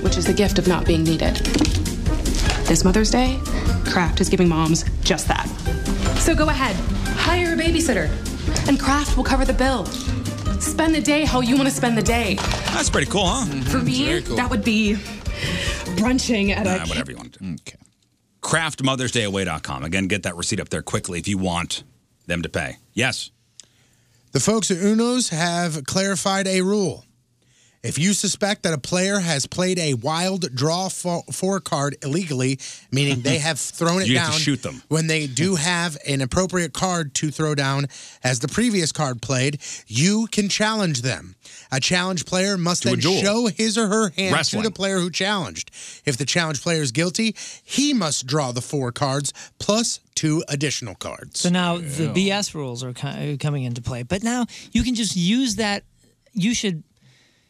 S21: which is the gift of not being needed. This Mother's Day, Kraft is giving moms just that. So go ahead, hire a babysitter, and Kraft will cover the bill. Spend the day how you want to spend the day.
S5: That's pretty cool, huh?
S21: For me, that would be brunching at
S5: Nah,
S21: a
S5: whatever you want to do. Okay. CraftMothersDayAway.com. Again, get that receipt up there quickly if you want them to pay. Yes.
S6: The folks at Unos have clarified a rule. If you suspect that a player has played a wild draw fo- four card illegally, meaning they have thrown it
S5: You
S6: down,
S5: have to shoot them.
S6: When they do have an appropriate card to throw down as the previous card played, you can challenge them. A challenged player must
S5: To a
S6: then
S5: duel.
S6: show his or her hand
S5: Wrestling.
S6: to the player who challenged. If the challenged player is guilty, he must draw the four cards plus two additional cards.
S22: So now the BS rules are co- coming into play. But now you can just use that. You should.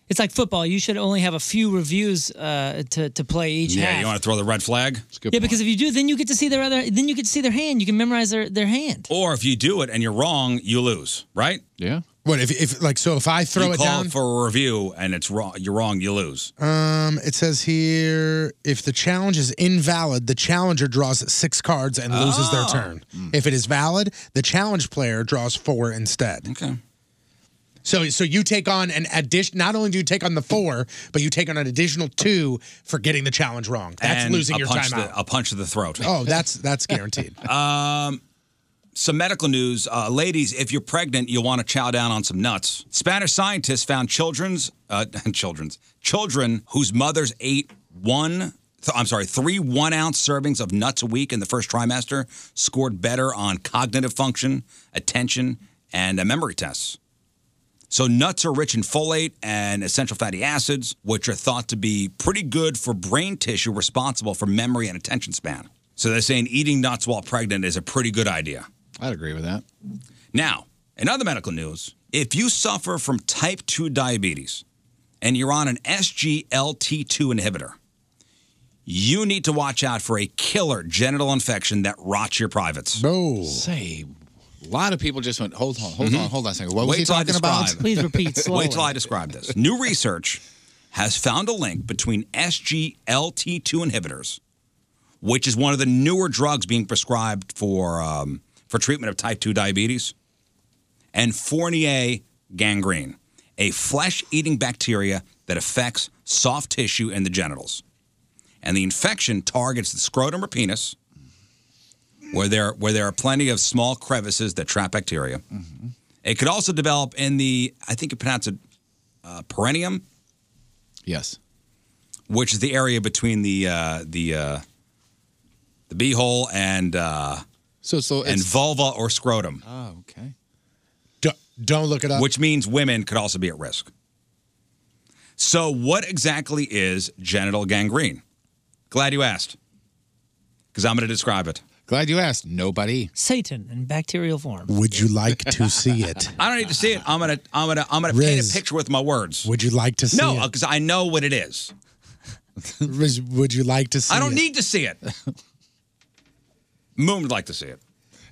S22: It's like football. You should only have a few reviews uh, to to play each
S5: yeah,
S22: half.
S5: you want to throw the red flag?
S22: yeah, because if you do, then you get to see their other. Then you get to see their hand. You can memorize their their hand.
S5: Or if you do it and you're wrong, you lose, right?
S7: Yeah.
S6: What if, if like so if I throw
S5: you
S6: it
S5: call
S6: down
S5: for a review and it's wrong, you're wrong, you lose.
S6: Um, it says here if the challenge is invalid, the challenger draws six cards and loses their
S5: Oh.
S6: turn. If it is valid, the challenge player draws four instead.
S5: Okay.
S6: So so you take on an addition. Not only do you take on the four, but you take on an additional two for getting the challenge wrong. That's
S5: And
S6: losing
S5: a
S6: your
S5: punch to
S6: timeout.
S5: the- A punch to the throat.
S6: Oh, that's that's guaranteed.
S5: Um, some medical news. Uh, ladies, if you're pregnant, you'll want to chow down on some nuts. Spanish scientists found children's, uh, children's, children whose mothers ate one, th- I'm sorry, three one ounce servings of nuts a week in the first trimester scored better on cognitive function, attention, and uh, memory tests. So, nuts are rich in folate and essential fatty acids, which are thought to be pretty good for brain tissue responsible for memory and attention span. So, they're saying eating nuts while pregnant is a pretty good idea.
S7: I'd agree with that.
S5: Now, in other medical news, if you suffer from type 2 diabetes and you're on an SGLT2 inhibitor, you need to watch out for a killer genital infection that rots your privates.
S6: No.
S7: Say, a lot of people just went, hold on, hold
S5: Mhm.
S7: on, hold on a second. What was
S5: Wait
S7: he
S5: till I
S7: talking about?
S5: describe. Wait till I describe this. New research has found a link between SGLT2 inhibitors, which is one of the newer drugs being prescribed for um, for treatment of type 2 diabetes, and Fournier gangrene, a flesh-eating bacteria that affects soft tissue and the genitals. And the infection targets the scrotum or penis, where there where there are plenty of small crevices that trap bacteria. It could also develop in the, I think you pronounce it uh, perineum.
S7: Yes.
S5: Which is the area between the uh, the uh, the beehole and uh,
S7: so so
S5: and vulva or scrotum,
S7: Oh, okay.
S6: Don't, don't look it up.
S5: which means women could also be at risk. So, what exactly is genital gangrene? Glad you asked, because I'm going to describe it.
S7: Glad you asked. Nobody.
S22: Satan in bacterial form.
S6: Would you like to see it?
S5: I don't need to see it. I'm gonna, I'm gonna, I'm gonna paint
S6: Riz.
S5: a picture with my words.
S6: Would you like to see
S5: no, because I know what it is.
S6: it? Would you like to see
S5: I don't
S6: it?
S5: need to see it. Moon would like to see it.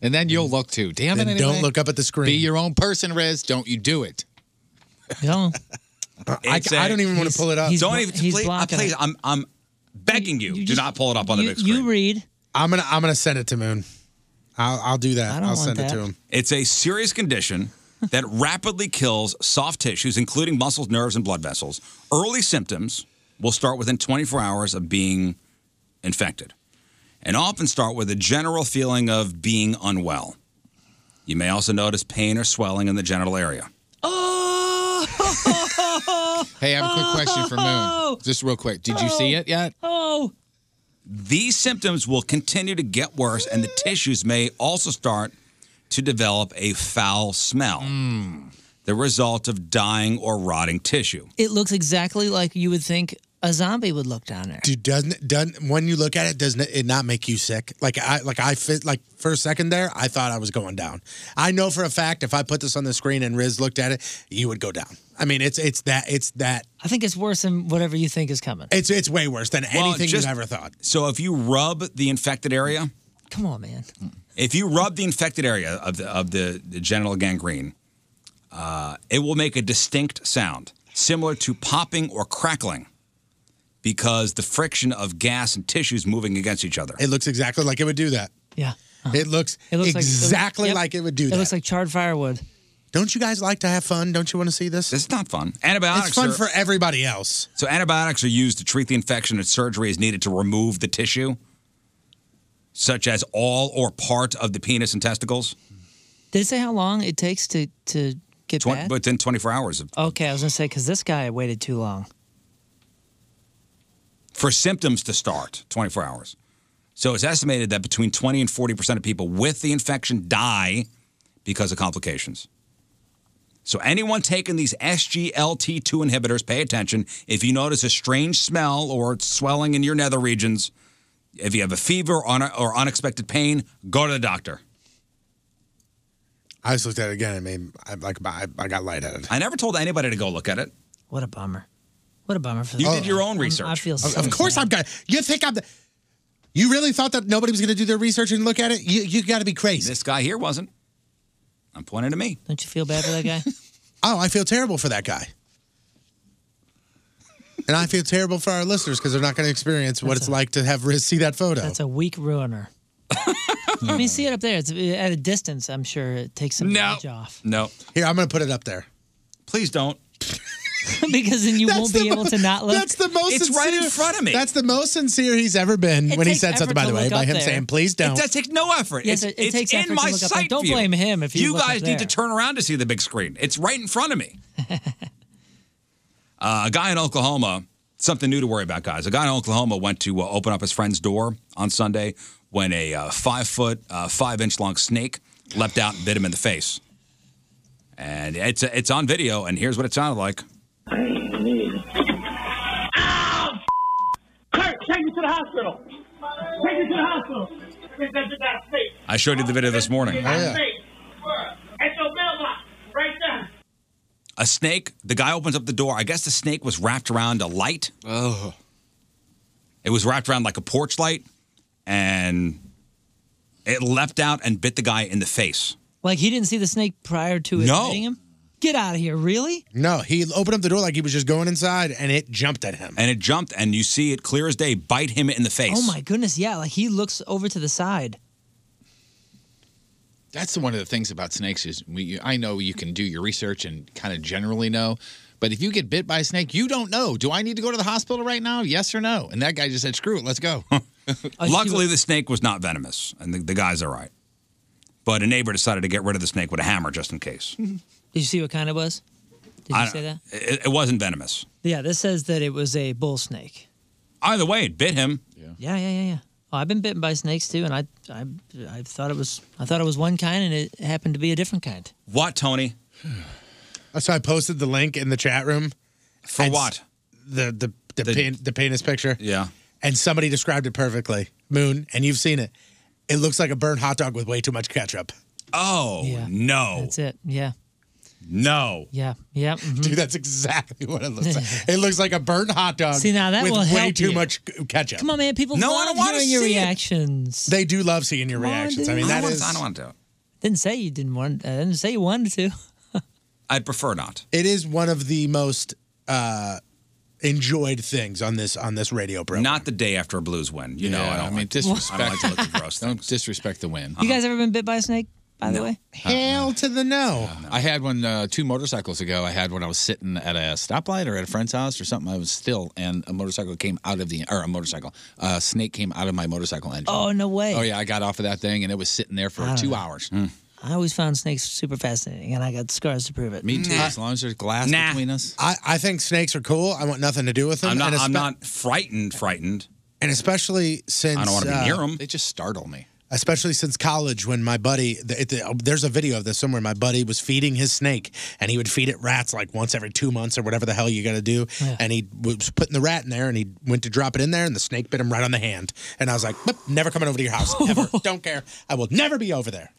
S7: And then you'll look too. Damn it.
S6: Then don't look up at the screen.
S7: Be your own person, Riz. Don't you do it.
S22: No.
S6: I, I don't even want to pull it up.
S5: Don't even. please, uh, please I'm, I'm begging you, do not pull it up on the big screen.
S22: read.
S6: I'm gonna I'm gonna send it to Moon. I'll I'll do that. I'll send it to him.
S5: It's a serious condition that rapidly kills soft tissues, including muscles, nerves, and blood vessels. Early symptoms will start within 24 hours of being infected and often start with a general feeling of being unwell. You may also notice pain or swelling in the genital area.
S22: Oh.
S7: Hey, I have a quick question for Moon. Just real quick. Did you see it yet?
S22: Oh.
S5: These symptoms will continue to get worse, and the tissues may also start to develop a foul smell, the result of dying or rotting tissue.
S22: It looks exactly like you would think a zombie would look down there.
S6: Dude, doesn't it, doesn't when you look at it, doesn't it not make you sick? Like I like I fit like for a second there, I thought I was going down. I know for a fact if I put this on the screen and Riz looked at it, you would go down. I mean, it's it's that it's that
S22: I think it's worse than whatever you think is coming.
S6: it's it's way worse than
S5: Well,
S6: anything
S5: just-
S6: you've ever thought.
S5: So if you rub the infected area,
S22: Come on, man.
S5: if you rub the infected area of the of the, the genital gangrene, uh, it will make a distinct sound similar to popping or crackling. because the friction of gas and tissues moving against each other.
S6: It looks exactly like it would do that.
S4: Yeah.
S6: It looks,
S4: It looks like-
S6: exactly
S4: yep.
S6: like, it would do that. It looks
S4: like charred firewood.
S6: Don't you guys like to have fun? Don't you want to see this?
S5: It's not fun. Antibiotics.
S6: It's fun
S5: are-
S6: for everybody else.
S5: So antibiotics are used to treat the infection, and surgery is needed to remove the tissue, such as all or part of the penis and testicles.
S4: Did it say how long it takes to to get
S5: Twen-
S4: bad?
S5: within 24 hours of-
S4: Okay, I was gonna say because this guy waited too long.
S5: for symptoms to start. 24 hours. So it's estimated that between 20 and 40 percent of people with the infection die because of complications. So anyone taking these SGLT2 inhibitors, pay attention. If you notice a strange smell or swelling in your nether regions, if you have a fever or, un- or unexpected pain, go to the doctor.
S6: I just looked at it again. I mean, I like I, I got lightheaded.
S5: I never told anybody to go look at it.
S4: What a bummer. What a bummer for
S5: You
S4: this
S5: did
S4: guy.
S5: your own
S4: I'm-
S5: research.
S4: I feel
S6: Of,
S4: so
S6: of course, I'm gonna. You think I'm the? You really thought that nobody was gonna do their research and look at it? You you got to be crazy.
S5: This guy here wasn't. I'm pointing to me.
S4: Don't you feel bad for that guy?
S6: oh, I feel terrible for that guy. And I feel terrible for our listeners because they're not going to experience what it's like to have see that photo.
S4: That's a weak ruiner. I mean, see it up there. It's at a distance. I'm sure it takes some edge off
S5: No.
S6: Here, I'm going to put it up there.
S5: Please don't.
S4: because then you
S6: That's
S4: won't
S6: the
S4: be able
S6: mo-
S4: to not look.
S6: That's the most. sincere, That's the most sincere he's ever been
S4: It
S6: when he
S4: takes
S6: said something.
S4: effort
S6: By
S4: to
S6: the way,
S4: look
S6: by
S4: up
S6: him
S4: there.
S6: saying, "Please don't."
S5: It does take no effort.
S4: Yes,
S5: it's
S4: it- it
S5: it's
S4: takes
S5: in
S4: effort to
S5: my
S4: look up there.
S5: sight
S4: Don't
S5: view.
S4: blame him if you look up
S5: guys need to
S4: there.
S5: turn around to see the big screen. It's right in front of me. Uh, a guy in Oklahoma, something new to worry about, guys. A guy in Oklahoma went to uh, open up his friend's door on Sunday when a uh, five foot, uh, five inch long snake leapt out and bit him in the face. And it's it's on video, and here's what it sounded like.
S8: Kurt, take me to the hospital. Take me to the hospital. Oh, Take that to that safe.
S5: I showed you the video this morning.
S8: Take that safe. At your mailbox, right there.
S5: a snake. The guy opens up the door. I guess the snake was wrapped around a light. Oh. It was wrapped around like a porch light, and it leapt out and bit the guy in the face.
S4: Like he didn't see the snake prior to it
S5: No.
S4: biting him. Get out of here! Really?
S6: No, he opened up the door like he was just going inside, and it jumped at him.
S5: And it jumped, and you see it clear as day bite him in the face.
S4: Oh my goodness! Yeah, like he looks over to the side.
S7: That's one of the things about snakes is we, you- I know you can do your research and kind of generally know, but if you get bit by a snake, you don't know. Do I need to go to the hospital right now? Yes or no? And that guy just said, "Screw it, let's go."
S5: Luckily, the snake was not venomous, and the, the guy's all right. But a neighbor decided to get rid of the snake with a hammer just in case.
S4: Did you see what kind it was? Did
S5: I
S4: you
S5: don't-
S4: say that?
S5: It, it wasn't venomous.
S4: Yeah, this says that it was a bull snake.
S5: Either way, it bit him.
S4: Yeah, yeah, yeah, yeah. Oh, I've been bitten by snakes too, and I, I, I thought it was, I thought it was one kind, and it happened to be a different kind.
S5: What, Tony?
S6: So I posted the link in the chat room.
S5: For
S6: And s-
S5: what?
S6: The the the, pen, the penis picture.
S5: Yeah.
S6: And somebody described it perfectly. Moon, and you've seen it. It looks like a burned hot dog with way too much ketchup.
S5: Oh no.
S4: That's it. Yeah,
S5: No.
S4: yeah, yeah.
S7: Hmm.
S4: mhm.
S6: Dude, that's exactly what it looks like. It looks like a burnt hot dog.
S4: See, now that
S6: with
S4: will
S6: way
S4: help
S6: too
S4: you.
S6: much c- ketchup.
S4: Come on, man. People
S6: No, I
S4: love
S6: don't wanna
S4: hearing your
S6: see it.
S4: reactions.
S6: They do love seeing your
S4: Come on,
S6: reactions. I
S4: dude.
S6: mean,
S4: I
S6: that
S4: don't
S6: is.
S4: wanna- I don't
S5: wanna do it.
S4: Didn't say you didn't want. I didn't say you wanted to.
S5: I'd prefer not.
S6: It is one of the most uh, enjoyed things on this on this radio program.
S5: Not the day after a Blues win. You know, I don't
S7: I mean,
S5: like
S7: disrespect.
S5: I don't like to look at gross
S7: Don't disrespect the win.
S5: uh-huh.
S4: You guys ever been bit by a snake? By the
S7: No.
S4: way,
S6: Hell to the no.
S7: I had one uh, two motorcycles ago. I had one. I was sitting at a stoplight or at a friend's house or something. I was still, and a motorcycle came out of the or a motorcycle a snake came out of my motorcycle engine.
S4: Oh, no way.
S7: Oh yeah, I got off of that thing and it was sitting there for
S4: I don't
S7: two
S5: Ah.
S4: know.
S7: hours.
S5: Hmm.
S4: I always found snakes super fascinating, and I got scars to prove it.
S7: Me too. As long as there's glass between us.
S6: I, I think snakes are cool. I want nothing to do with them.
S5: I'm not.
S6: and
S5: I'm
S6: espe-
S5: not frightened. Frightened.
S6: And especially since
S5: I don't want to be
S6: uh,
S5: near them. They just startle me.
S6: especially since college when my buddy the, it- the, there's a video of this somewhere my buddy was feeding his snake and he would feed it rats like once every two months or whatever the hell you gotta do and he was putting the rat in there and he went to drop it in there and the snake bit him right on the hand and i was like "Nope, never coming over to your house ever don't care i will never be over there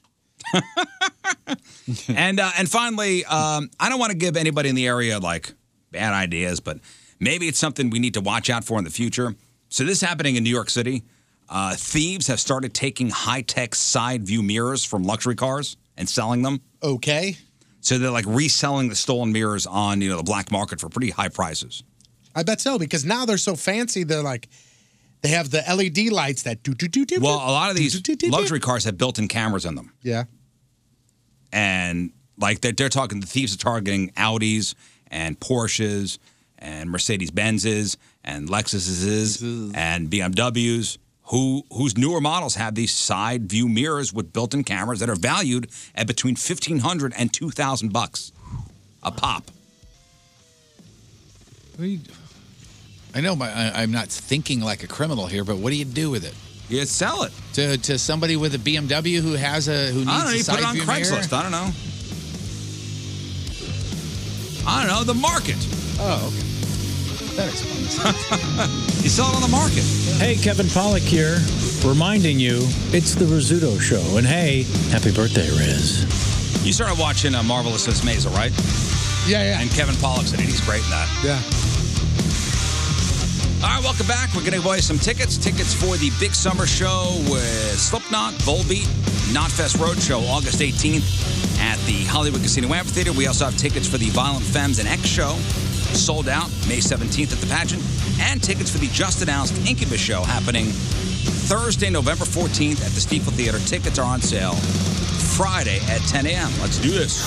S5: and uh, and finally, um, I don't want to give anybody in the area like bad ideas, but maybe it's something we need to watch out for in the future. So this is happening in New York City. Uh, thieves have started taking high-tech side view mirrors from luxury cars and selling them.
S6: Okay.
S5: So they're like reselling the stolen mirrors on you know the black market for pretty high prices.
S6: I bet so because now they're so fancy. They're like, they have the LED lights that do do do do.
S5: Well, a lot of these luxury cars have built-in cameras in them,
S6: Yeah.
S5: and like they're, they're talking, the thieves are targeting Audis and Porsches and Mercedes Benzes and Lexuses and BMWs. Who whose newer models have these side view mirrors with built-in cameras that are valued at between 1500 and 2000 bucks a pop.
S7: I know my, I, I'm not thinking like a criminal here, but what do you do with it?
S5: You sell it
S7: to to somebody with a BMW who has a who needs
S5: I don't know.
S7: a
S5: You
S7: side
S5: put it on
S7: view mirror?
S5: Craigslist. I don't know. I don't know the market.
S7: Oh, okay. That
S5: you sell it on the market.
S1: Hey, Kevin Pollock here, reminding you it's the Rizzuto Show. And hey, happy birthday, Riz.
S5: You started watching uh, Marvelous Miss Maisel, right?
S6: Yeah, yeah.
S5: And Kevin Pollock's in it. He's great in that.
S6: Yeah.
S5: All right, welcome back. We're going to give away some tickets. Tickets for the big summer show with Slipknot, Volbeat, Knotfest Roadshow, August 18th at the Hollywood Casino Amphitheater. We also have tickets for the Violent Femmes and X show, sold out May 17th at the pageant, and tickets for the just announced Incubus show happening Thursday, November 14th at the Steeple Theater. Tickets are on sale Friday at 10 a.m. Let's do this.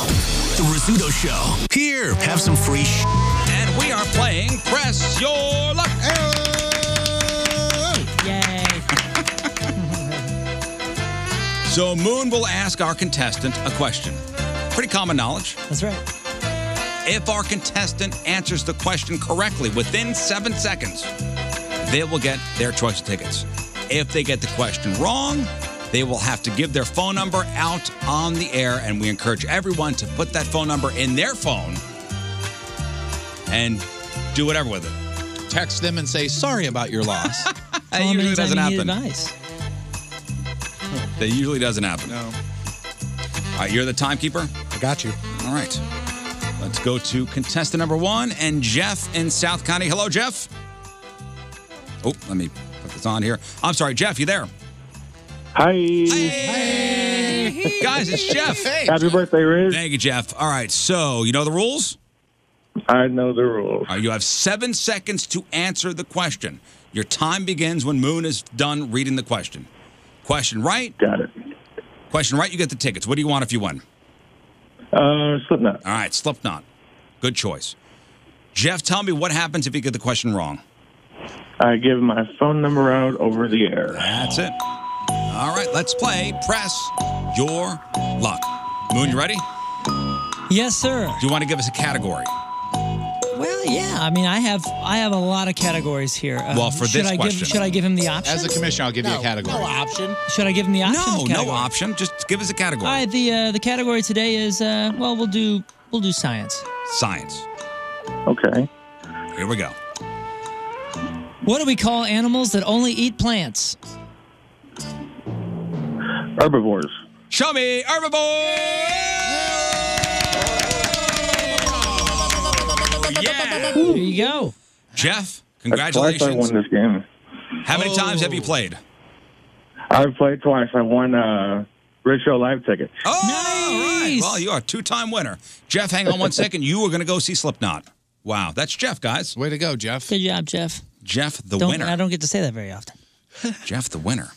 S2: The Rizzuto Show. Here, have some free sh.
S5: And we are playing Press Your Luck.
S22: Yay.
S5: So Moon will ask our contestant a question. Pretty common knowledge.
S22: That's right.
S5: If our contestant answers the question correctly within seven seconds, they will get their choice of tickets. If they get the question wrong, they will have to give their phone number out on the air, and we encourage everyone to put that phone number in their phone and do whatever with it.
S7: Text them and say sorry about your loss.
S5: That usually doesn't happen.
S22: Nice.
S5: That usually doesn't happen. No. All right, you're the timekeeper?
S6: I got you.
S5: All right. Let's go to contestant number one and Jeff in South County. Hello, Jeff. Oh, let me put this on here. I'm sorry, Jeff, you there?
S11: Hi.
S5: Guys, it's Jeff. Hey.
S11: Happy birthday, Riz.
S5: Thank you, Jeff. All right, so you know the rules?
S11: I know the rules.
S5: you have seven seconds to answer the question. Your time begins when Moon is done reading the question. Question right?
S11: Got it.
S5: Question right, you get the tickets. What do you want if you win?
S11: Uh, Slipknot.
S5: All right, Slipknot. Good choice. Jeff, tell me what happens if you get the question wrong.
S11: I give my phone number out over the air.
S5: That's it. All right, let's play Press Your Luck. Moon, you ready?
S22: Yes, sir.
S5: Do you want to give us a category?
S22: Well, yeah. I mean, I have I have a lot of categories here. Uh,
S5: Well, for
S22: should
S5: this
S22: I
S5: question.
S22: give, should I give him the option?
S7: As a commissioner, I'll give you a category.
S22: option. Should I give him the option?
S4: Oh,
S5: no, no option. Just give us a category.
S22: All right. The uh, the category today is uh, well, we'll do we'll do science.
S5: Science.
S11: Okay.
S5: Here we go.
S22: What do we call animals that only eat plants?
S11: Herbivores.
S5: Show me herbivore. Yeah.
S22: There you go.
S11: Twice
S5: Jeff,
S11: I
S5: congratulations.
S11: won this game.
S5: How many times have you played?
S11: I've played twice. I won uh, Riz Show live tickets.
S5: Oh, all right. Well, you are a two-time winner. Jeff, hang on one second. You are going to go see Slipknot. Wow, that's Jeff, guys. Way to go, Jeff.
S22: Good job, Jeff.
S5: Jeff, the
S22: Don't-
S5: winner.
S22: I don't get to say that very often.
S5: Jeff, the winner.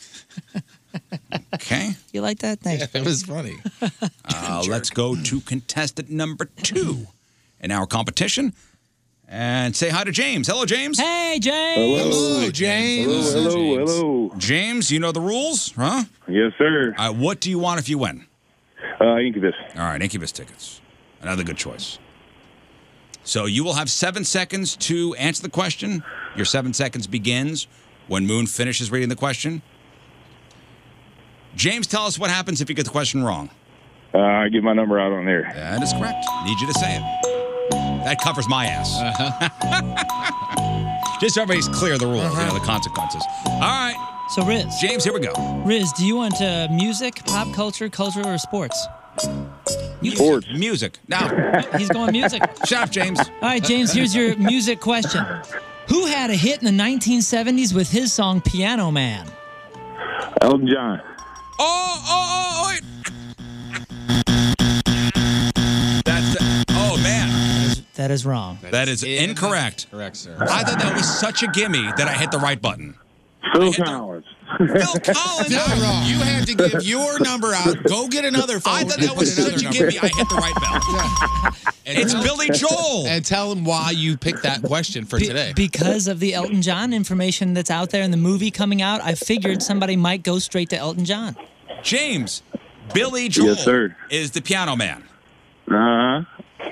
S5: Okay.
S22: You like that? Thanks.
S5: That was funny. Uh, let's go to contestant number two in our competition and say hi to James. Hello, James.
S22: Hey, James.
S5: Hello, James.
S11: Hello,
S5: James. James, you know the rules, huh?
S11: Yes, sir.
S5: All right, what do you want if you win?
S11: Uh, Incubus.
S5: All right, Incubus tickets. Another good choice. So you will have seven seconds to answer the question. Your seven seconds begins when Moon finishes reading the question. James, tell us what happens if you get the question wrong.
S11: Uh, I give my number out on there.
S5: That is correct. Need you to say it. That covers my ass. Just so everybody's clear of the rules, you know, the consequences. All right.
S22: So, Riz.
S5: James, here we go.
S22: Riz, do you want uh, music, pop culture, culture, or sports?
S5: Sports. Music. Now.
S22: He's going music.
S5: Shut up, James.
S22: All right, James, here's your music question. Who had a hit in the 1970s with his song Piano Man?
S11: Elton John.
S5: Oh, oh, oh, oh, wait. That's, oh man.
S22: That
S4: That is wrong.
S5: that is incorrect.
S7: Correct, sir.
S5: I thought that was such a gimme that I hit the right button.
S3: Phil Collins.
S5: Phil Collins.
S3: You
S5: had
S3: to give your number out. Go get another phone.
S5: I thought that was such a gimme. I hit the right button. It's Billy Joel.
S7: And tell him why you picked that question for today.
S4: Because of the Elton John information that's out there and the movie coming out, I figured somebody might go straight to Elton John.
S5: James, Billy Joel
S3: sir.
S5: is the piano man.
S3: Uh-huh.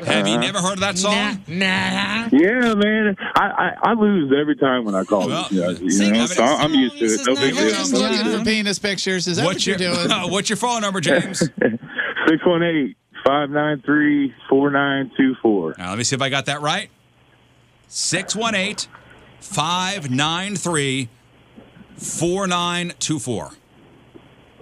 S5: Have you never heard of that song?
S4: Nah.
S3: Yeah, man. I, I, I lose every time when I call you guys. You know, so I'm used to it. No big
S7: We're just
S3: deal.
S7: looking for penis pictures. Is that
S5: What's
S7: what you're
S5: your
S7: doing?
S5: What's your phone number, James?
S3: 618 593 4924.
S5: Now, let me see if I got that right. 618 593 4924.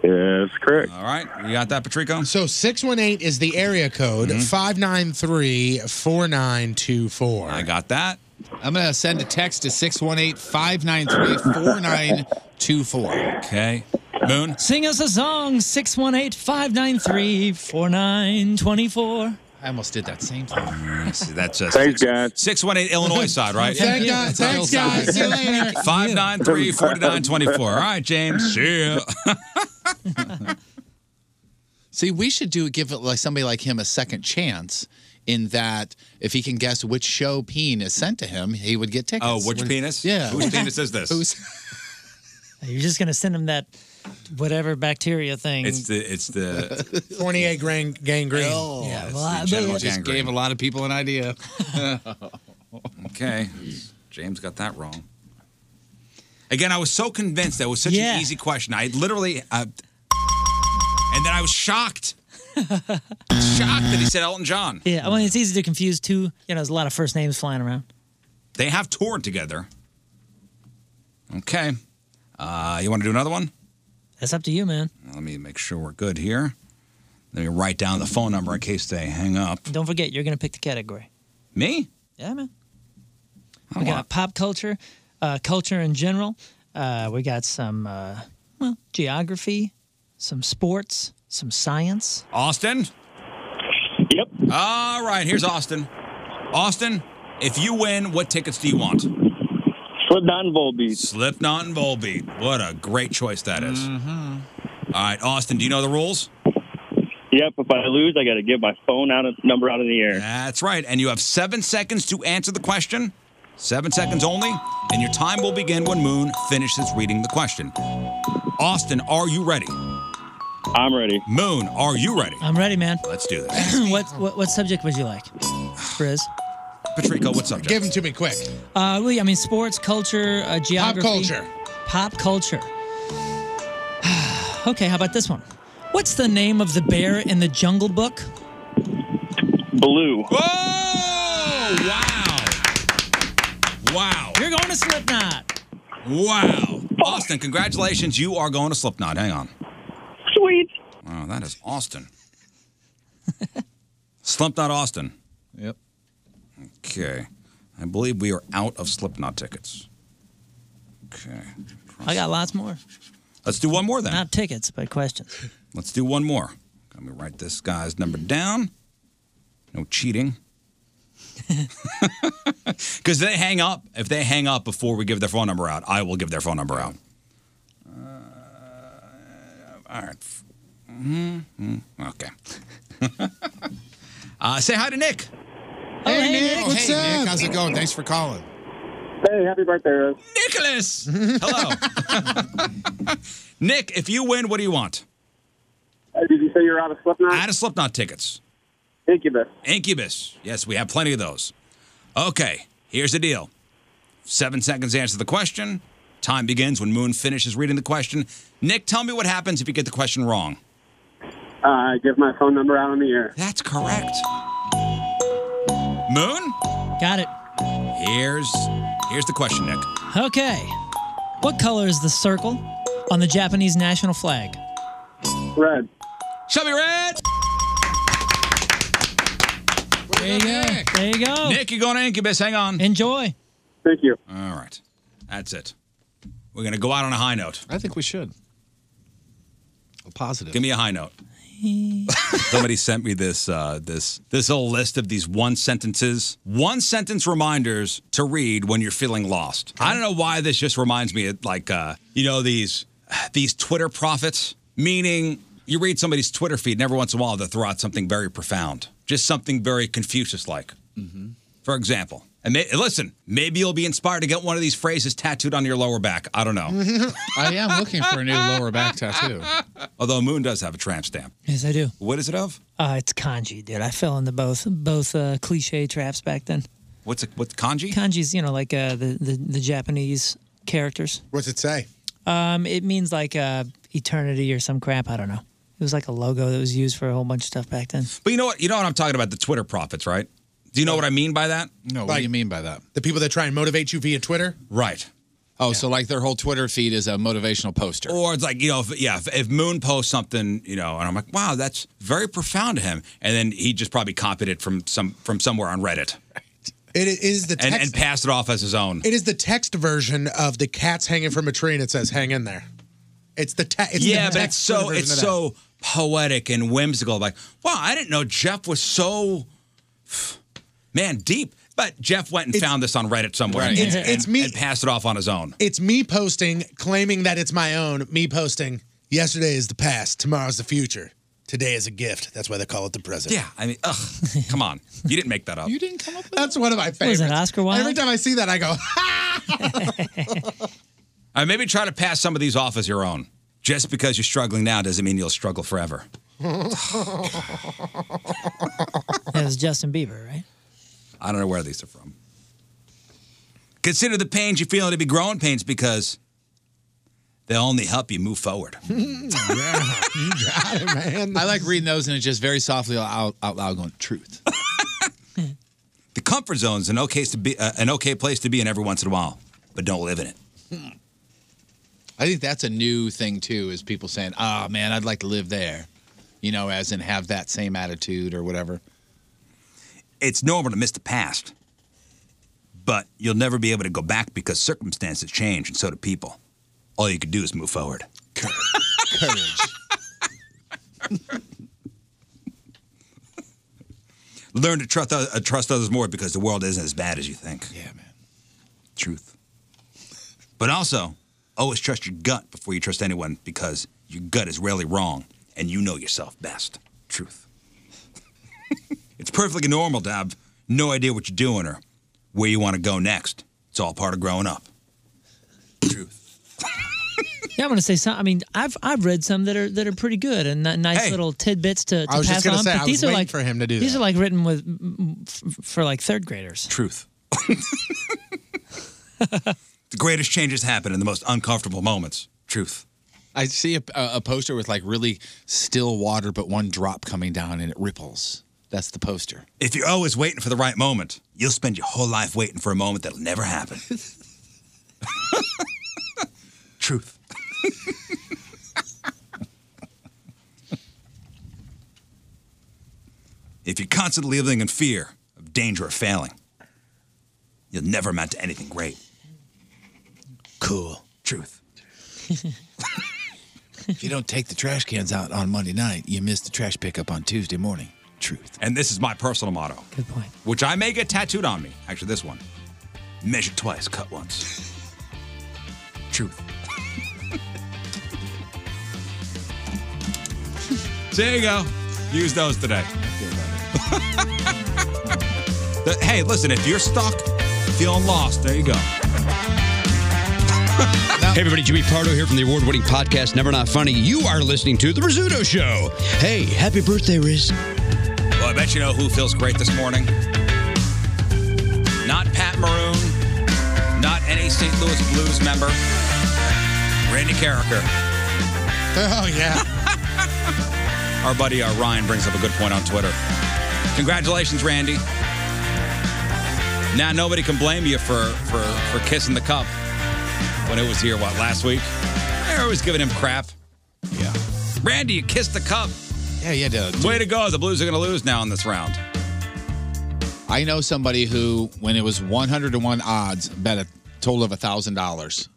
S3: Yes, correct.
S5: All right. You got that, Patrico?
S6: So 618 is the area code,
S5: Mm-hmm.
S6: 593 4924. I
S5: got that.
S7: I'm going to send a text to 618 593 4924.
S5: Okay. Moon?
S4: Sing us a song, 618 593 4924.
S7: I almost did that same thing.
S5: That's uh, Thanks, guys. 618 Illinois side, right?
S7: Thank Yeah. God. Thanks, guys. See you later.
S5: 593 4924. All right, James. See ya.
S7: See, we should do give it like somebody like him a second chance. In that, if he can guess which show peen is sent to him, he would get tickets.
S5: Oh, which
S7: What-
S5: penis?
S7: Yeah.
S5: Whose penis is this?
S7: Who's-
S4: You're just going to send him that whatever bacteria thing.
S5: It's the, it's the,
S6: Fournier gang, gangrene. Oh,
S4: yeah,
S7: Yes,
S4: well,
S7: the
S4: I-
S7: general
S4: but-
S7: just gave a lot of people an idea.
S5: okay. James got that wrong. Again, I was so convinced that was such an easy question. I literally, uh, and then I was shocked. shocked that he said Elton John.
S4: Yeah, well, it's easy to confuse two. You know, there's a lot of first names flying around.
S5: They have toured together. Okay. Uh, you want to do another one?
S4: That's up to you, man.
S5: Let me make sure we're good here. Let me write down the phone number in case they hang up.
S4: Don't forget, you're going to pick the category.
S5: Me? Oh,
S4: Yeah, man. We got pop culture, uh, culture in general. Uh, we got some, uh, well, geography, some sports, some science.
S5: Austin? Yep. All right, here's Austin. Austin, if you win, what tickets do you want? Slipknot and Volbeat. Slipknot and Volbeat. What a great choice that is.
S15: Mm-hmm.
S5: All right, Austin, do you know the rules?
S15: Yep, if I lose, I got to get my phone out of number out of the air.
S5: That's right. And you have seven seconds to answer the question. Seven seconds only. And your time will begin when Moon finishes reading the question. Austin, are you ready? I'm ready. Moon, are you ready?
S4: I'm ready, man.
S5: Let's do this.
S4: what, what what subject would you like, Briz?
S5: Patrico, what's up?
S6: Give them to me quick.
S4: Uh, really, I mean, sports, culture, uh, geography.
S6: culture.
S4: Pop culture. okay, how about this one? What's the name of the bear in the Jungle Book?
S15: Blue.
S5: Whoa! Wow. Wow.
S4: You're going to Slipknot.
S5: Wow. Austin, congratulations. You are going to Slipknot. Hang on.
S15: Sweet.
S5: Wow, that is Austin. Slipknot Austin.
S7: Yep.
S5: Okay. I believe we are out of Slipknot tickets. Okay.
S4: I got lots more.
S5: Let's do one more then.
S4: Not tickets, but questions.
S5: Let's do one more. Let me write this guy's number down. No cheating. Because they hang up. If they hang up before we give their phone number out, I will give their phone number out. Uh, all right. Mhm. Mm, Okay. uh, say hi to Nick.
S7: Hey, Nick. What's hey, Nick. How's it going? Thanks for calling.
S15: Hey, happy birthday, Rose.
S5: Nicholas. Hello. Nick, if you win, what do you want?
S15: Uh, did you say you're out of Slipknot?
S5: Out of Slipknot tickets.
S15: Incubus.
S5: Incubus. Yes, we have plenty of those. Okay, here's the deal. Seven seconds to answer the question. Time begins when Moon finishes reading the question. Nick, tell me what happens if you get the question wrong.
S15: Uh, I give my phone number out on the air.
S5: That's correct. Moon?
S4: Got it.
S5: Here's here's the question, Nick.
S4: Okay. What color is the circle on the Japanese national flag?
S15: Red.
S5: Chubby Red!
S4: There you go. There you go.
S5: Nick, you're going to Incubus. Hang on.
S4: Enjoy.
S15: Thank you.
S5: All right. That's it. We're going to go out on a high note.
S7: I think we should. A positive.
S5: Give me a high note. Somebody sent me this uh, this this little list of these one sentences, one sentence reminders to read when you're feeling lost. I don't know why this just reminds me of like uh, you know these these Twitter prophets, meaning you read somebody's Twitter feed, and every once in a while they throw out something very profound, just something very Confucius like. For example, and may, listen, maybe you'll be inspired to get one of these phrases tattooed on your lower back. I don't know.
S7: I am looking for a new lower back tattoo.
S5: Although Moon does have a tramp stamp.
S4: Yes, I do.
S5: What is it of?
S4: Uh, it's kanji, dude. I fell into both both uh, cliche traps back then.
S5: What's it, what's kanji?
S4: Kanji's, you know, like uh, the, the the Japanese characters.
S6: What's it say?
S4: Um, it means like uh, eternity or some crap. I don't know. It was like a logo that was used for a whole bunch of stuff back then.
S5: But you know what? You know what I'm talking about? The Twitter prophets, right? Do you know what I mean by that?
S7: No.
S5: what do
S7: you mean by that?
S6: The people that try and motivate you via Twitter?
S5: Right.
S7: Oh, so like their whole Twitter feed is a motivational poster.
S5: Or it's like, you know, if, yeah, if, if Moon posts something, you know, and I'm like, wow, that's very profound to him. And then he just probably copied it from some from somewhere on Reddit
S6: It is the
S5: and,
S6: text.
S5: and passed it off as his own.
S6: it is the text version of the cat's hanging from a tree, and it says "hang in there." It's the, te- it's
S5: yeah,
S6: the text.
S5: but it's so
S6: version
S5: it's
S6: of that.
S5: so Oh, poetic and whimsical. Like, wow, I didn't know Jeff was so man deep. But Jeff went and found this on Reddit somewhere.
S6: Right.
S5: and-
S6: It's-
S5: and,
S6: it's me-
S5: and passed it off on his own.
S6: It's me posting, claiming that it's my own. Me posting. Yesterday is the past. Tomorrow's the future. Today is a gift. That's why they call it the present.
S5: Yeah, I mean, ugh, come on, you didn't make that up.
S6: didn't come up with That's one of my
S5: Was
S6: favorites.
S5: it Oscar Wilde?
S6: Every time I see that, I go,
S5: I maybe try to pass some of these off as your own. Just because you're struggling now doesn't mean you'll struggle forever.
S4: It was Justin Bieber, right?
S5: I don't know where these are from. Consider the pains you feel to be growing pains because they'll only help you move forward.
S7: yeah, you got it, man. I like reading those and it's just very softly out, out loud going truth.
S5: The comfort zone's an okay to be uh, an okay place to be in every once in a while, but don't live in it.
S7: I think that's a new thing too, is people saying, "Oh man, I'd like to live there," you know, as in have that same attitude or whatever.
S5: It's normal to miss the past, but you'll never be able to go back because circumstances change and so do people. All you can do is move forward.
S7: Courage.
S5: Learn to trust, uh, trust others more because the world isn't as bad as you think. Yeah, man. Truth. But also, always trust your gut before you trust anyone because your gut is rarely wrong and you know yourself best. Truth. it's perfectly normal to have no idea what you're doing or where you want to go next. It's all part of growing up.
S4: Yeah, I'm gonna say some. I mean, I've I've read some that are that are pretty good and n- nice little tidbits to, to
S7: I was
S4: pass
S7: just gonna
S4: on.
S7: say,
S4: but
S7: I was
S4: these are
S7: waiting
S4: like
S7: for him to do
S4: These
S7: that.
S4: are like written with mm, f- for like third graders.
S5: Truth. The greatest changes happen in the most uncomfortable moments. Truth.
S7: I see a, a poster with like really still water, but one drop coming down and it ripples. That's the poster.
S5: If you're always waiting for the right moment, you'll spend your whole life waiting for a moment that'll never happen. Truth. if you're constantly living in fear of danger of failing, you'll never amount to anything great. Cool. Truth.
S7: if you don't take the trash cans out on Monday night, you miss the trash pickup on Tuesday morning. Truth.
S5: And this is my personal motto. Good point. Which I may get tattooed on me. Actually, this one. Measure twice, cut once. Truth. so there you go. Use those today. The- hey, listen, if you're stuck, feeling lost, there you go.
S15: Hey, everybody, Jimmy Pardo here from the award winning podcast Never Not Funny. You are listening to The Rizzuto Show. Hey, happy birthday, Riz.
S5: Well, I bet you know who feels great this morning. Not Pat Maroon, not any St. Louis Blues member. Randy Carricker.
S6: Oh yeah.
S5: Our buddy uh, Ryan brings up a good point on Twitter. Congratulations, Randy. Now nobody can blame you for for for kissing the cup when it was here. What last week? They was giving him crap. Yeah, Randy, you kissed the cup.
S7: Yeah, you had
S5: Way to go! The Blues are going to lose now in this round.
S7: I know somebody who, when it was 101 odds, bet a total of $1,000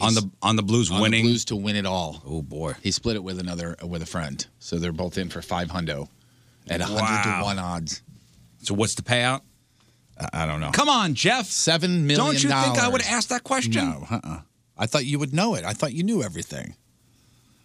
S5: on the on the Blues
S23: on
S5: winning.
S23: the Blues to win it all.
S5: Oh boy,
S23: he split it with another with a friend, so they're both in for five hundo at a hundred
S5: Wow.
S23: to one odds.
S5: So what's the payout? I, I don't know. Come on, Jeff.
S7: Seven million.
S5: Don't you think I would ask that question?
S7: No, uh-uh. I thought you would know it. I thought you knew everything.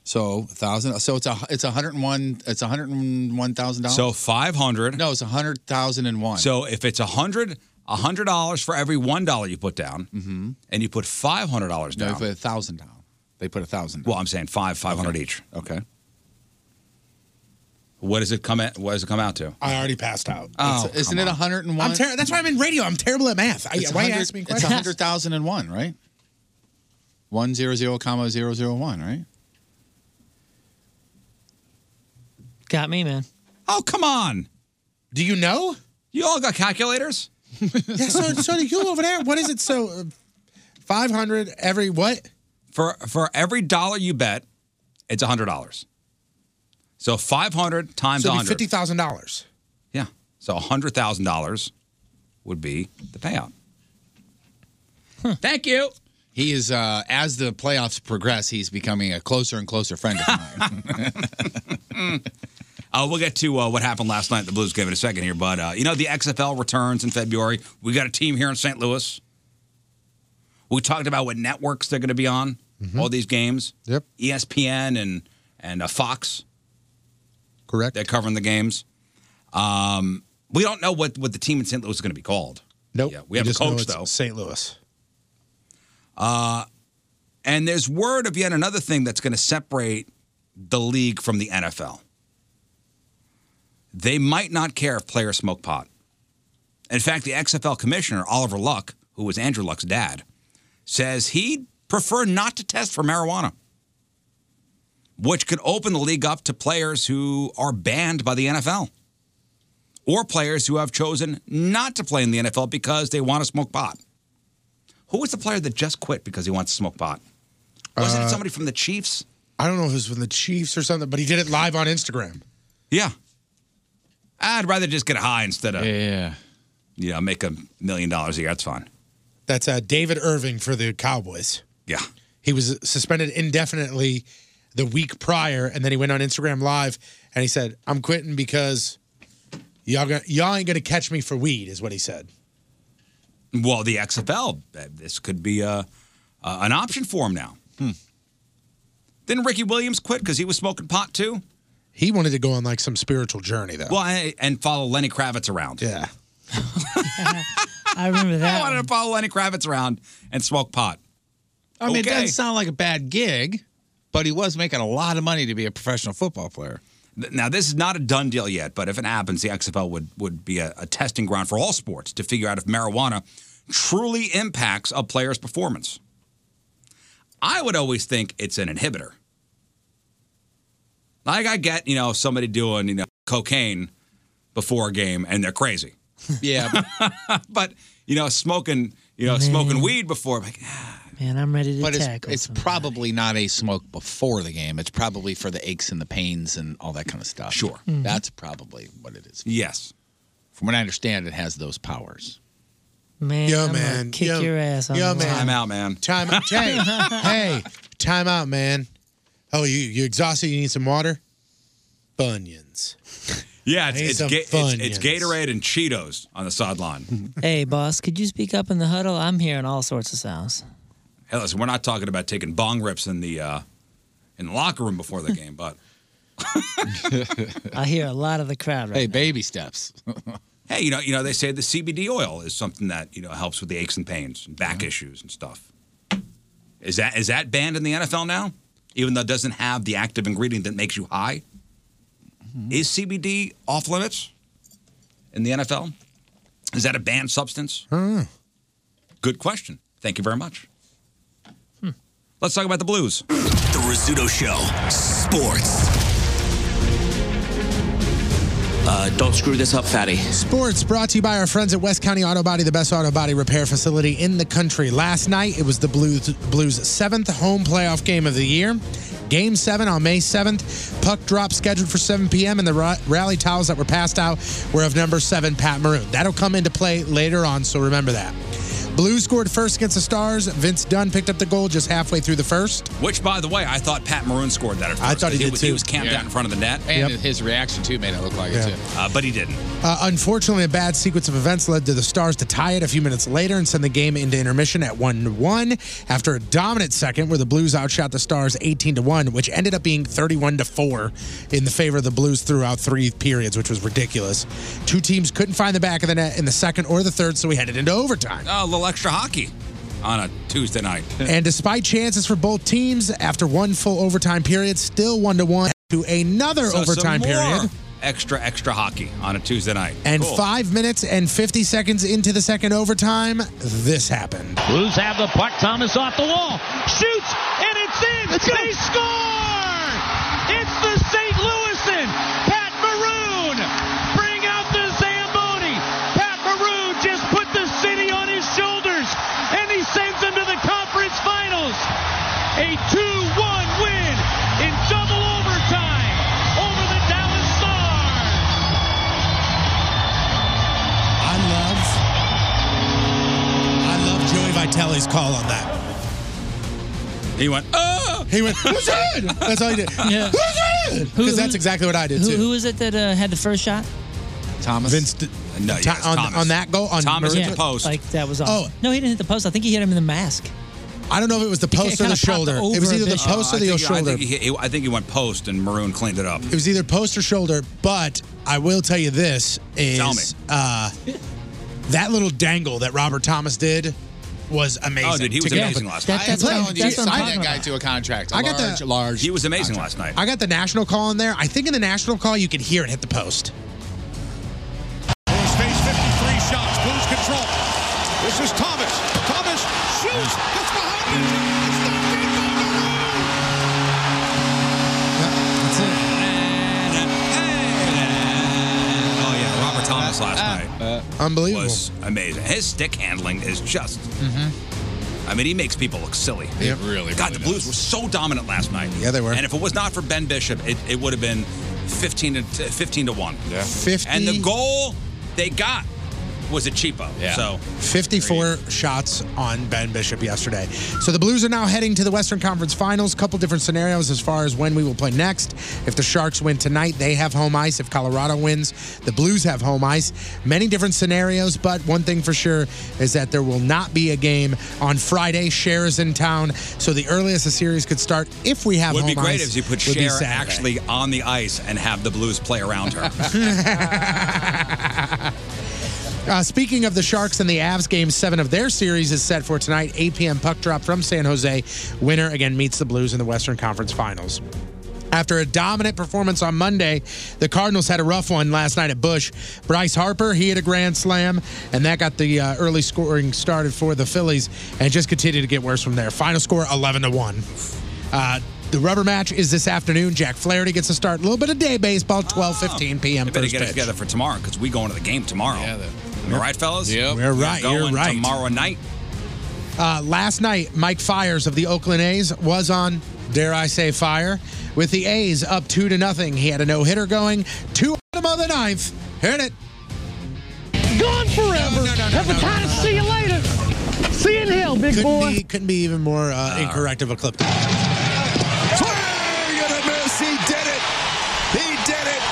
S7: So a thousand. So it's a it's a hundred and one. It's a hundred and one thousand dollars.
S5: So five hundred.
S7: No, it's a hundred thousand and one.
S5: So if it's a hundred a hundred dollars for every one dollar you put down,
S7: Mhm.
S5: and you put five hundred dollars
S7: No,
S5: down,
S7: they put a thousand down. They put a thousand.
S5: Well, I'm saying five five hundred each.
S7: Okay.
S5: What does it come at? What does it come out to?
S6: I already passed out.
S5: Oh,
S7: It's- isn't it a hundred and one?
S6: I'm ter- that's why I'm in radio. I'm terrible at math. I,
S7: It's
S6: why you
S7: 100
S6: ask me
S7: It's a
S6: questions?
S7: hundred thousand and one, right? One zero zero comma zero zero one, right?
S4: Got me, man.
S5: Oh come on!
S6: Do you know?
S5: You all got calculators?
S6: yeah, so, so do you over there. What is it? So uh, 500 every what?
S5: for for every dollar you bet, it's hundred dollars. So five hundred times
S6: so it'd
S5: hundred.
S6: be $50,000.
S5: yeah. So hundred thousand dollars would be the payout. Thank you.
S7: He is uh, as the playoffs progress, he's becoming a closer and closer friend of mine.
S5: Uh, we'll get to uh, what happened last night. at The Blues game in a second here, but uh, you know the XFL returns in February. We got a team here in St. Louis. We talked about what networks they're going to be on.
S7: Mm-hmm.
S5: All these games. E Yep. ESPN and and uh, Fox.
S6: Correct.
S5: They're covering the games. Um, we don't know what what the team in St. Louis is going to be called.
S6: Nope.
S5: Yeah, we have a
S6: just know
S5: coach,
S6: it's
S5: though.
S6: St. Louis.
S5: Uh, and there's word of yet another thing that's going to separate the league from the NFL. They might not care if players smoke pot. In fact, the XFL commissioner, Oliver Luck, who was Andrew Luck's dad, says he'd prefer not to test for marijuana, which could open the league up to players who are banned by the NFL or players who have chosen not to play in the NFL because they want to smoke pot. Who was the player that just quit because he wants to smoke pot? Wasn't it
S6: Uh,
S5: somebody from the Chiefs?
S6: I don't know if it was from the Chiefs or something, but he did it live on Instagram.
S5: Yeah. I'd rather just get high instead of yeah, yeah. you know, make a million dollars a year. That's fine.
S6: That's uh, David Irving for the Cowboys.
S5: Yeah.
S6: He was suspended indefinitely the week prior, and then he went on Instagram Live and he said, "I'm quitting because y'all gonna, y'all ain't gonna catch me for weed," is what he said.
S5: Well, the XFL, uh, this could be uh, uh, an option for him now.
S6: Hmm.
S5: Didn't Ricky Williams quit because he was smoking pot too?
S6: He wanted to go on like some spiritual journey though.
S5: Well, and, and follow Lenny Kravitz around.
S6: Yeah.
S5: I remember that. I wanted to follow Lenny Kravitz around and smoke pot.
S7: I mean, it
S5: Okay.
S7: doesn't sound like a bad gig, but he was making a lot of money to be a professional football player.
S5: Th- Now, this is not a done deal yet, but if it happens, the XFL would, would be a, a testing ground for all sports to figure out if marijuana truly impacts a player's performance. I would always think it's an inhibitor. Like, I get, you know, somebody doing, you know, cocaine before a game and they're crazy.
S7: Yeah.
S5: but, you know, smoking, you know, smoking weed before, like,
S4: Man, I'm ready to
S7: But it's,
S4: tackle.
S7: it's probably not a smoke before the game. It's probably for the aches and the pains and all that kind of stuff. Sure.
S4: Mhm.
S7: That's probably what it is.
S5: Yes.
S7: From what I understand, it has those powers.
S4: man,
S7: Yo,
S4: I'm gonna
S7: man.
S4: kick
S7: Yo-
S4: your ass. On
S7: yo,
S4: the
S7: man.
S4: line.
S5: I'm out, man.
S6: Time out. Hey, hey, time out, man. Oh, you you exhausted? You need some water? Bunions.
S5: yeah,
S6: I need
S5: it's, it's,
S6: some
S5: ga-
S6: Funyuns.
S5: it's, it's Gatorade and Cheetos on the sideline.
S4: Hey, boss, could you speak up in the huddle? I'm hearing all sorts of sounds.
S5: Hey, listen, we're not talking about taking bong rips in the uh, in the locker room before the game, but
S4: I hear a lot of the crowd right now.
S7: baby steps.
S5: hey, you know, you know, they say the CBD oil is something that you know helps with the aches and pains, and back issues, and stuff. Is that is that banned in the NFL now? Even though it doesn't have the active ingredient that makes you high, is CBD off limits in the NFL? Is that a banned substance? Good question. Thank you very much. Let's talk about the Blues.
S24: The Rizzuto Show. Sports.
S22: Uh, don't screw this up, fatty.
S6: Sports brought to you by our friends at West County Auto Body, the best auto body repair facility in the country. Last night, it was the Blues, Blues' seventh home playoff game of the year. Game seven on May 7th. Puck drop scheduled for 7 p.m., and the ra- rally towels that were passed out were of number seven, Pat Maroon. That'll come into play later on, so remember that. Blues scored first against the Stars. Vince Dunn picked up the goal just halfway through the first.
S5: Which, by the way, I thought Pat Maroon scored that. At first,
S6: I thought he did
S5: was,
S6: too.
S5: He was camped
S6: Yeah.
S5: out in front of the net,
S6: And
S5: his reaction too made it look like
S6: it, Yeah. too.
S5: Uh, but he didn't.
S6: Uh, unfortunately, a bad sequence of events led to the Stars to tie it a few minutes later and send the game into intermission at 1 1 after a dominant second where the Blues outshot the Stars 18 to 1, which ended up being 31 to 4 in the favor of the Blues throughout three periods, which was ridiculous. Two teams couldn't find the back of the net in the second or the third, so we headed into overtime.
S5: Oh, a little extra hockey on a Tuesday night.
S6: And despite chances for both teams, after one full overtime period, still 1 to 1 to another
S5: So some
S6: overtime
S5: more
S6: period.
S5: Extra, extra hockey on a Tuesday night.
S6: And
S5: Cool.
S6: five minutes and 50 seconds into the second overtime, this happened.
S3: Blues have the puck. Thomas off the wall. Shoots, and it's in. they score! It's the St. Louisan. Pat Maroon. Bring out the Zamboni. Pat Maroon just put the city on his shoulders, and he sends them to the conference finals. A 2 1 win in double overtime over the Dallas Stars.
S6: I love, I love Joey Vitelli's call on that.
S5: He went, oh!
S6: He went, who's in? That's all he did.
S4: Yeah.
S6: Who's in?
S4: Who-
S6: Because that's
S4: who-
S6: exactly what I did
S4: Who,
S6: too.
S4: who is it that uh, had the first shot?
S6: Thomas. Vince. D-
S5: no,
S6: Ta- on, on that goal. On Maroon-
S4: Yeah, Like that was awesome. Oh. No, he didn't hit the post. I think he hit him in the mask.
S6: I don't know if it was the
S4: It
S6: post or
S4: kinda
S6: the
S4: popped
S6: shoulder. It was
S4: over a
S6: either the
S4: bit.
S6: post
S5: Uh,
S6: or
S5: I
S6: the
S5: think- I
S6: shoulder.
S5: think, he, he- I think he went post, and Maroon cleaned it up.
S6: It was either post or shoulder, but I will tell you this is
S5: Tell me.
S6: Uh, that little dangle that Robert Thomas did was
S5: Oh,
S6: amazing. to get up and-
S7: I'm
S6: Play-
S7: telling you,
S6: Dude, I-
S7: sign that guy to a contract. A
S6: I got the-
S7: large, large.
S5: He was amazing last night.
S6: I got the national call in there. I think in the national call you could hear it hit the post.
S1: Space 53 shots. Blues control. This is Thomas. Thomas shoots. It's behind the net. It's not good by Maroon.
S5: That's it. Oh yeah, Robert Thomas last night.
S6: Unbelievable.
S5: Was amazing. His stick handling is just. I mean, he makes people look silly.
S6: Yep.
S5: really. God, the Blues were so dominant last night.
S6: Yeah, they were.
S5: And if it was not for Ben Bishop, it, it would have been fifteen to fifteen to one. Yeah.
S6: 50.
S5: And the goal they got was a cheapo. Yeah. So
S6: 54 shots on Ben Bishop yesterday. So the Blues are now heading to the Western Conference Finals. Couple different scenarios as far as when we will play next. If the Sharks win tonight, they have home ice. If Colorado wins, the Blues have home ice. Many different scenarios, but one thing for sure is that there will not be a game on Friday. Cher is in town, so the earliest the series could start if we have
S5: would
S6: home
S5: be great
S6: ice,
S5: if you put
S6: would be
S5: Cher
S6: Saturday.
S5: actually on the ice and have the Blues play around her.
S6: Uh, speaking of the Sharks and the Avs, game seven of their series is set for tonight. 8 p.m. puck drop from San Jose. Winner again meets the Blues in the Western Conference Finals. After a dominant performance on Monday, the Cardinals had a rough one last night at Bush. Bryce Harper, he hit a grand slam, and that got the uh, early scoring started for the Phillies, and it just continued to get worse from there. Final score 11 to 1. Uh, the rubber match is this afternoon. Jack Flaherty gets a start. A little bit of day baseball, 12:15 p.m.
S5: They better
S6: first
S5: get it
S6: pitch.
S5: together for tomorrow because we go into the game tomorrow. Yeah, Am I right, fellas?
S6: Yep. We're right,
S5: Going
S6: you're right.
S5: Tomorrow night.
S6: Uh, last night, Mike Fires of the Oakland A's was on, dare I say, fire. With the A's up two to nothing, he had a no hitter going. Two bottom of the ninth. Hit it.
S3: Gone forever. Have a kind of see you later. See you in hell, big
S6: couldn't
S3: boy.
S6: Be, couldn't be even more uh, incorrect of a clip.
S8: Swing and a miss. He did it. He did it.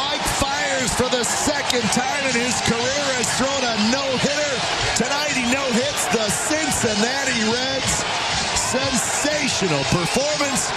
S8: Mike fires for the second time in his career has thrown a no-hitter. Tonight he no-hits the Cincinnati Reds. Sensational performance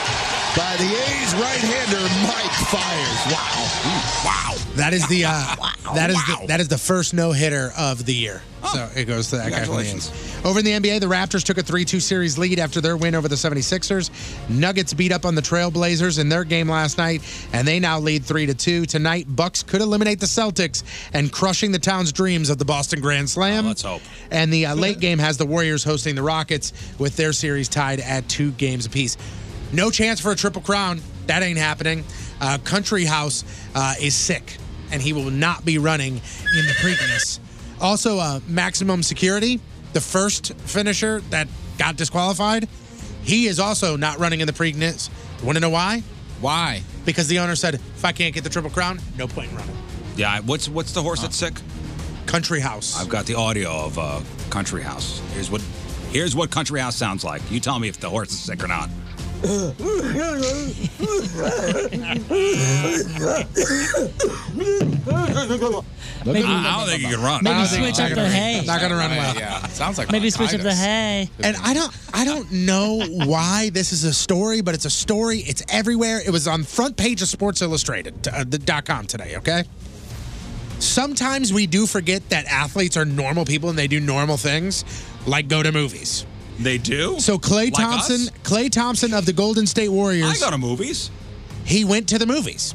S8: by the A's right-hander Mike Fires. Wow. Wow.
S6: That is the uh, that is the, that is the first no hitter of the year. So it goes to that guy. from the
S5: Congratulations.
S6: A's. Over in the NBA, the Raptors took a 3-2 series lead after their win over the 76ers. Nuggets beat up on the Trailblazers in their game last night, and they now lead 3-2. Tonight, Bucks could eliminate the Celtics and crushing the town's dreams of the Boston Grand Slam. let's
S5: hope.
S6: And the uh, late game has the Warriors hosting the Rockets with their series tied at two games apiece. No chance for a triple crown. That ain't happening. Uh, Country House uh, is sick, and he will not be running in the Preakness. Also, uh, maximum security, the first finisher that got disqualified, he is also not running in the Preakness. Want to know why?
S7: Why?
S6: Because the owner said, if I can't get the triple crown, no point in running.
S5: Yeah. What's what's the horse that's sick?
S6: Country House.
S5: I've got the audio of uh, Country House. Here's what here's what Country House sounds like. You tell me if the horse is sick or not.
S8: Maybe-
S5: I, I don't think you can run.
S8: Maybe
S5: I don't
S8: switch
S5: think-
S8: up the hay.
S6: Not gonna run well.
S5: Yeah, sounds like
S4: Maybe switch up the hay.
S6: And I don't, I don't know why this is a story, but it's a story. It's everywhere. It was on front page of Sports Illustrated uh, the dot com today. Okay. Sometimes we do forget that athletes are normal people and they do normal things, like go to movies.
S5: They do.
S6: So Clay
S5: Like
S6: Thompson,
S5: us?
S6: Clay Thompson of the Golden State Warriors.
S5: I go to movies.
S6: He went to the movies.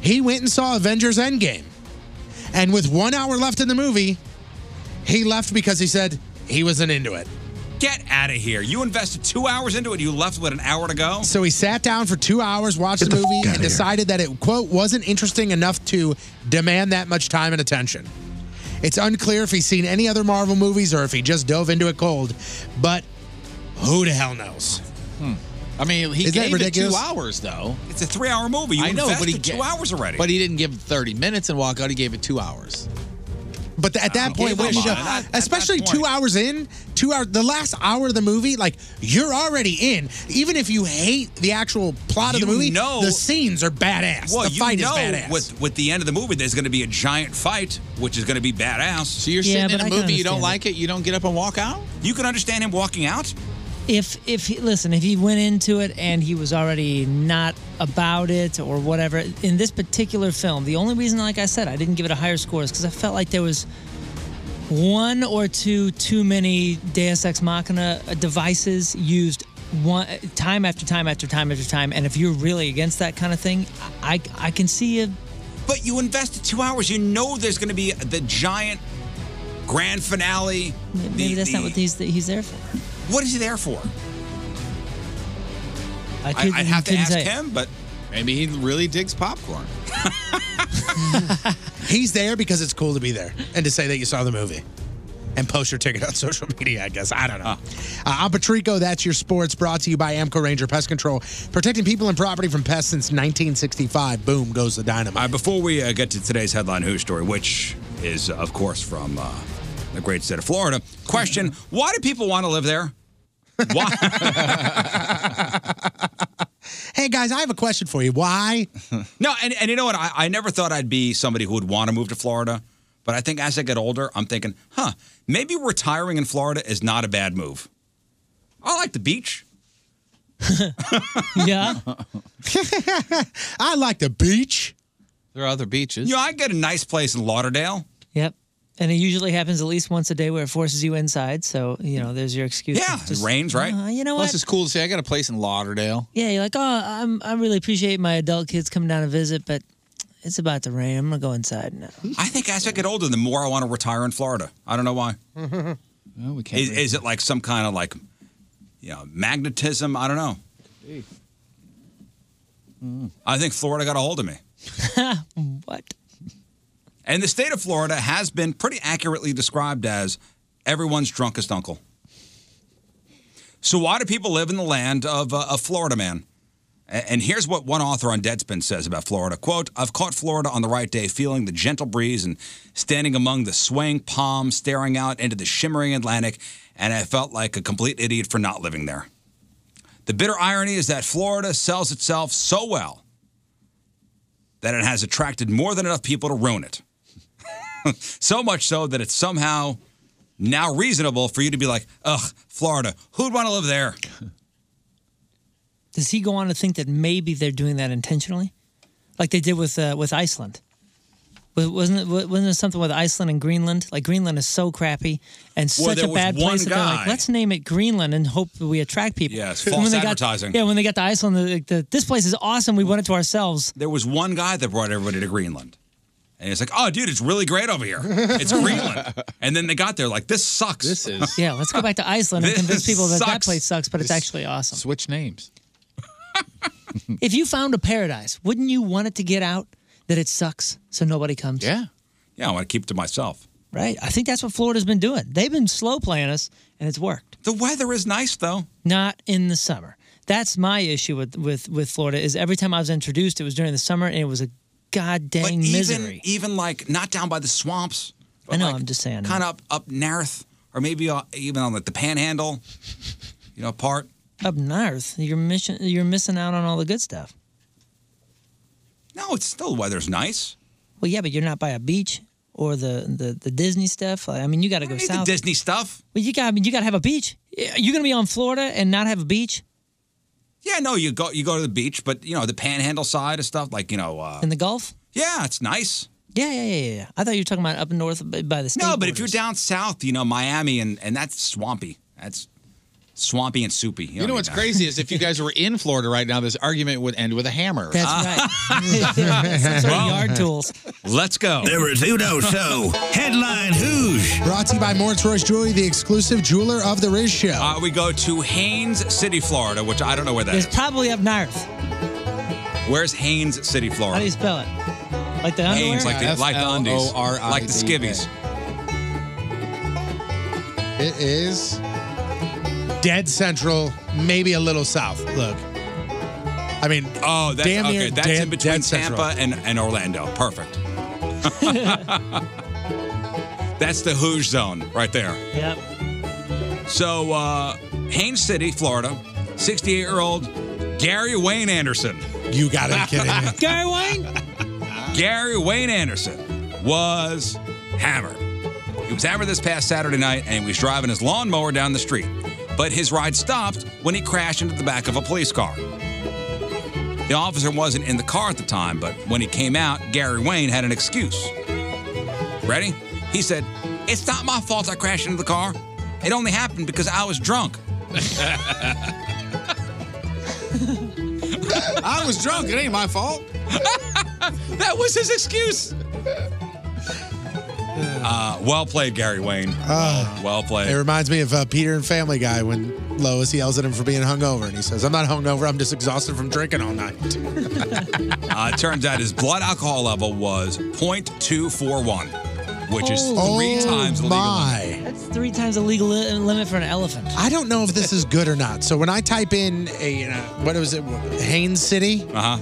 S6: He went and saw Avengers Endgame. And with one hour left in the movie, he left because he said he wasn't into it.
S5: Get out of here. You invested two hours into it. You left with an hour to go.
S6: So he sat down for two hours, watched the movie, and decided that it, quote, wasn't interesting enough to demand that much time and attention. It's unclear if he's seen any other Marvel movies or if he just dove into it cold, but who the hell knows?
S7: I mean, he
S6: Is that
S7: gave it two
S6: ridiculous?
S7: hours though.
S5: It's a three-hour movie. You
S7: I know, but he
S5: invested two
S7: ga-
S5: hours already.
S7: But he didn't give it thirty minutes and walk out. He gave it two hours.
S6: But th- at that point,
S7: Give
S6: wouldn't
S7: him
S6: you
S7: a-
S6: know,
S7: at- at
S6: especially
S7: that
S6: two hours in, two hours, the last hour of the movie, like you're already in. Even if you hate the actual plot of the
S5: You
S6: movie,
S5: know-
S6: the scenes are badass.
S5: Well,
S6: the
S5: you
S6: fight
S5: know,
S6: is badass.
S5: with with the end of the movie, there's going to be a giant fight, which is going to be badass. So
S7: you're
S4: Yeah, sitting in but a I can movie, you don't understand
S7: like it, you don't get up and walk out.
S5: You can understand him walking out.
S4: If if he, listen, if he went into it and he was already not about it or whatever, in this particular film, the only reason, like I said, I didn't give it a higher score is because I felt like there was one or two too many Deus Ex Machina devices used one time after time after time after time. And if you're really against that kind of thing, I I can see a
S5: But you invested two hours. You know there's going to be the giant grand finale.
S4: maybe
S5: the-
S4: that's not
S5: the-
S4: what he's he's there for.
S5: What is he there for?
S4: I
S5: I,
S4: couldn't,
S5: would have to
S4: couldn't
S5: ask
S4: tell you.
S5: him, but
S7: maybe he really digs popcorn.
S6: He's there because it's cool to be there and to say that you saw the movie and post your ticket on social media, I guess. I don't know. Uh, I'm Patrico. That's your sports brought to you by Amco Ranger Pest Control, protecting people and property from pests since 1965. Boom goes the dynamite.
S5: Uh, before we uh, get to today's headline news story, which is, uh, of course, from uh, the great state of Florida, question why do people want to live there?
S6: Hey, guys, I have a question for you. Why?
S5: No, and, and you know what? I, I never thought I'd be somebody who would want to move to Florida. But I think as I get older, I'm thinking, huh, maybe retiring in Florida is not a bad move. I like the beach.
S4: yeah.
S6: I like the beach.
S7: There are other beaches.
S5: You know, I get a nice place in Lauderdale.
S4: Yep. And it usually happens at least once a day where it forces you inside. So, you know, there's your excuse. Yeah.
S7: It rains,
S4: right? Uh, you know
S7: Plus,
S4: what?
S7: it's cool to say I got a place in Lauderdale.
S4: yeah, you're like, oh, I'm, I really appreciate my adult kids coming down to visit, but it's about to rain. I'm going to go inside now.
S5: I think as I get older, the more I want to retire in Florida. I don't know why.
S7: we
S5: Is, is it like some kind of like, you know, magnetism? I don't know. I think Florida got a hold of me.
S4: what?
S5: And the state of Florida has been pretty accurately described as everyone's drunkest uncle. So why do people live in the land of uh, a Florida man? A- And here's what one author on Deadspin says about Florida. Quote, I've caught Florida on the right day, feeling the gentle breeze and standing among the swaying palms, staring out into the shimmering Atlantic, and I felt like a complete idiot for not living there. The bitter irony is that Florida sells itself so well that it has attracted more than enough people to ruin it. so much so that it's somehow now reasonable for you to be like, ugh, Florida, who'd want to live there?
S4: Does he go on to think that maybe they're doing that intentionally? Like they did with uh, with Iceland. Wa- Wasn't it, wa- wasn't it something with Iceland and Greenland? Like Greenland is so crappy and
S5: Well,
S4: such
S5: there
S4: a
S5: was
S4: bad
S5: one
S4: place that they're
S5: guy-
S4: like, let's name it Greenland and hope that we attract people.
S5: Yes,
S4: And
S5: false
S4: they
S5: advertising.
S4: Got, yeah, when they got to Iceland, they're like, the, this place is awesome. We want it to ourselves.
S5: There was one guy that brought everybody to Greenland. And he's like, oh, dude, it's really great over here. It's Greenland. and then they got there like, this sucks. This
S7: is.
S4: Yeah, let's go back to Iceland and
S5: This
S4: convince people that that
S5: sucks.
S4: place sucks, but it's actually awesome.
S7: Switch names.
S4: if you found a paradise, wouldn't you want it to get out that it sucks so nobody comes?
S7: Yeah.
S5: Yeah, I want to keep it to myself.
S4: Right. I think that's what Florida's been doing. They've been slow playing us, and it's worked.
S5: The weather is nice though.
S4: Not in the summer. That's my issue with with with Florida. Is every time I was introduced, it was during the summer, and it was a god dang
S5: Even,
S4: misery.
S5: even like, not down by the swamps.
S4: I know. I'm just saying.
S5: kind of up up north, or maybe uh, even on like the Panhandle, you know, part.
S4: Up north, you're mission, you're missing out on all the good stuff.
S5: No, it's still weather's nice.
S4: Well, yeah, but you're not by a beach or the the, the Disney stuff. Like, I mean, you got to go
S5: Need
S4: south.
S5: the Disney stuff.
S4: Well, you got. I mean, you got to have a beach. Yeah, You're gonna be on Florida and not have a beach
S5: Yeah, no, you go you go to the beach, but you know the Panhandle side of stuff, like you know. Uh,
S4: in the Gulf.
S5: yeah, it's nice.
S4: Yeah, yeah, yeah, yeah, yeah. I thought you were talking about up north b- by the state.
S5: No, but if you're
S4: borders.
S5: down south, you know Miami, and and that's swampy. That's swampy and soupy.
S7: You know what's crazy is if you guys were in Florida right now, this argument would end with a hammer.
S5: That's
S4: right. Some sort of yard tools.
S5: Let's go.
S7: The Rizzuto Show. Headline Hoosh.
S6: Brought to you by Mort's Royce Jewelry, the exclusive jeweler of the Riz Show.
S5: Uh, we go to Haines City, Florida, which I don't know where that
S4: It's
S5: is.
S4: probably up north.
S5: Where's Haines City,
S4: How do
S5: Florida?
S4: you spell it? Like the underwear?
S5: Haines, like the like the undies,
S7: F-L-O-R-I-D-A.
S5: like the
S6: E
S5: skivvies.
S6: It is dead central, maybe a little south. Look. I mean,
S5: oh, that's
S6: damn
S5: okay.
S6: near
S5: that's
S6: dead-
S5: in between
S6: dead central.
S5: Tampa and, and Orlando. Perfect. that's the Hooge zone right there.
S4: Yep.
S5: So, uh, Haines City, Florida, 68 year old Gary Wayne Anderson.
S6: You gotta be kidding me.
S4: Gary Wayne?
S5: Gary Wayne Anderson was hammered. He was hammered this past Saturday night and he was driving his lawnmower down the street. But his ride stopped when he crashed into the back of a police car. The officer wasn't in the car at the time, but when he came out, Gary Wayne had an excuse. Ready? He said, It's not my fault I crashed into the car. It only happened because I was drunk.
S7: I was drunk. It ain't my fault.
S5: that was his excuse. Uh, well played, Gary Wayne. well played.
S6: Ah, It reminds me of uh, Peter and Family Guy when Lois yells at him for being hungover, and he says, "I'm not hungover. I'm just exhausted from drinking all night."
S5: Uh, it turns out his blood alcohol level was 0.241, which is
S4: Oh.
S5: three
S4: Oh
S5: times the legal.
S6: my.
S5: limit.
S4: That's three times the legal li- limit for an elephant.
S6: I don't know if this is good or not. So when I type in a you know, what was it, Haines City?
S5: Uh huh.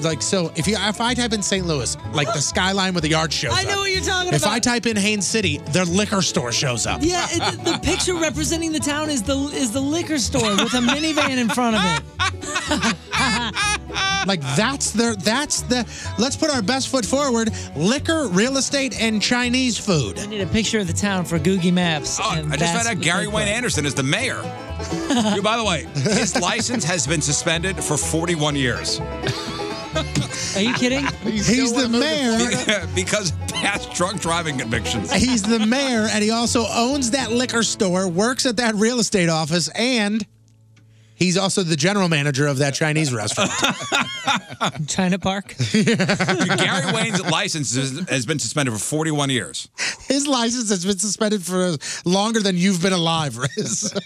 S6: like so, if you if I type in St. Louis, like the skyline with the yard shows
S4: I know
S6: up.
S4: what you're talking
S6: If
S4: about.
S6: I type in Haines City, their liquor store shows up.
S4: Yeah, it, the picture representing the town is the is the liquor store with a minivan in front of it.
S6: Like that's their that's the let's put our best foot forward. Liquor, real estate, and Chinese food.
S4: I need a picture of the town for Googie Maps. Oh,
S5: I just found out Gary Wayne Anderson is the mayor. Dude, by the way, his license has been suspended for 41 years.
S4: Are you kidding?
S6: He's the mayor.
S5: because of past drunk driving convictions.
S6: He's the mayor, and he also owns that liquor store, works at that real estate office, and he's also the general manager of that Chinese restaurant.
S4: China Park.
S5: Dude, Gary Wayne's license has- has been suspended for 41 years.
S6: His license has been suspended for longer than you've been alive, Riz.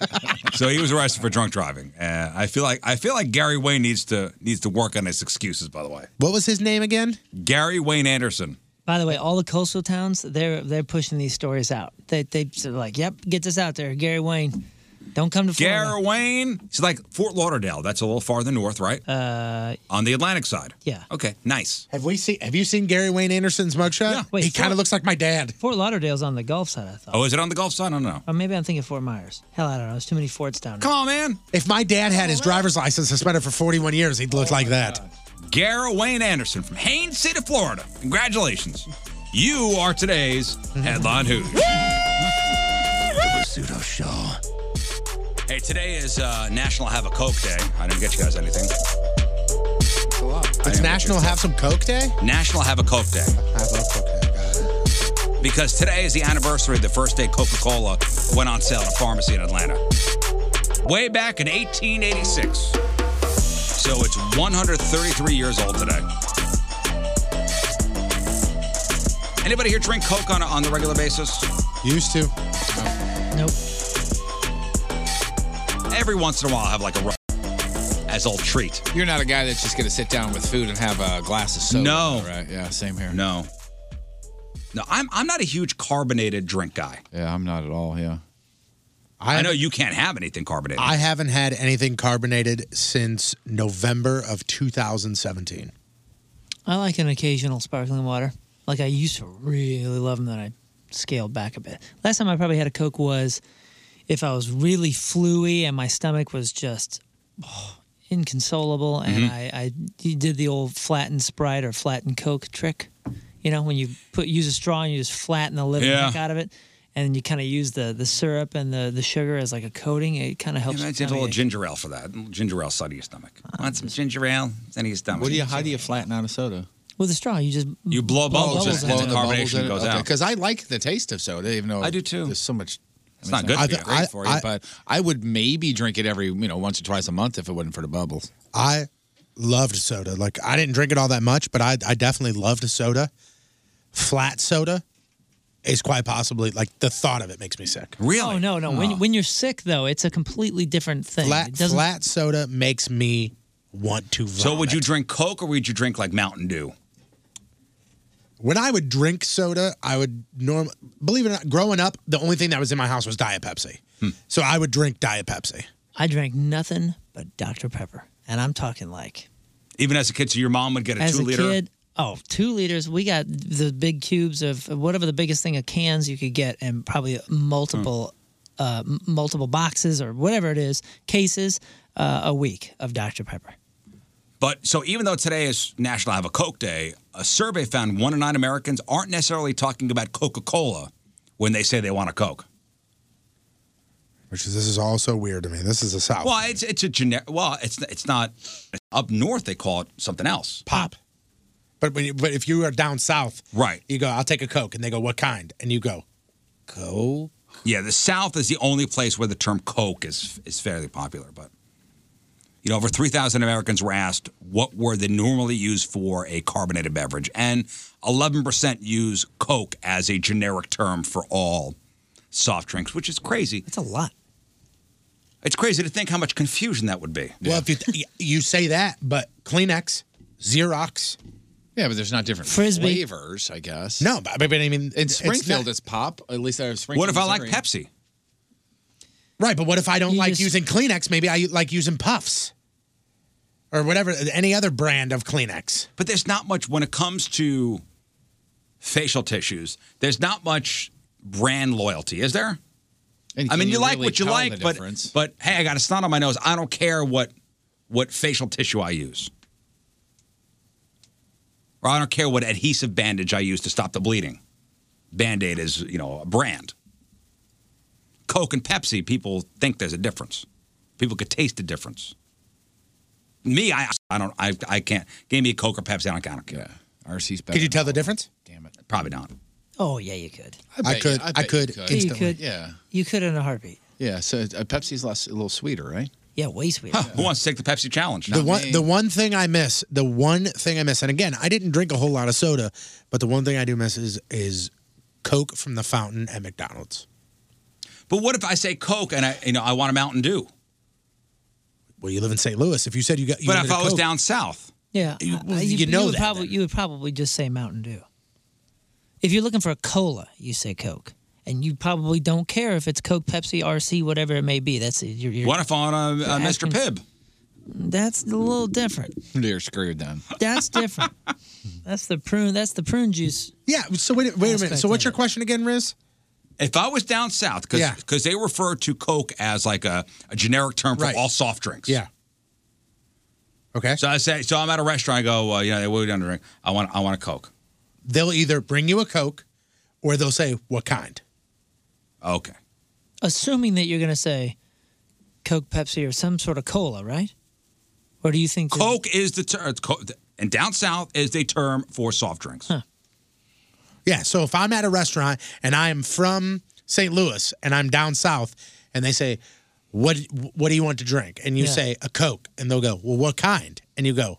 S5: So he was arrested for drunk driving. Uh, I feel like I feel like Gary Wayne needs to needs to work on his excuses. By the way,
S6: what was his name again?
S5: Gary Wayne Anderson.
S4: By the way, all the coastal towns they're they're pushing these stories out. They they are like, yep, get this out there, Gary Wayne. Don't come to Florida.
S5: Gary Wayne. It's like Fort Lauderdale. That's a little farther north, right?
S4: Uh,
S5: On the Atlantic side.
S4: Yeah.
S5: Okay. Nice.
S6: Have we seen? Have you seen Gary Wayne Anderson's mugshot?
S4: Wait,
S6: he kind
S4: Fort-
S6: of looks like my dad.
S4: Fort Lauderdale's on the Gulf side. I thought.
S5: Oh, is it on the Gulf side? I don't know.
S4: Or maybe I'm thinking Fort Myers. Hell, I don't know. There's too many forts down there.
S5: Come on, man.
S6: If my dad had his driver's license suspended for 41 years, he'd look like that.
S5: Gary Wayne Anderson from Haines City, Florida. Congratulations. You are today's headline Hoot. Pseudo show. Hey, today is uh, National Have a Coke Day. I didn't get you guys anything.
S6: It's National Have Some Coke Day.
S5: National Have a Coke Day. Because today is the anniversary of the first day Coca Cola went on sale at a pharmacy in Atlanta. Way back in 1886. So it's 133 years old today. Anybody here drink Coke on a, on the regular basis?
S6: Used to.
S4: Nope.
S5: Every once in a while, I have like a ru- as old treat.
S7: You're not a guy that's just gonna sit down with food and have a glass of soda.
S5: No.
S7: right? Yeah, same here.
S5: No. No, I'm I'm not a huge carbonated drink guy.
S7: Yeah, I'm not at all. Yeah.
S5: I, know you can't have anything carbonated.
S6: I haven't had anything carbonated since November of 2017.
S4: I like an occasional sparkling water. Like I used to really love them, then I scaled back a bit. Last time I probably had a Coke was if I was really fluey and my stomach was just oh, inconsolable, and
S5: Mm-hmm.
S25: Mhm.
S4: I, I you did the old flattened Sprite or flattened Coke trick. You know, when you put use a straw and you just flatten the living
S5: Yeah.
S4: heck out of it, and you kind of use the the syrup and the the sugar as like a coating. It kind of helps.
S5: I
S4: your
S5: did a little
S4: tummy ache.
S5: ginger ale for that. A little ginger ale side of your stomach. Want some ginger ale? It's in your stomach.
S7: What do you? How do you flatten out a soda?
S4: With a straw, you just
S5: You blow
S7: Blow
S5: bubbles,
S7: bubbles
S5: and
S7: in
S5: the
S7: it. Blow in the
S5: carbonation
S7: bubbles in it.
S5: goes
S7: Okay,
S5: out.
S7: 'cause I like the taste of soda, even though I do too. There's so much.
S5: It's not good for you.
S7: great for you,
S5: I-
S7: but I would maybe drink it every you know once or twice a month if it wasn't for the bubbles.
S6: I loved soda. Like I didn't drink it all that much, but I I definitely loved soda. Flat soda is quite possibly like the thought of it makes me sick.
S4: Oh no, no. When when you're sick though, it's a completely different thing.
S6: flat
S4: It doesn't-
S6: flat soda makes me want to vomit.
S5: So would you drink Coke or would you drink like Mountain Dew?
S6: When I would drink soda, I would norm believe it or not, growing up, the only thing that was in my house was Diet Pepsi.
S5: Hmm.
S6: So I would drink Diet Pepsi.
S4: I drank nothing but Dr Pepper, and I'm talking like
S5: Even as a kid, so your mom would get a
S4: as
S5: two
S4: a
S5: liter.
S4: kid. Oh, two liters. We got the big cubes of whatever the biggest thing of cans you could get, and probably multiple,
S7: Hmm.
S4: uh, m- multiple boxes or whatever it is, cases uh, a week of Dr Pepper.
S5: But so even though today is National Have a Coke Day, a survey found one in nine Americans aren't necessarily talking about Coca Cola when they say they want a Coke.
S6: Which is this is all so weird to me. This is a South.
S5: Well, it's it's a generic. Well, it's it's not up north. They call it something else.
S6: Pop. But when you, but if you are down south,
S5: right?
S6: You go, I'll take a Coke, and they go, what kind? And you go, Coke.
S5: Yeah, the South is the only place where the term Coke is is fairly popular. But you know, over three thousand Americans were asked what were they normally used for a carbonated beverage, and eleven percent use Coke as a generic term for all soft drinks, which is crazy. That's
S4: a lot.
S5: It's crazy to think how much confusion that would be.
S6: Well, if you th- you say that, but Kleenex, Xerox.
S7: Yeah, but there's not different
S6: Frisbee.
S7: flavors, I guess.
S6: No, but, but I mean,
S7: in
S6: it's not-
S7: Springfield, it's, pop. At least I was Springfield. Missouri.
S5: Pepsi?
S6: Right, but what if I don't
S7: You
S6: like
S7: just-
S6: using Kleenex? Maybe I like using Puffs or whatever, any other brand of Kleenex.
S5: But there's not much when it comes to facial tissues. There's not much brand loyalty, is there? I
S7: And can
S5: mean, you,
S7: you
S5: like
S7: really
S5: what you
S7: tell
S5: like,
S7: the
S5: but
S7: difference?
S5: but hey, I got a snot on my nose. I don't care what what facial tissue I use, or I don't care what adhesive bandage I use to stop the bleeding. Band Aid is you know a brand. Coke and Pepsi, people think there's a difference. People could taste the difference. Me, I I don't I I can't. Give me a Coke or Pepsi, I don't, I don't care.
S7: RC's
S6: Could you tell the difference?
S5: Probably not.
S4: Oh yeah, you could.
S6: I bet could- you- I I
S4: Yeah,
S6: bet you could could.
S4: You
S6: instantly.
S4: could.
S7: Yeah.
S4: You could in a heartbeat.
S7: Yeah, so uh, Pepsi's less, a little sweeter, right?
S4: Yeah, way sweeter.
S5: Who wants to take the Pepsi challenge?
S6: the one, the one thing I miss, the one thing I miss, and again, I didn't drink a whole lot of soda, but the one thing I do miss is is Coke from the fountain at McDonald's.
S5: But what if I say Coke and I you know I want a Mountain Dew?
S6: Well, you live in St. Louis. If you said you got, you
S5: but
S6: wanted
S5: if I
S6: a
S5: was
S6: Coke-
S5: down south,
S4: Yeah,
S6: You-
S4: I-
S6: well,
S4: I-
S6: you know
S4: would
S6: that
S4: probably you would probably just say Mountain Dew. If you're looking for a cola, you say Coke, and you probably don't care if it's Coke, Pepsi, RC, whatever it may be. That's your. your
S5: what if I uh, want a, a Mr. Pibb?
S4: That's a little different.
S7: You're screwed then.
S4: That's different. that's the prune. That's the prune juice.
S6: Yeah. So wait, wait a minute. So what's your question again, Riz?
S5: If I was down south, because
S6: Yeah.
S5: they refer to Coke as like a, a generic term for all soft drinks.
S6: Yeah. Okay.
S5: So I say, so I'm at a restaurant. I go, uh, you know, what are you down to drink? I want, I want a Coke.
S6: They'll either bring you a Coke, or they'll say what kind.
S5: Okay.
S4: Assuming that you're going to say Coke, Pepsi, or some sort of cola, right? Or do you think that-
S5: Coke is the term, and down south is the term for soft drinks.
S6: Yeah. So if I'm at a restaurant and I am from St. Louis and I'm down south, and they say, "What What do you want to drink?" and you
S4: Yeah.
S6: say a Coke, and they'll go, "Well, what kind?" and you go,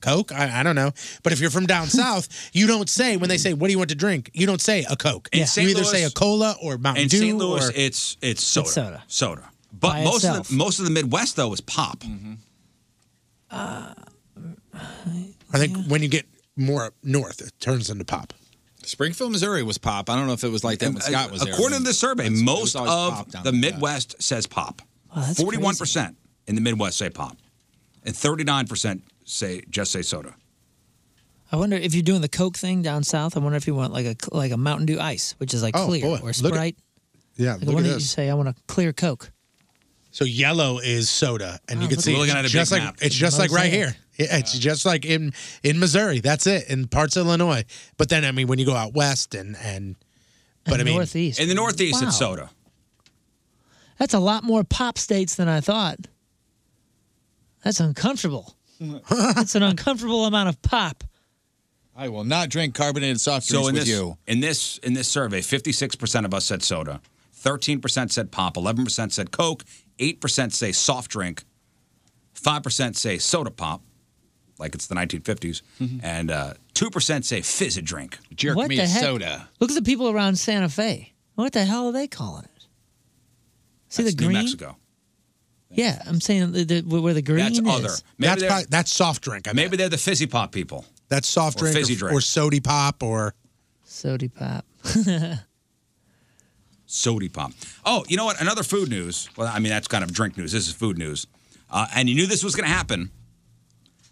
S6: "Coke." I, I don't know. But if you're from down south, you don't say when they say, "What do you want to drink?" You don't say a Coke.
S5: In
S6: you
S5: St.
S6: either say
S5: Louis-
S6: a cola or Mountain
S5: In
S6: Dew.
S5: St. Louis,
S6: or-
S5: it's it's soda.
S6: soda.
S5: Soda. But
S6: By
S5: most
S6: itself.
S5: of the most of the Midwest though is pop.
S6: I think when you get more north, it turns into pop.
S7: Springfield, Missouri was pop. I don't know if it was like that when Scott was there.
S5: According to the survey,
S7: It's- it was
S5: most
S7: always
S5: of
S7: pop down
S5: the
S7: there, yeah.
S5: Midwest says pop.
S7: Wow, that's
S5: Forty-one percent in the Midwest say pop, and thirty-nine percent say just say soda.
S4: I wonder if you're doing the Coke thing down south. I wonder if you want like a like a Mountain Dew Ice, which is like
S6: Oh,
S4: clear
S6: boy.
S4: or
S6: Look at-
S4: Sprite.
S6: Yeah,
S4: Like,
S6: look
S4: why
S6: at
S4: don't you
S6: this.
S4: say I want a clear Coke?
S6: So yellow is soda, and
S4: Oh,
S6: you can
S4: look
S6: see
S4: at We're looking
S6: it's
S4: at a big
S6: just like
S4: map.
S6: it's just like right here.
S4: Mosaic.
S6: Yeah, It's just like in in Missouri. That's it. In parts of Illinois, but then I mean, when you go out west and and but I mean,
S4: northeast.
S5: In the Northeast, it's
S4: Wow.
S5: soda.
S4: That's a lot more pop states than I thought. That's uncomfortable. That's an uncomfortable amount of pop.
S7: I will not drink carbonated soft drinks
S5: So in
S7: with
S5: this
S7: you.
S5: in this in this survey, 56% of us said soda, 13% said pop, 11% said Coke, 8% say soft drink, 5% say soda pop, like it's the 1950s,
S7: Mm-hmm.
S5: and uh, 2% say fizz a drink.
S7: Jerk
S4: What the heck? Look at the people around Santa Fe. What the hell are they calling it? See
S5: That's
S4: the
S5: New
S4: green?
S5: Mexico.
S4: Yeah, I'm saying the, the, where the green
S5: That's
S4: is.
S5: other.
S6: that's probably, that's soft drink. I mean,
S5: Maybe they're the fizzy pop people.
S6: that's soft
S5: or
S6: drink,
S5: fizzy
S6: or,
S5: drink.
S6: or sody pop, or
S4: Sody pop.
S5: Sody pop. Oh, you know what? Another food news. Well, I mean, that's kind of drink news. This is food news. Uh, and you knew this was going to happen.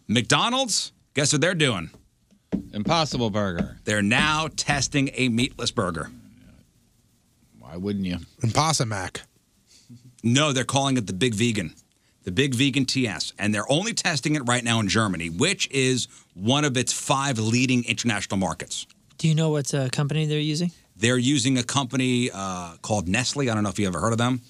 S5: McDonald's, guess what they're doing?
S7: Impossible Burger.
S5: They're now testing a meatless burger.
S7: Why wouldn't you?
S6: Impossimac.
S5: No, they're calling it the Big Vegan. The Big Vegan TS. And they're only testing it right now in Germany, which is one of its five leading international markets.
S4: Do you know what uh, company they're using?
S5: They're using a company uh, called Nestle. I don't know if you ever heard of them.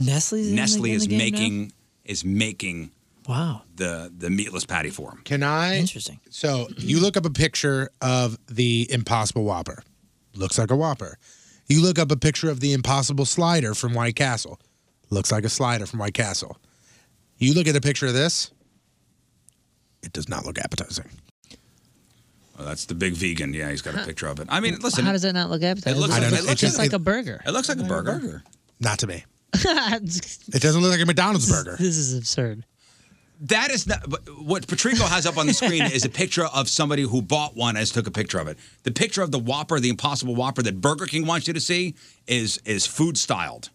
S4: Nestle's. in the-
S5: Nestle
S4: in the
S5: is
S4: game now?
S5: making is making
S4: Wow.
S5: the the meatless patty for them.
S6: Can I?
S4: Interesting.
S6: So you look up a picture of the Impossible Whopper. Looks like a Whopper. You look up a picture of the Impossible Slider from White Castle. Looks like a slider from White Castle. You look at a picture of this. It does not look appetizing.
S5: Well, that's the big vegan. Yeah, he's got a picture of it. I mean, listen.
S4: How does that not look appetizing?
S5: It looks I don't like- know. it
S4: It's
S5: looks
S4: just
S5: like-
S4: like a burger.
S5: It looks like a burger.
S6: Not to me.
S4: this
S6: It doesn't look like a McDonald's burger.
S4: is absurd.
S5: That is not but what Patrico has up on the screen is a picture of somebody who bought one as took a picture of it. The picture of the Whopper, the Impossible Whopper that Burger King wants you to see is is food styled.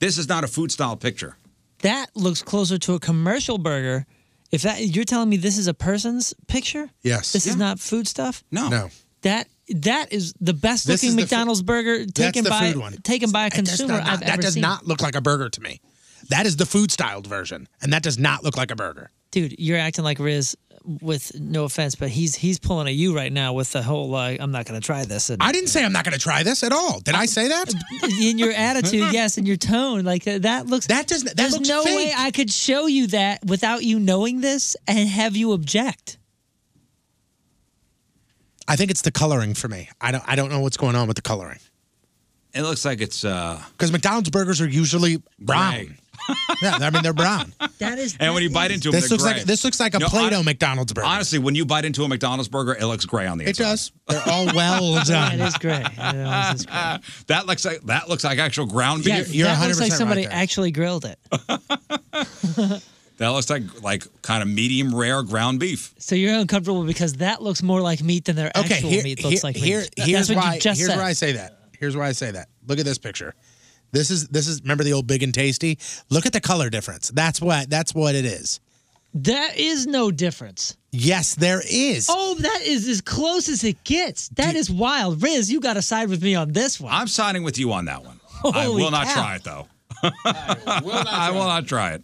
S5: This is not a food style picture.
S4: That looks closer to a commercial burger. If that you're telling me this is a person's picture?
S6: Yes.
S4: This is not food stuff?
S5: No.
S6: No.
S4: That that is the best
S6: This
S4: looking
S6: is the fu-
S4: McDonald's burger taken
S6: the
S4: by
S6: food one.
S4: taken by a
S6: That's
S4: consumer
S6: not-
S4: I've
S6: that
S4: ever
S6: does
S4: seen.
S6: not look like a burger to me. That is the food styled version, and that does not look like a burger.
S4: Dude, you're acting like Riz with no offense, but he's he's pulling a you right now with the whole uh, I'm not going to try this. And,
S6: I didn't say I'm not going to try this at all. Did I, say that?
S4: in your attitude, yes, in your tone, like that, that looks.
S6: That does. That
S4: there's
S6: looks
S4: no
S6: fake.
S4: way I could show you that without you knowing this and have you object.
S6: I think it's the coloring for me. I don't. I don't know what's going on with the coloring
S5: It looks like it's uh
S6: because McDonald's burgers are usually brown. yeah, I mean they're brown.
S4: That is.
S5: and when you bite into them,
S6: This
S5: they're
S6: looks
S5: gray.
S6: like this looks like a
S5: No,
S6: Play-Doh
S5: hon-
S6: McDonald's burger.
S5: Honestly, when you bite into a McDonald's burger, it looks gray on the
S6: It
S5: inside.
S6: does. They're all well done.
S4: That is great.
S5: that looks like that looks like actual ground beef.
S4: that looks like somebody actually grilled it.
S5: That looks like like kind of medium rare ground beef.
S4: So you're uncomfortable because that looks more like meat than their
S6: Okay,
S4: actual
S6: here,
S4: meat
S6: here,
S4: looks like.
S6: here-
S4: meat. That's
S6: here's
S4: what
S6: why.
S4: You just
S6: here's
S4: said.
S6: why I say that. Here's why I say that. Look at this picture. This is this is. Remember the old big and tasty. Look at the color difference. That's what that's what it is.
S4: There is no difference.
S6: Yes, there is.
S4: Oh, that is as close as it gets. That is wild, Riz. You got to side with me on this one.
S5: I'm siding with you on that one. I
S4: Holy
S5: will not
S4: cow.
S5: try it though. I will not try, it.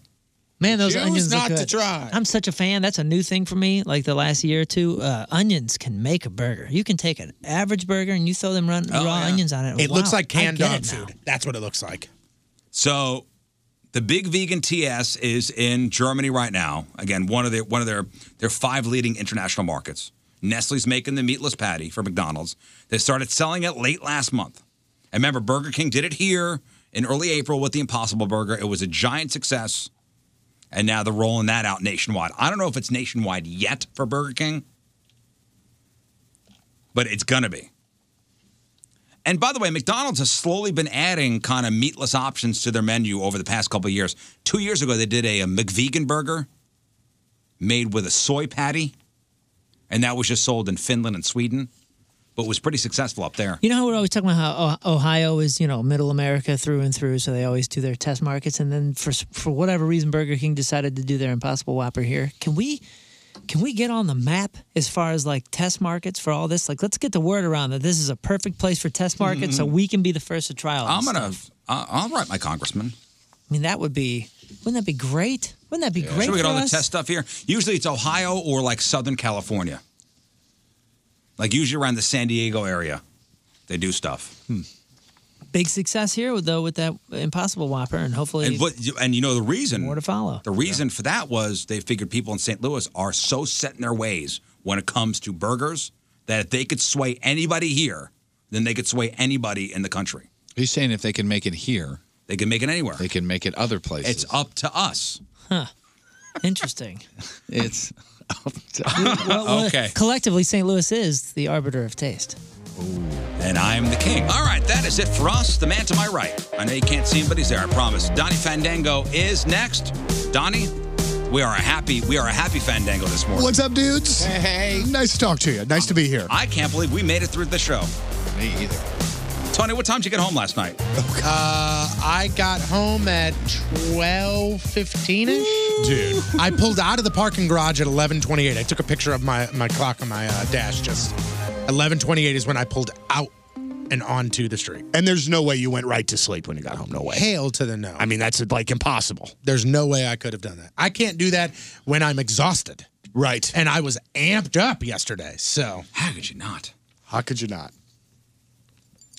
S4: Man, those
S5: Choose
S4: onions
S5: not
S4: look
S5: to
S4: good.
S5: try.
S4: I'm such a fan. That's a new thing for me. Like the last year or two, uh, onions can make a burger. You can take an average burger and you throw them run,
S5: Oh,
S4: raw onions on it.
S6: It looks
S4: Wow,
S6: like canned
S4: I get it
S6: dog
S4: now.
S6: food. That's what it looks like.
S5: So the big vegan TS is in Germany right now. Again, one of their one of their their five leading international markets. Nestle's making the meatless patty for McDonald's. They started selling it late last month. And remember, Burger King did it here in early April with the Impossible Burger. It was a giant success. And now they're rolling that out nationwide. I don't know if it's nationwide yet for Burger King, but it's going to be. And by the way, McDonald's has slowly been adding kind of meatless options to their menu over the past couple of years. Two years ago, they did a, a McVegan burger made with a soy patty, and that was just sold in Finland and Sweden, but was pretty successful up there.
S4: You know how we're always talking about how Oh- Ohio is, you know, middle America through and through, so they always do their test markets, and then for for whatever reason, Burger King decided to do their Impossible Whopper here. Can we can we get on the map as far as like test markets for all this? Like, let's get the word around that this is a perfect place for test markets so
S5: Mhm.
S4: we can be the first to try all
S5: I'm
S4: this
S5: gonna.
S4: stuff.
S5: I- I'll write my congressman.
S4: I mean, that would be, wouldn't that be great? Wouldn't that be great?
S5: Should we get
S4: for
S5: all the
S4: us?
S5: test stuff here? Usually it's Ohio or like Southern California. Like usually around the San Diego area, they do stuff.
S4: Big success here, though, with that Impossible Whopper, and hopefully.
S5: And what? you- And you know the reason. More to
S4: follow.
S5: The reason for that was they figured people in St. Louis are so set in their ways when it comes to burgers that if they could sway anybody here, then they could sway anybody in the country.
S7: He's saying if they can make it here,
S5: they can make it anywhere.
S7: They can make it other places.
S5: It's up to us.
S4: Huh. Interesting.
S7: It's up to
S4: Well, well, Collectively, St. Louis is the arbiter of taste.
S5: And I'm the king. All right, that is it for us. The man to my right. I know you can't see him, but he's there. I promise. Donnie Fandango is next. Donnie, we are a happy. We are a happy Fandango this morning.
S16: What's up, dudes? Hey. Nice to talk to you. Nice to be here.
S5: I can't believe we made it through the show.
S7: Me either.
S5: Tony, what time did you get home last night?
S6: Uh, I got home at twelve fifteen ish.
S5: Dude.
S6: I pulled out of the parking garage at eleven twenty eight. I took a picture of my my clock on my uh, dash. Just eleven twenty eight is when I pulled out and onto the street.
S16: And there's no way you went right to sleep when you got home. No way.
S6: Hail to the no.
S16: I mean, that's like impossible.
S6: There's no way I could have done that. I can't do that when I'm exhausted.
S16: Right.
S6: And I was amped up yesterday. So
S5: how could you not?
S16: How could you not?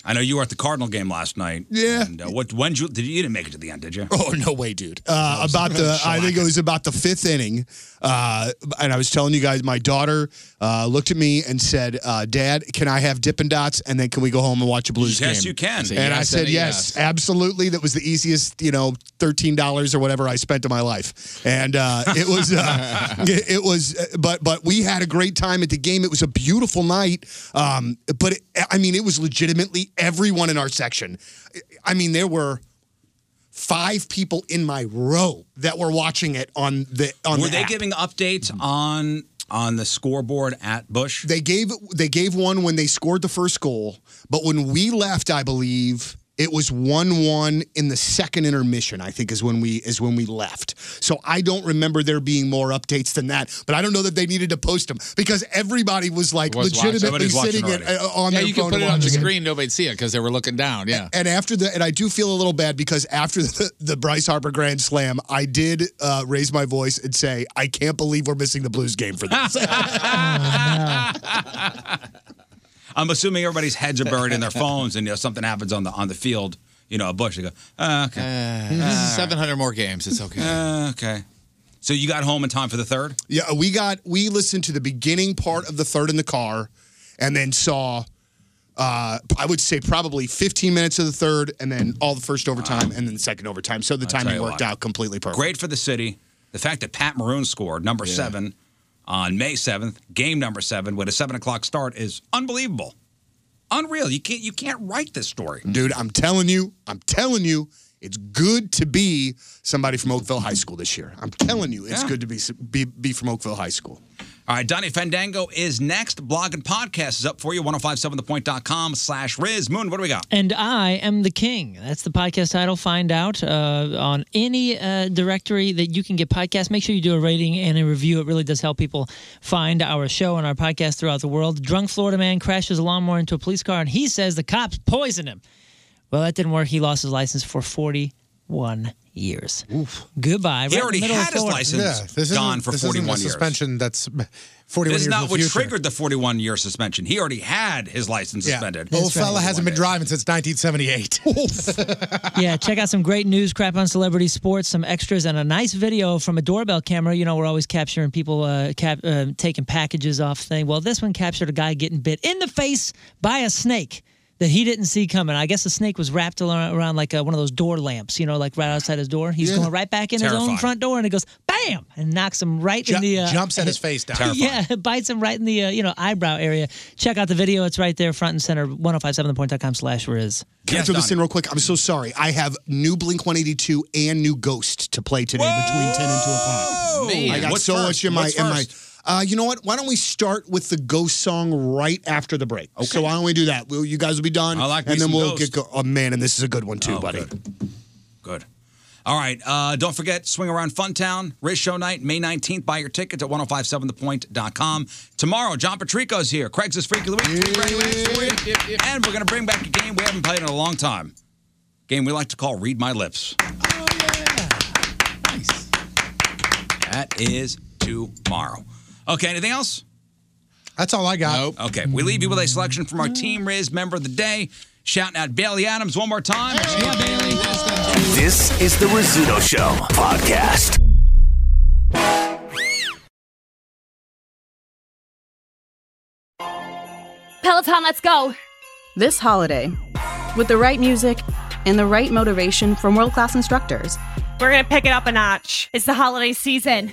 S5: I know you were at the Cardinal game last night.
S16: Yeah.
S5: And, uh, what? When did you, did you? You didn't make it to the end, did you?
S16: Oh no way, dude! Uh, about the, I think it was about the fifth inning, uh, and I was telling you guys, my daughter uh, looked at me and said, uh, "Dad, can I have Dippin' Dots, and then can we go home and watch a Blues game?"
S5: Yes, you can. I
S16: And
S5: said
S16: I
S5: yes
S16: said
S5: and a
S16: yes, absolutely. That was the easiest, you know, thirteen dollars or whatever I spent in my life, and uh, it was, uh, it, it was. But but we had a great time at the game. It was a beautiful night. Um, but it, I mean, it was legitimately everyone in our section. I mean, there were five people in my row that were watching it on the on
S5: were
S16: the
S5: they
S16: app.
S5: giving updates on on the scoreboard at Bush?
S16: they gave they gave one when they scored the first goal but when we left i believe it was 1-1 in the second intermission i think is when we is when we left so i don't remember there being more updates than that but i don't know that they needed to post them because everybody was like
S7: Was watching.
S16: legitimately
S7: Everybody's watching
S16: sitting at,
S7: already.
S16: uh, on
S7: yeah,
S16: their
S7: you can
S16: phone
S7: put
S16: to
S7: it on
S16: watch
S7: the
S16: game.
S7: screen. Nobody'd see it because they were looking down. Yeah.
S16: And after the, and I do feel a little bad because after the, the Bryce Harper grand slam, I did uh, raise my voice and say, "I can't believe we're missing the Blues game for this."
S5: I'm assuming everybody's heads are buried in their phones, and you know something happens on the on the field. You know, a Bush. They go, "Ah, okay.
S16: this is
S5: 700 more games. It's okay. okay. So you got home in time for the third.
S16: Yeah, we got we listened to the beginning part of the third in the car, and then saw, uh, I would say probably 15 minutes of the third, and then all the first overtime, and then the second overtime. So the
S5: I'll tell
S16: timing
S5: you
S16: worked
S5: what.
S16: out completely perfect.
S5: Great for the city. The fact that Pat Maroon scored number
S16: Yeah.
S5: seven on May seventh, game number seven, with a seven o'clock start is unbelievable, unreal. You can't you can't write this story.
S16: Dude, I'm telling you, I'm telling you, it's good to be somebody from Oakville High School this year. I'm telling you, it's
S5: Yeah.
S16: good to be, s- be be from Oakville High School.
S5: All right, Donnie Fandango is next. Blog and podcast is up for you. 1057thepoint.com slash Riz. Moon, what do we got?
S4: And I am the king. That's the podcast title. Find out uh, on any uh, directory that you can get podcasts. Make sure you do a rating and a review. It really does help people find our show and our podcast throughout the world. Drunk Florida man crashes a lawnmower into a police car, and he says the cops poisoned him. Well, that didn't work. He lost his license for 41 years.
S5: He
S4: Goodbye. Right in the
S5: already
S4: middle of
S5: had his
S4: Florida.
S5: license
S6: isn't-
S5: gone for
S6: this isn't a
S5: 41 years.
S6: suspension that's 41
S5: This
S6: years
S5: is
S6: in
S5: not
S6: the
S5: what
S6: future.
S5: triggered the 41 year suspension. He already had his license suspended.
S6: Old fella hasn't been driving since 1978.
S4: yeah, check out some great news, crap on celebrity sports, some extras, and a nice video from a doorbell camera. You know, we're always capturing people uh, cap- uh, taking packages off thing. Well, this one captured a guy getting bit in the face by a snake that he didn't see coming. I guess the snake was wrapped around, around like uh one of those door lamps, you know, like right outside his door. He's going right back in his own
S6: Terrifying.
S4: front door, and it goes bam and knocks him right in
S6: Ju-
S4: the uh,
S6: jumps at his face down.
S4: Yeah, it bites him right in the uh, you know eyebrow area. Check out the video; it's right there, front and center. 1057thepoint.com slash riz.
S16: Can I throw this in real quick? I'm so sorry. I have new Blink 182 and new Ghost to play today between 10 and 2 o'clock. Man. I got What's so first? much in my What's in my. first? Uh, you know what? Why don't we start with the Ghost song right after the break? Okay. So why don't we do that? Will you guys will be done?
S5: I like me
S16: and then
S5: some
S16: we'll
S5: Ghost.
S16: Oh, get. Go- oh man, and this is a good one too, buddy.
S5: Good. All right. Uh, don't forget, swing around Funtown, race show night, May 19th. Buy your tickets at 1057thepoint.com. Tomorrow, John Patrico's here. Craig's is Freaky Louise. Three brand new acts for you. And we're going to bring back a game we haven't played in a long time. Game we like to call Read My Lips. That is tomorrow. Okay, anything else?
S6: That's all I got.
S5: Okay, we leave you with a selection from our Team Riz member of the day. Shouting out Bailey Adams one more time.
S2: This is the Rizzuto Show podcast.
S8: Peloton, let's go.
S17: This holiday, with the right music and the right motivation from world class instructors,
S8: We're going to pick it up a notch. It's the holiday season.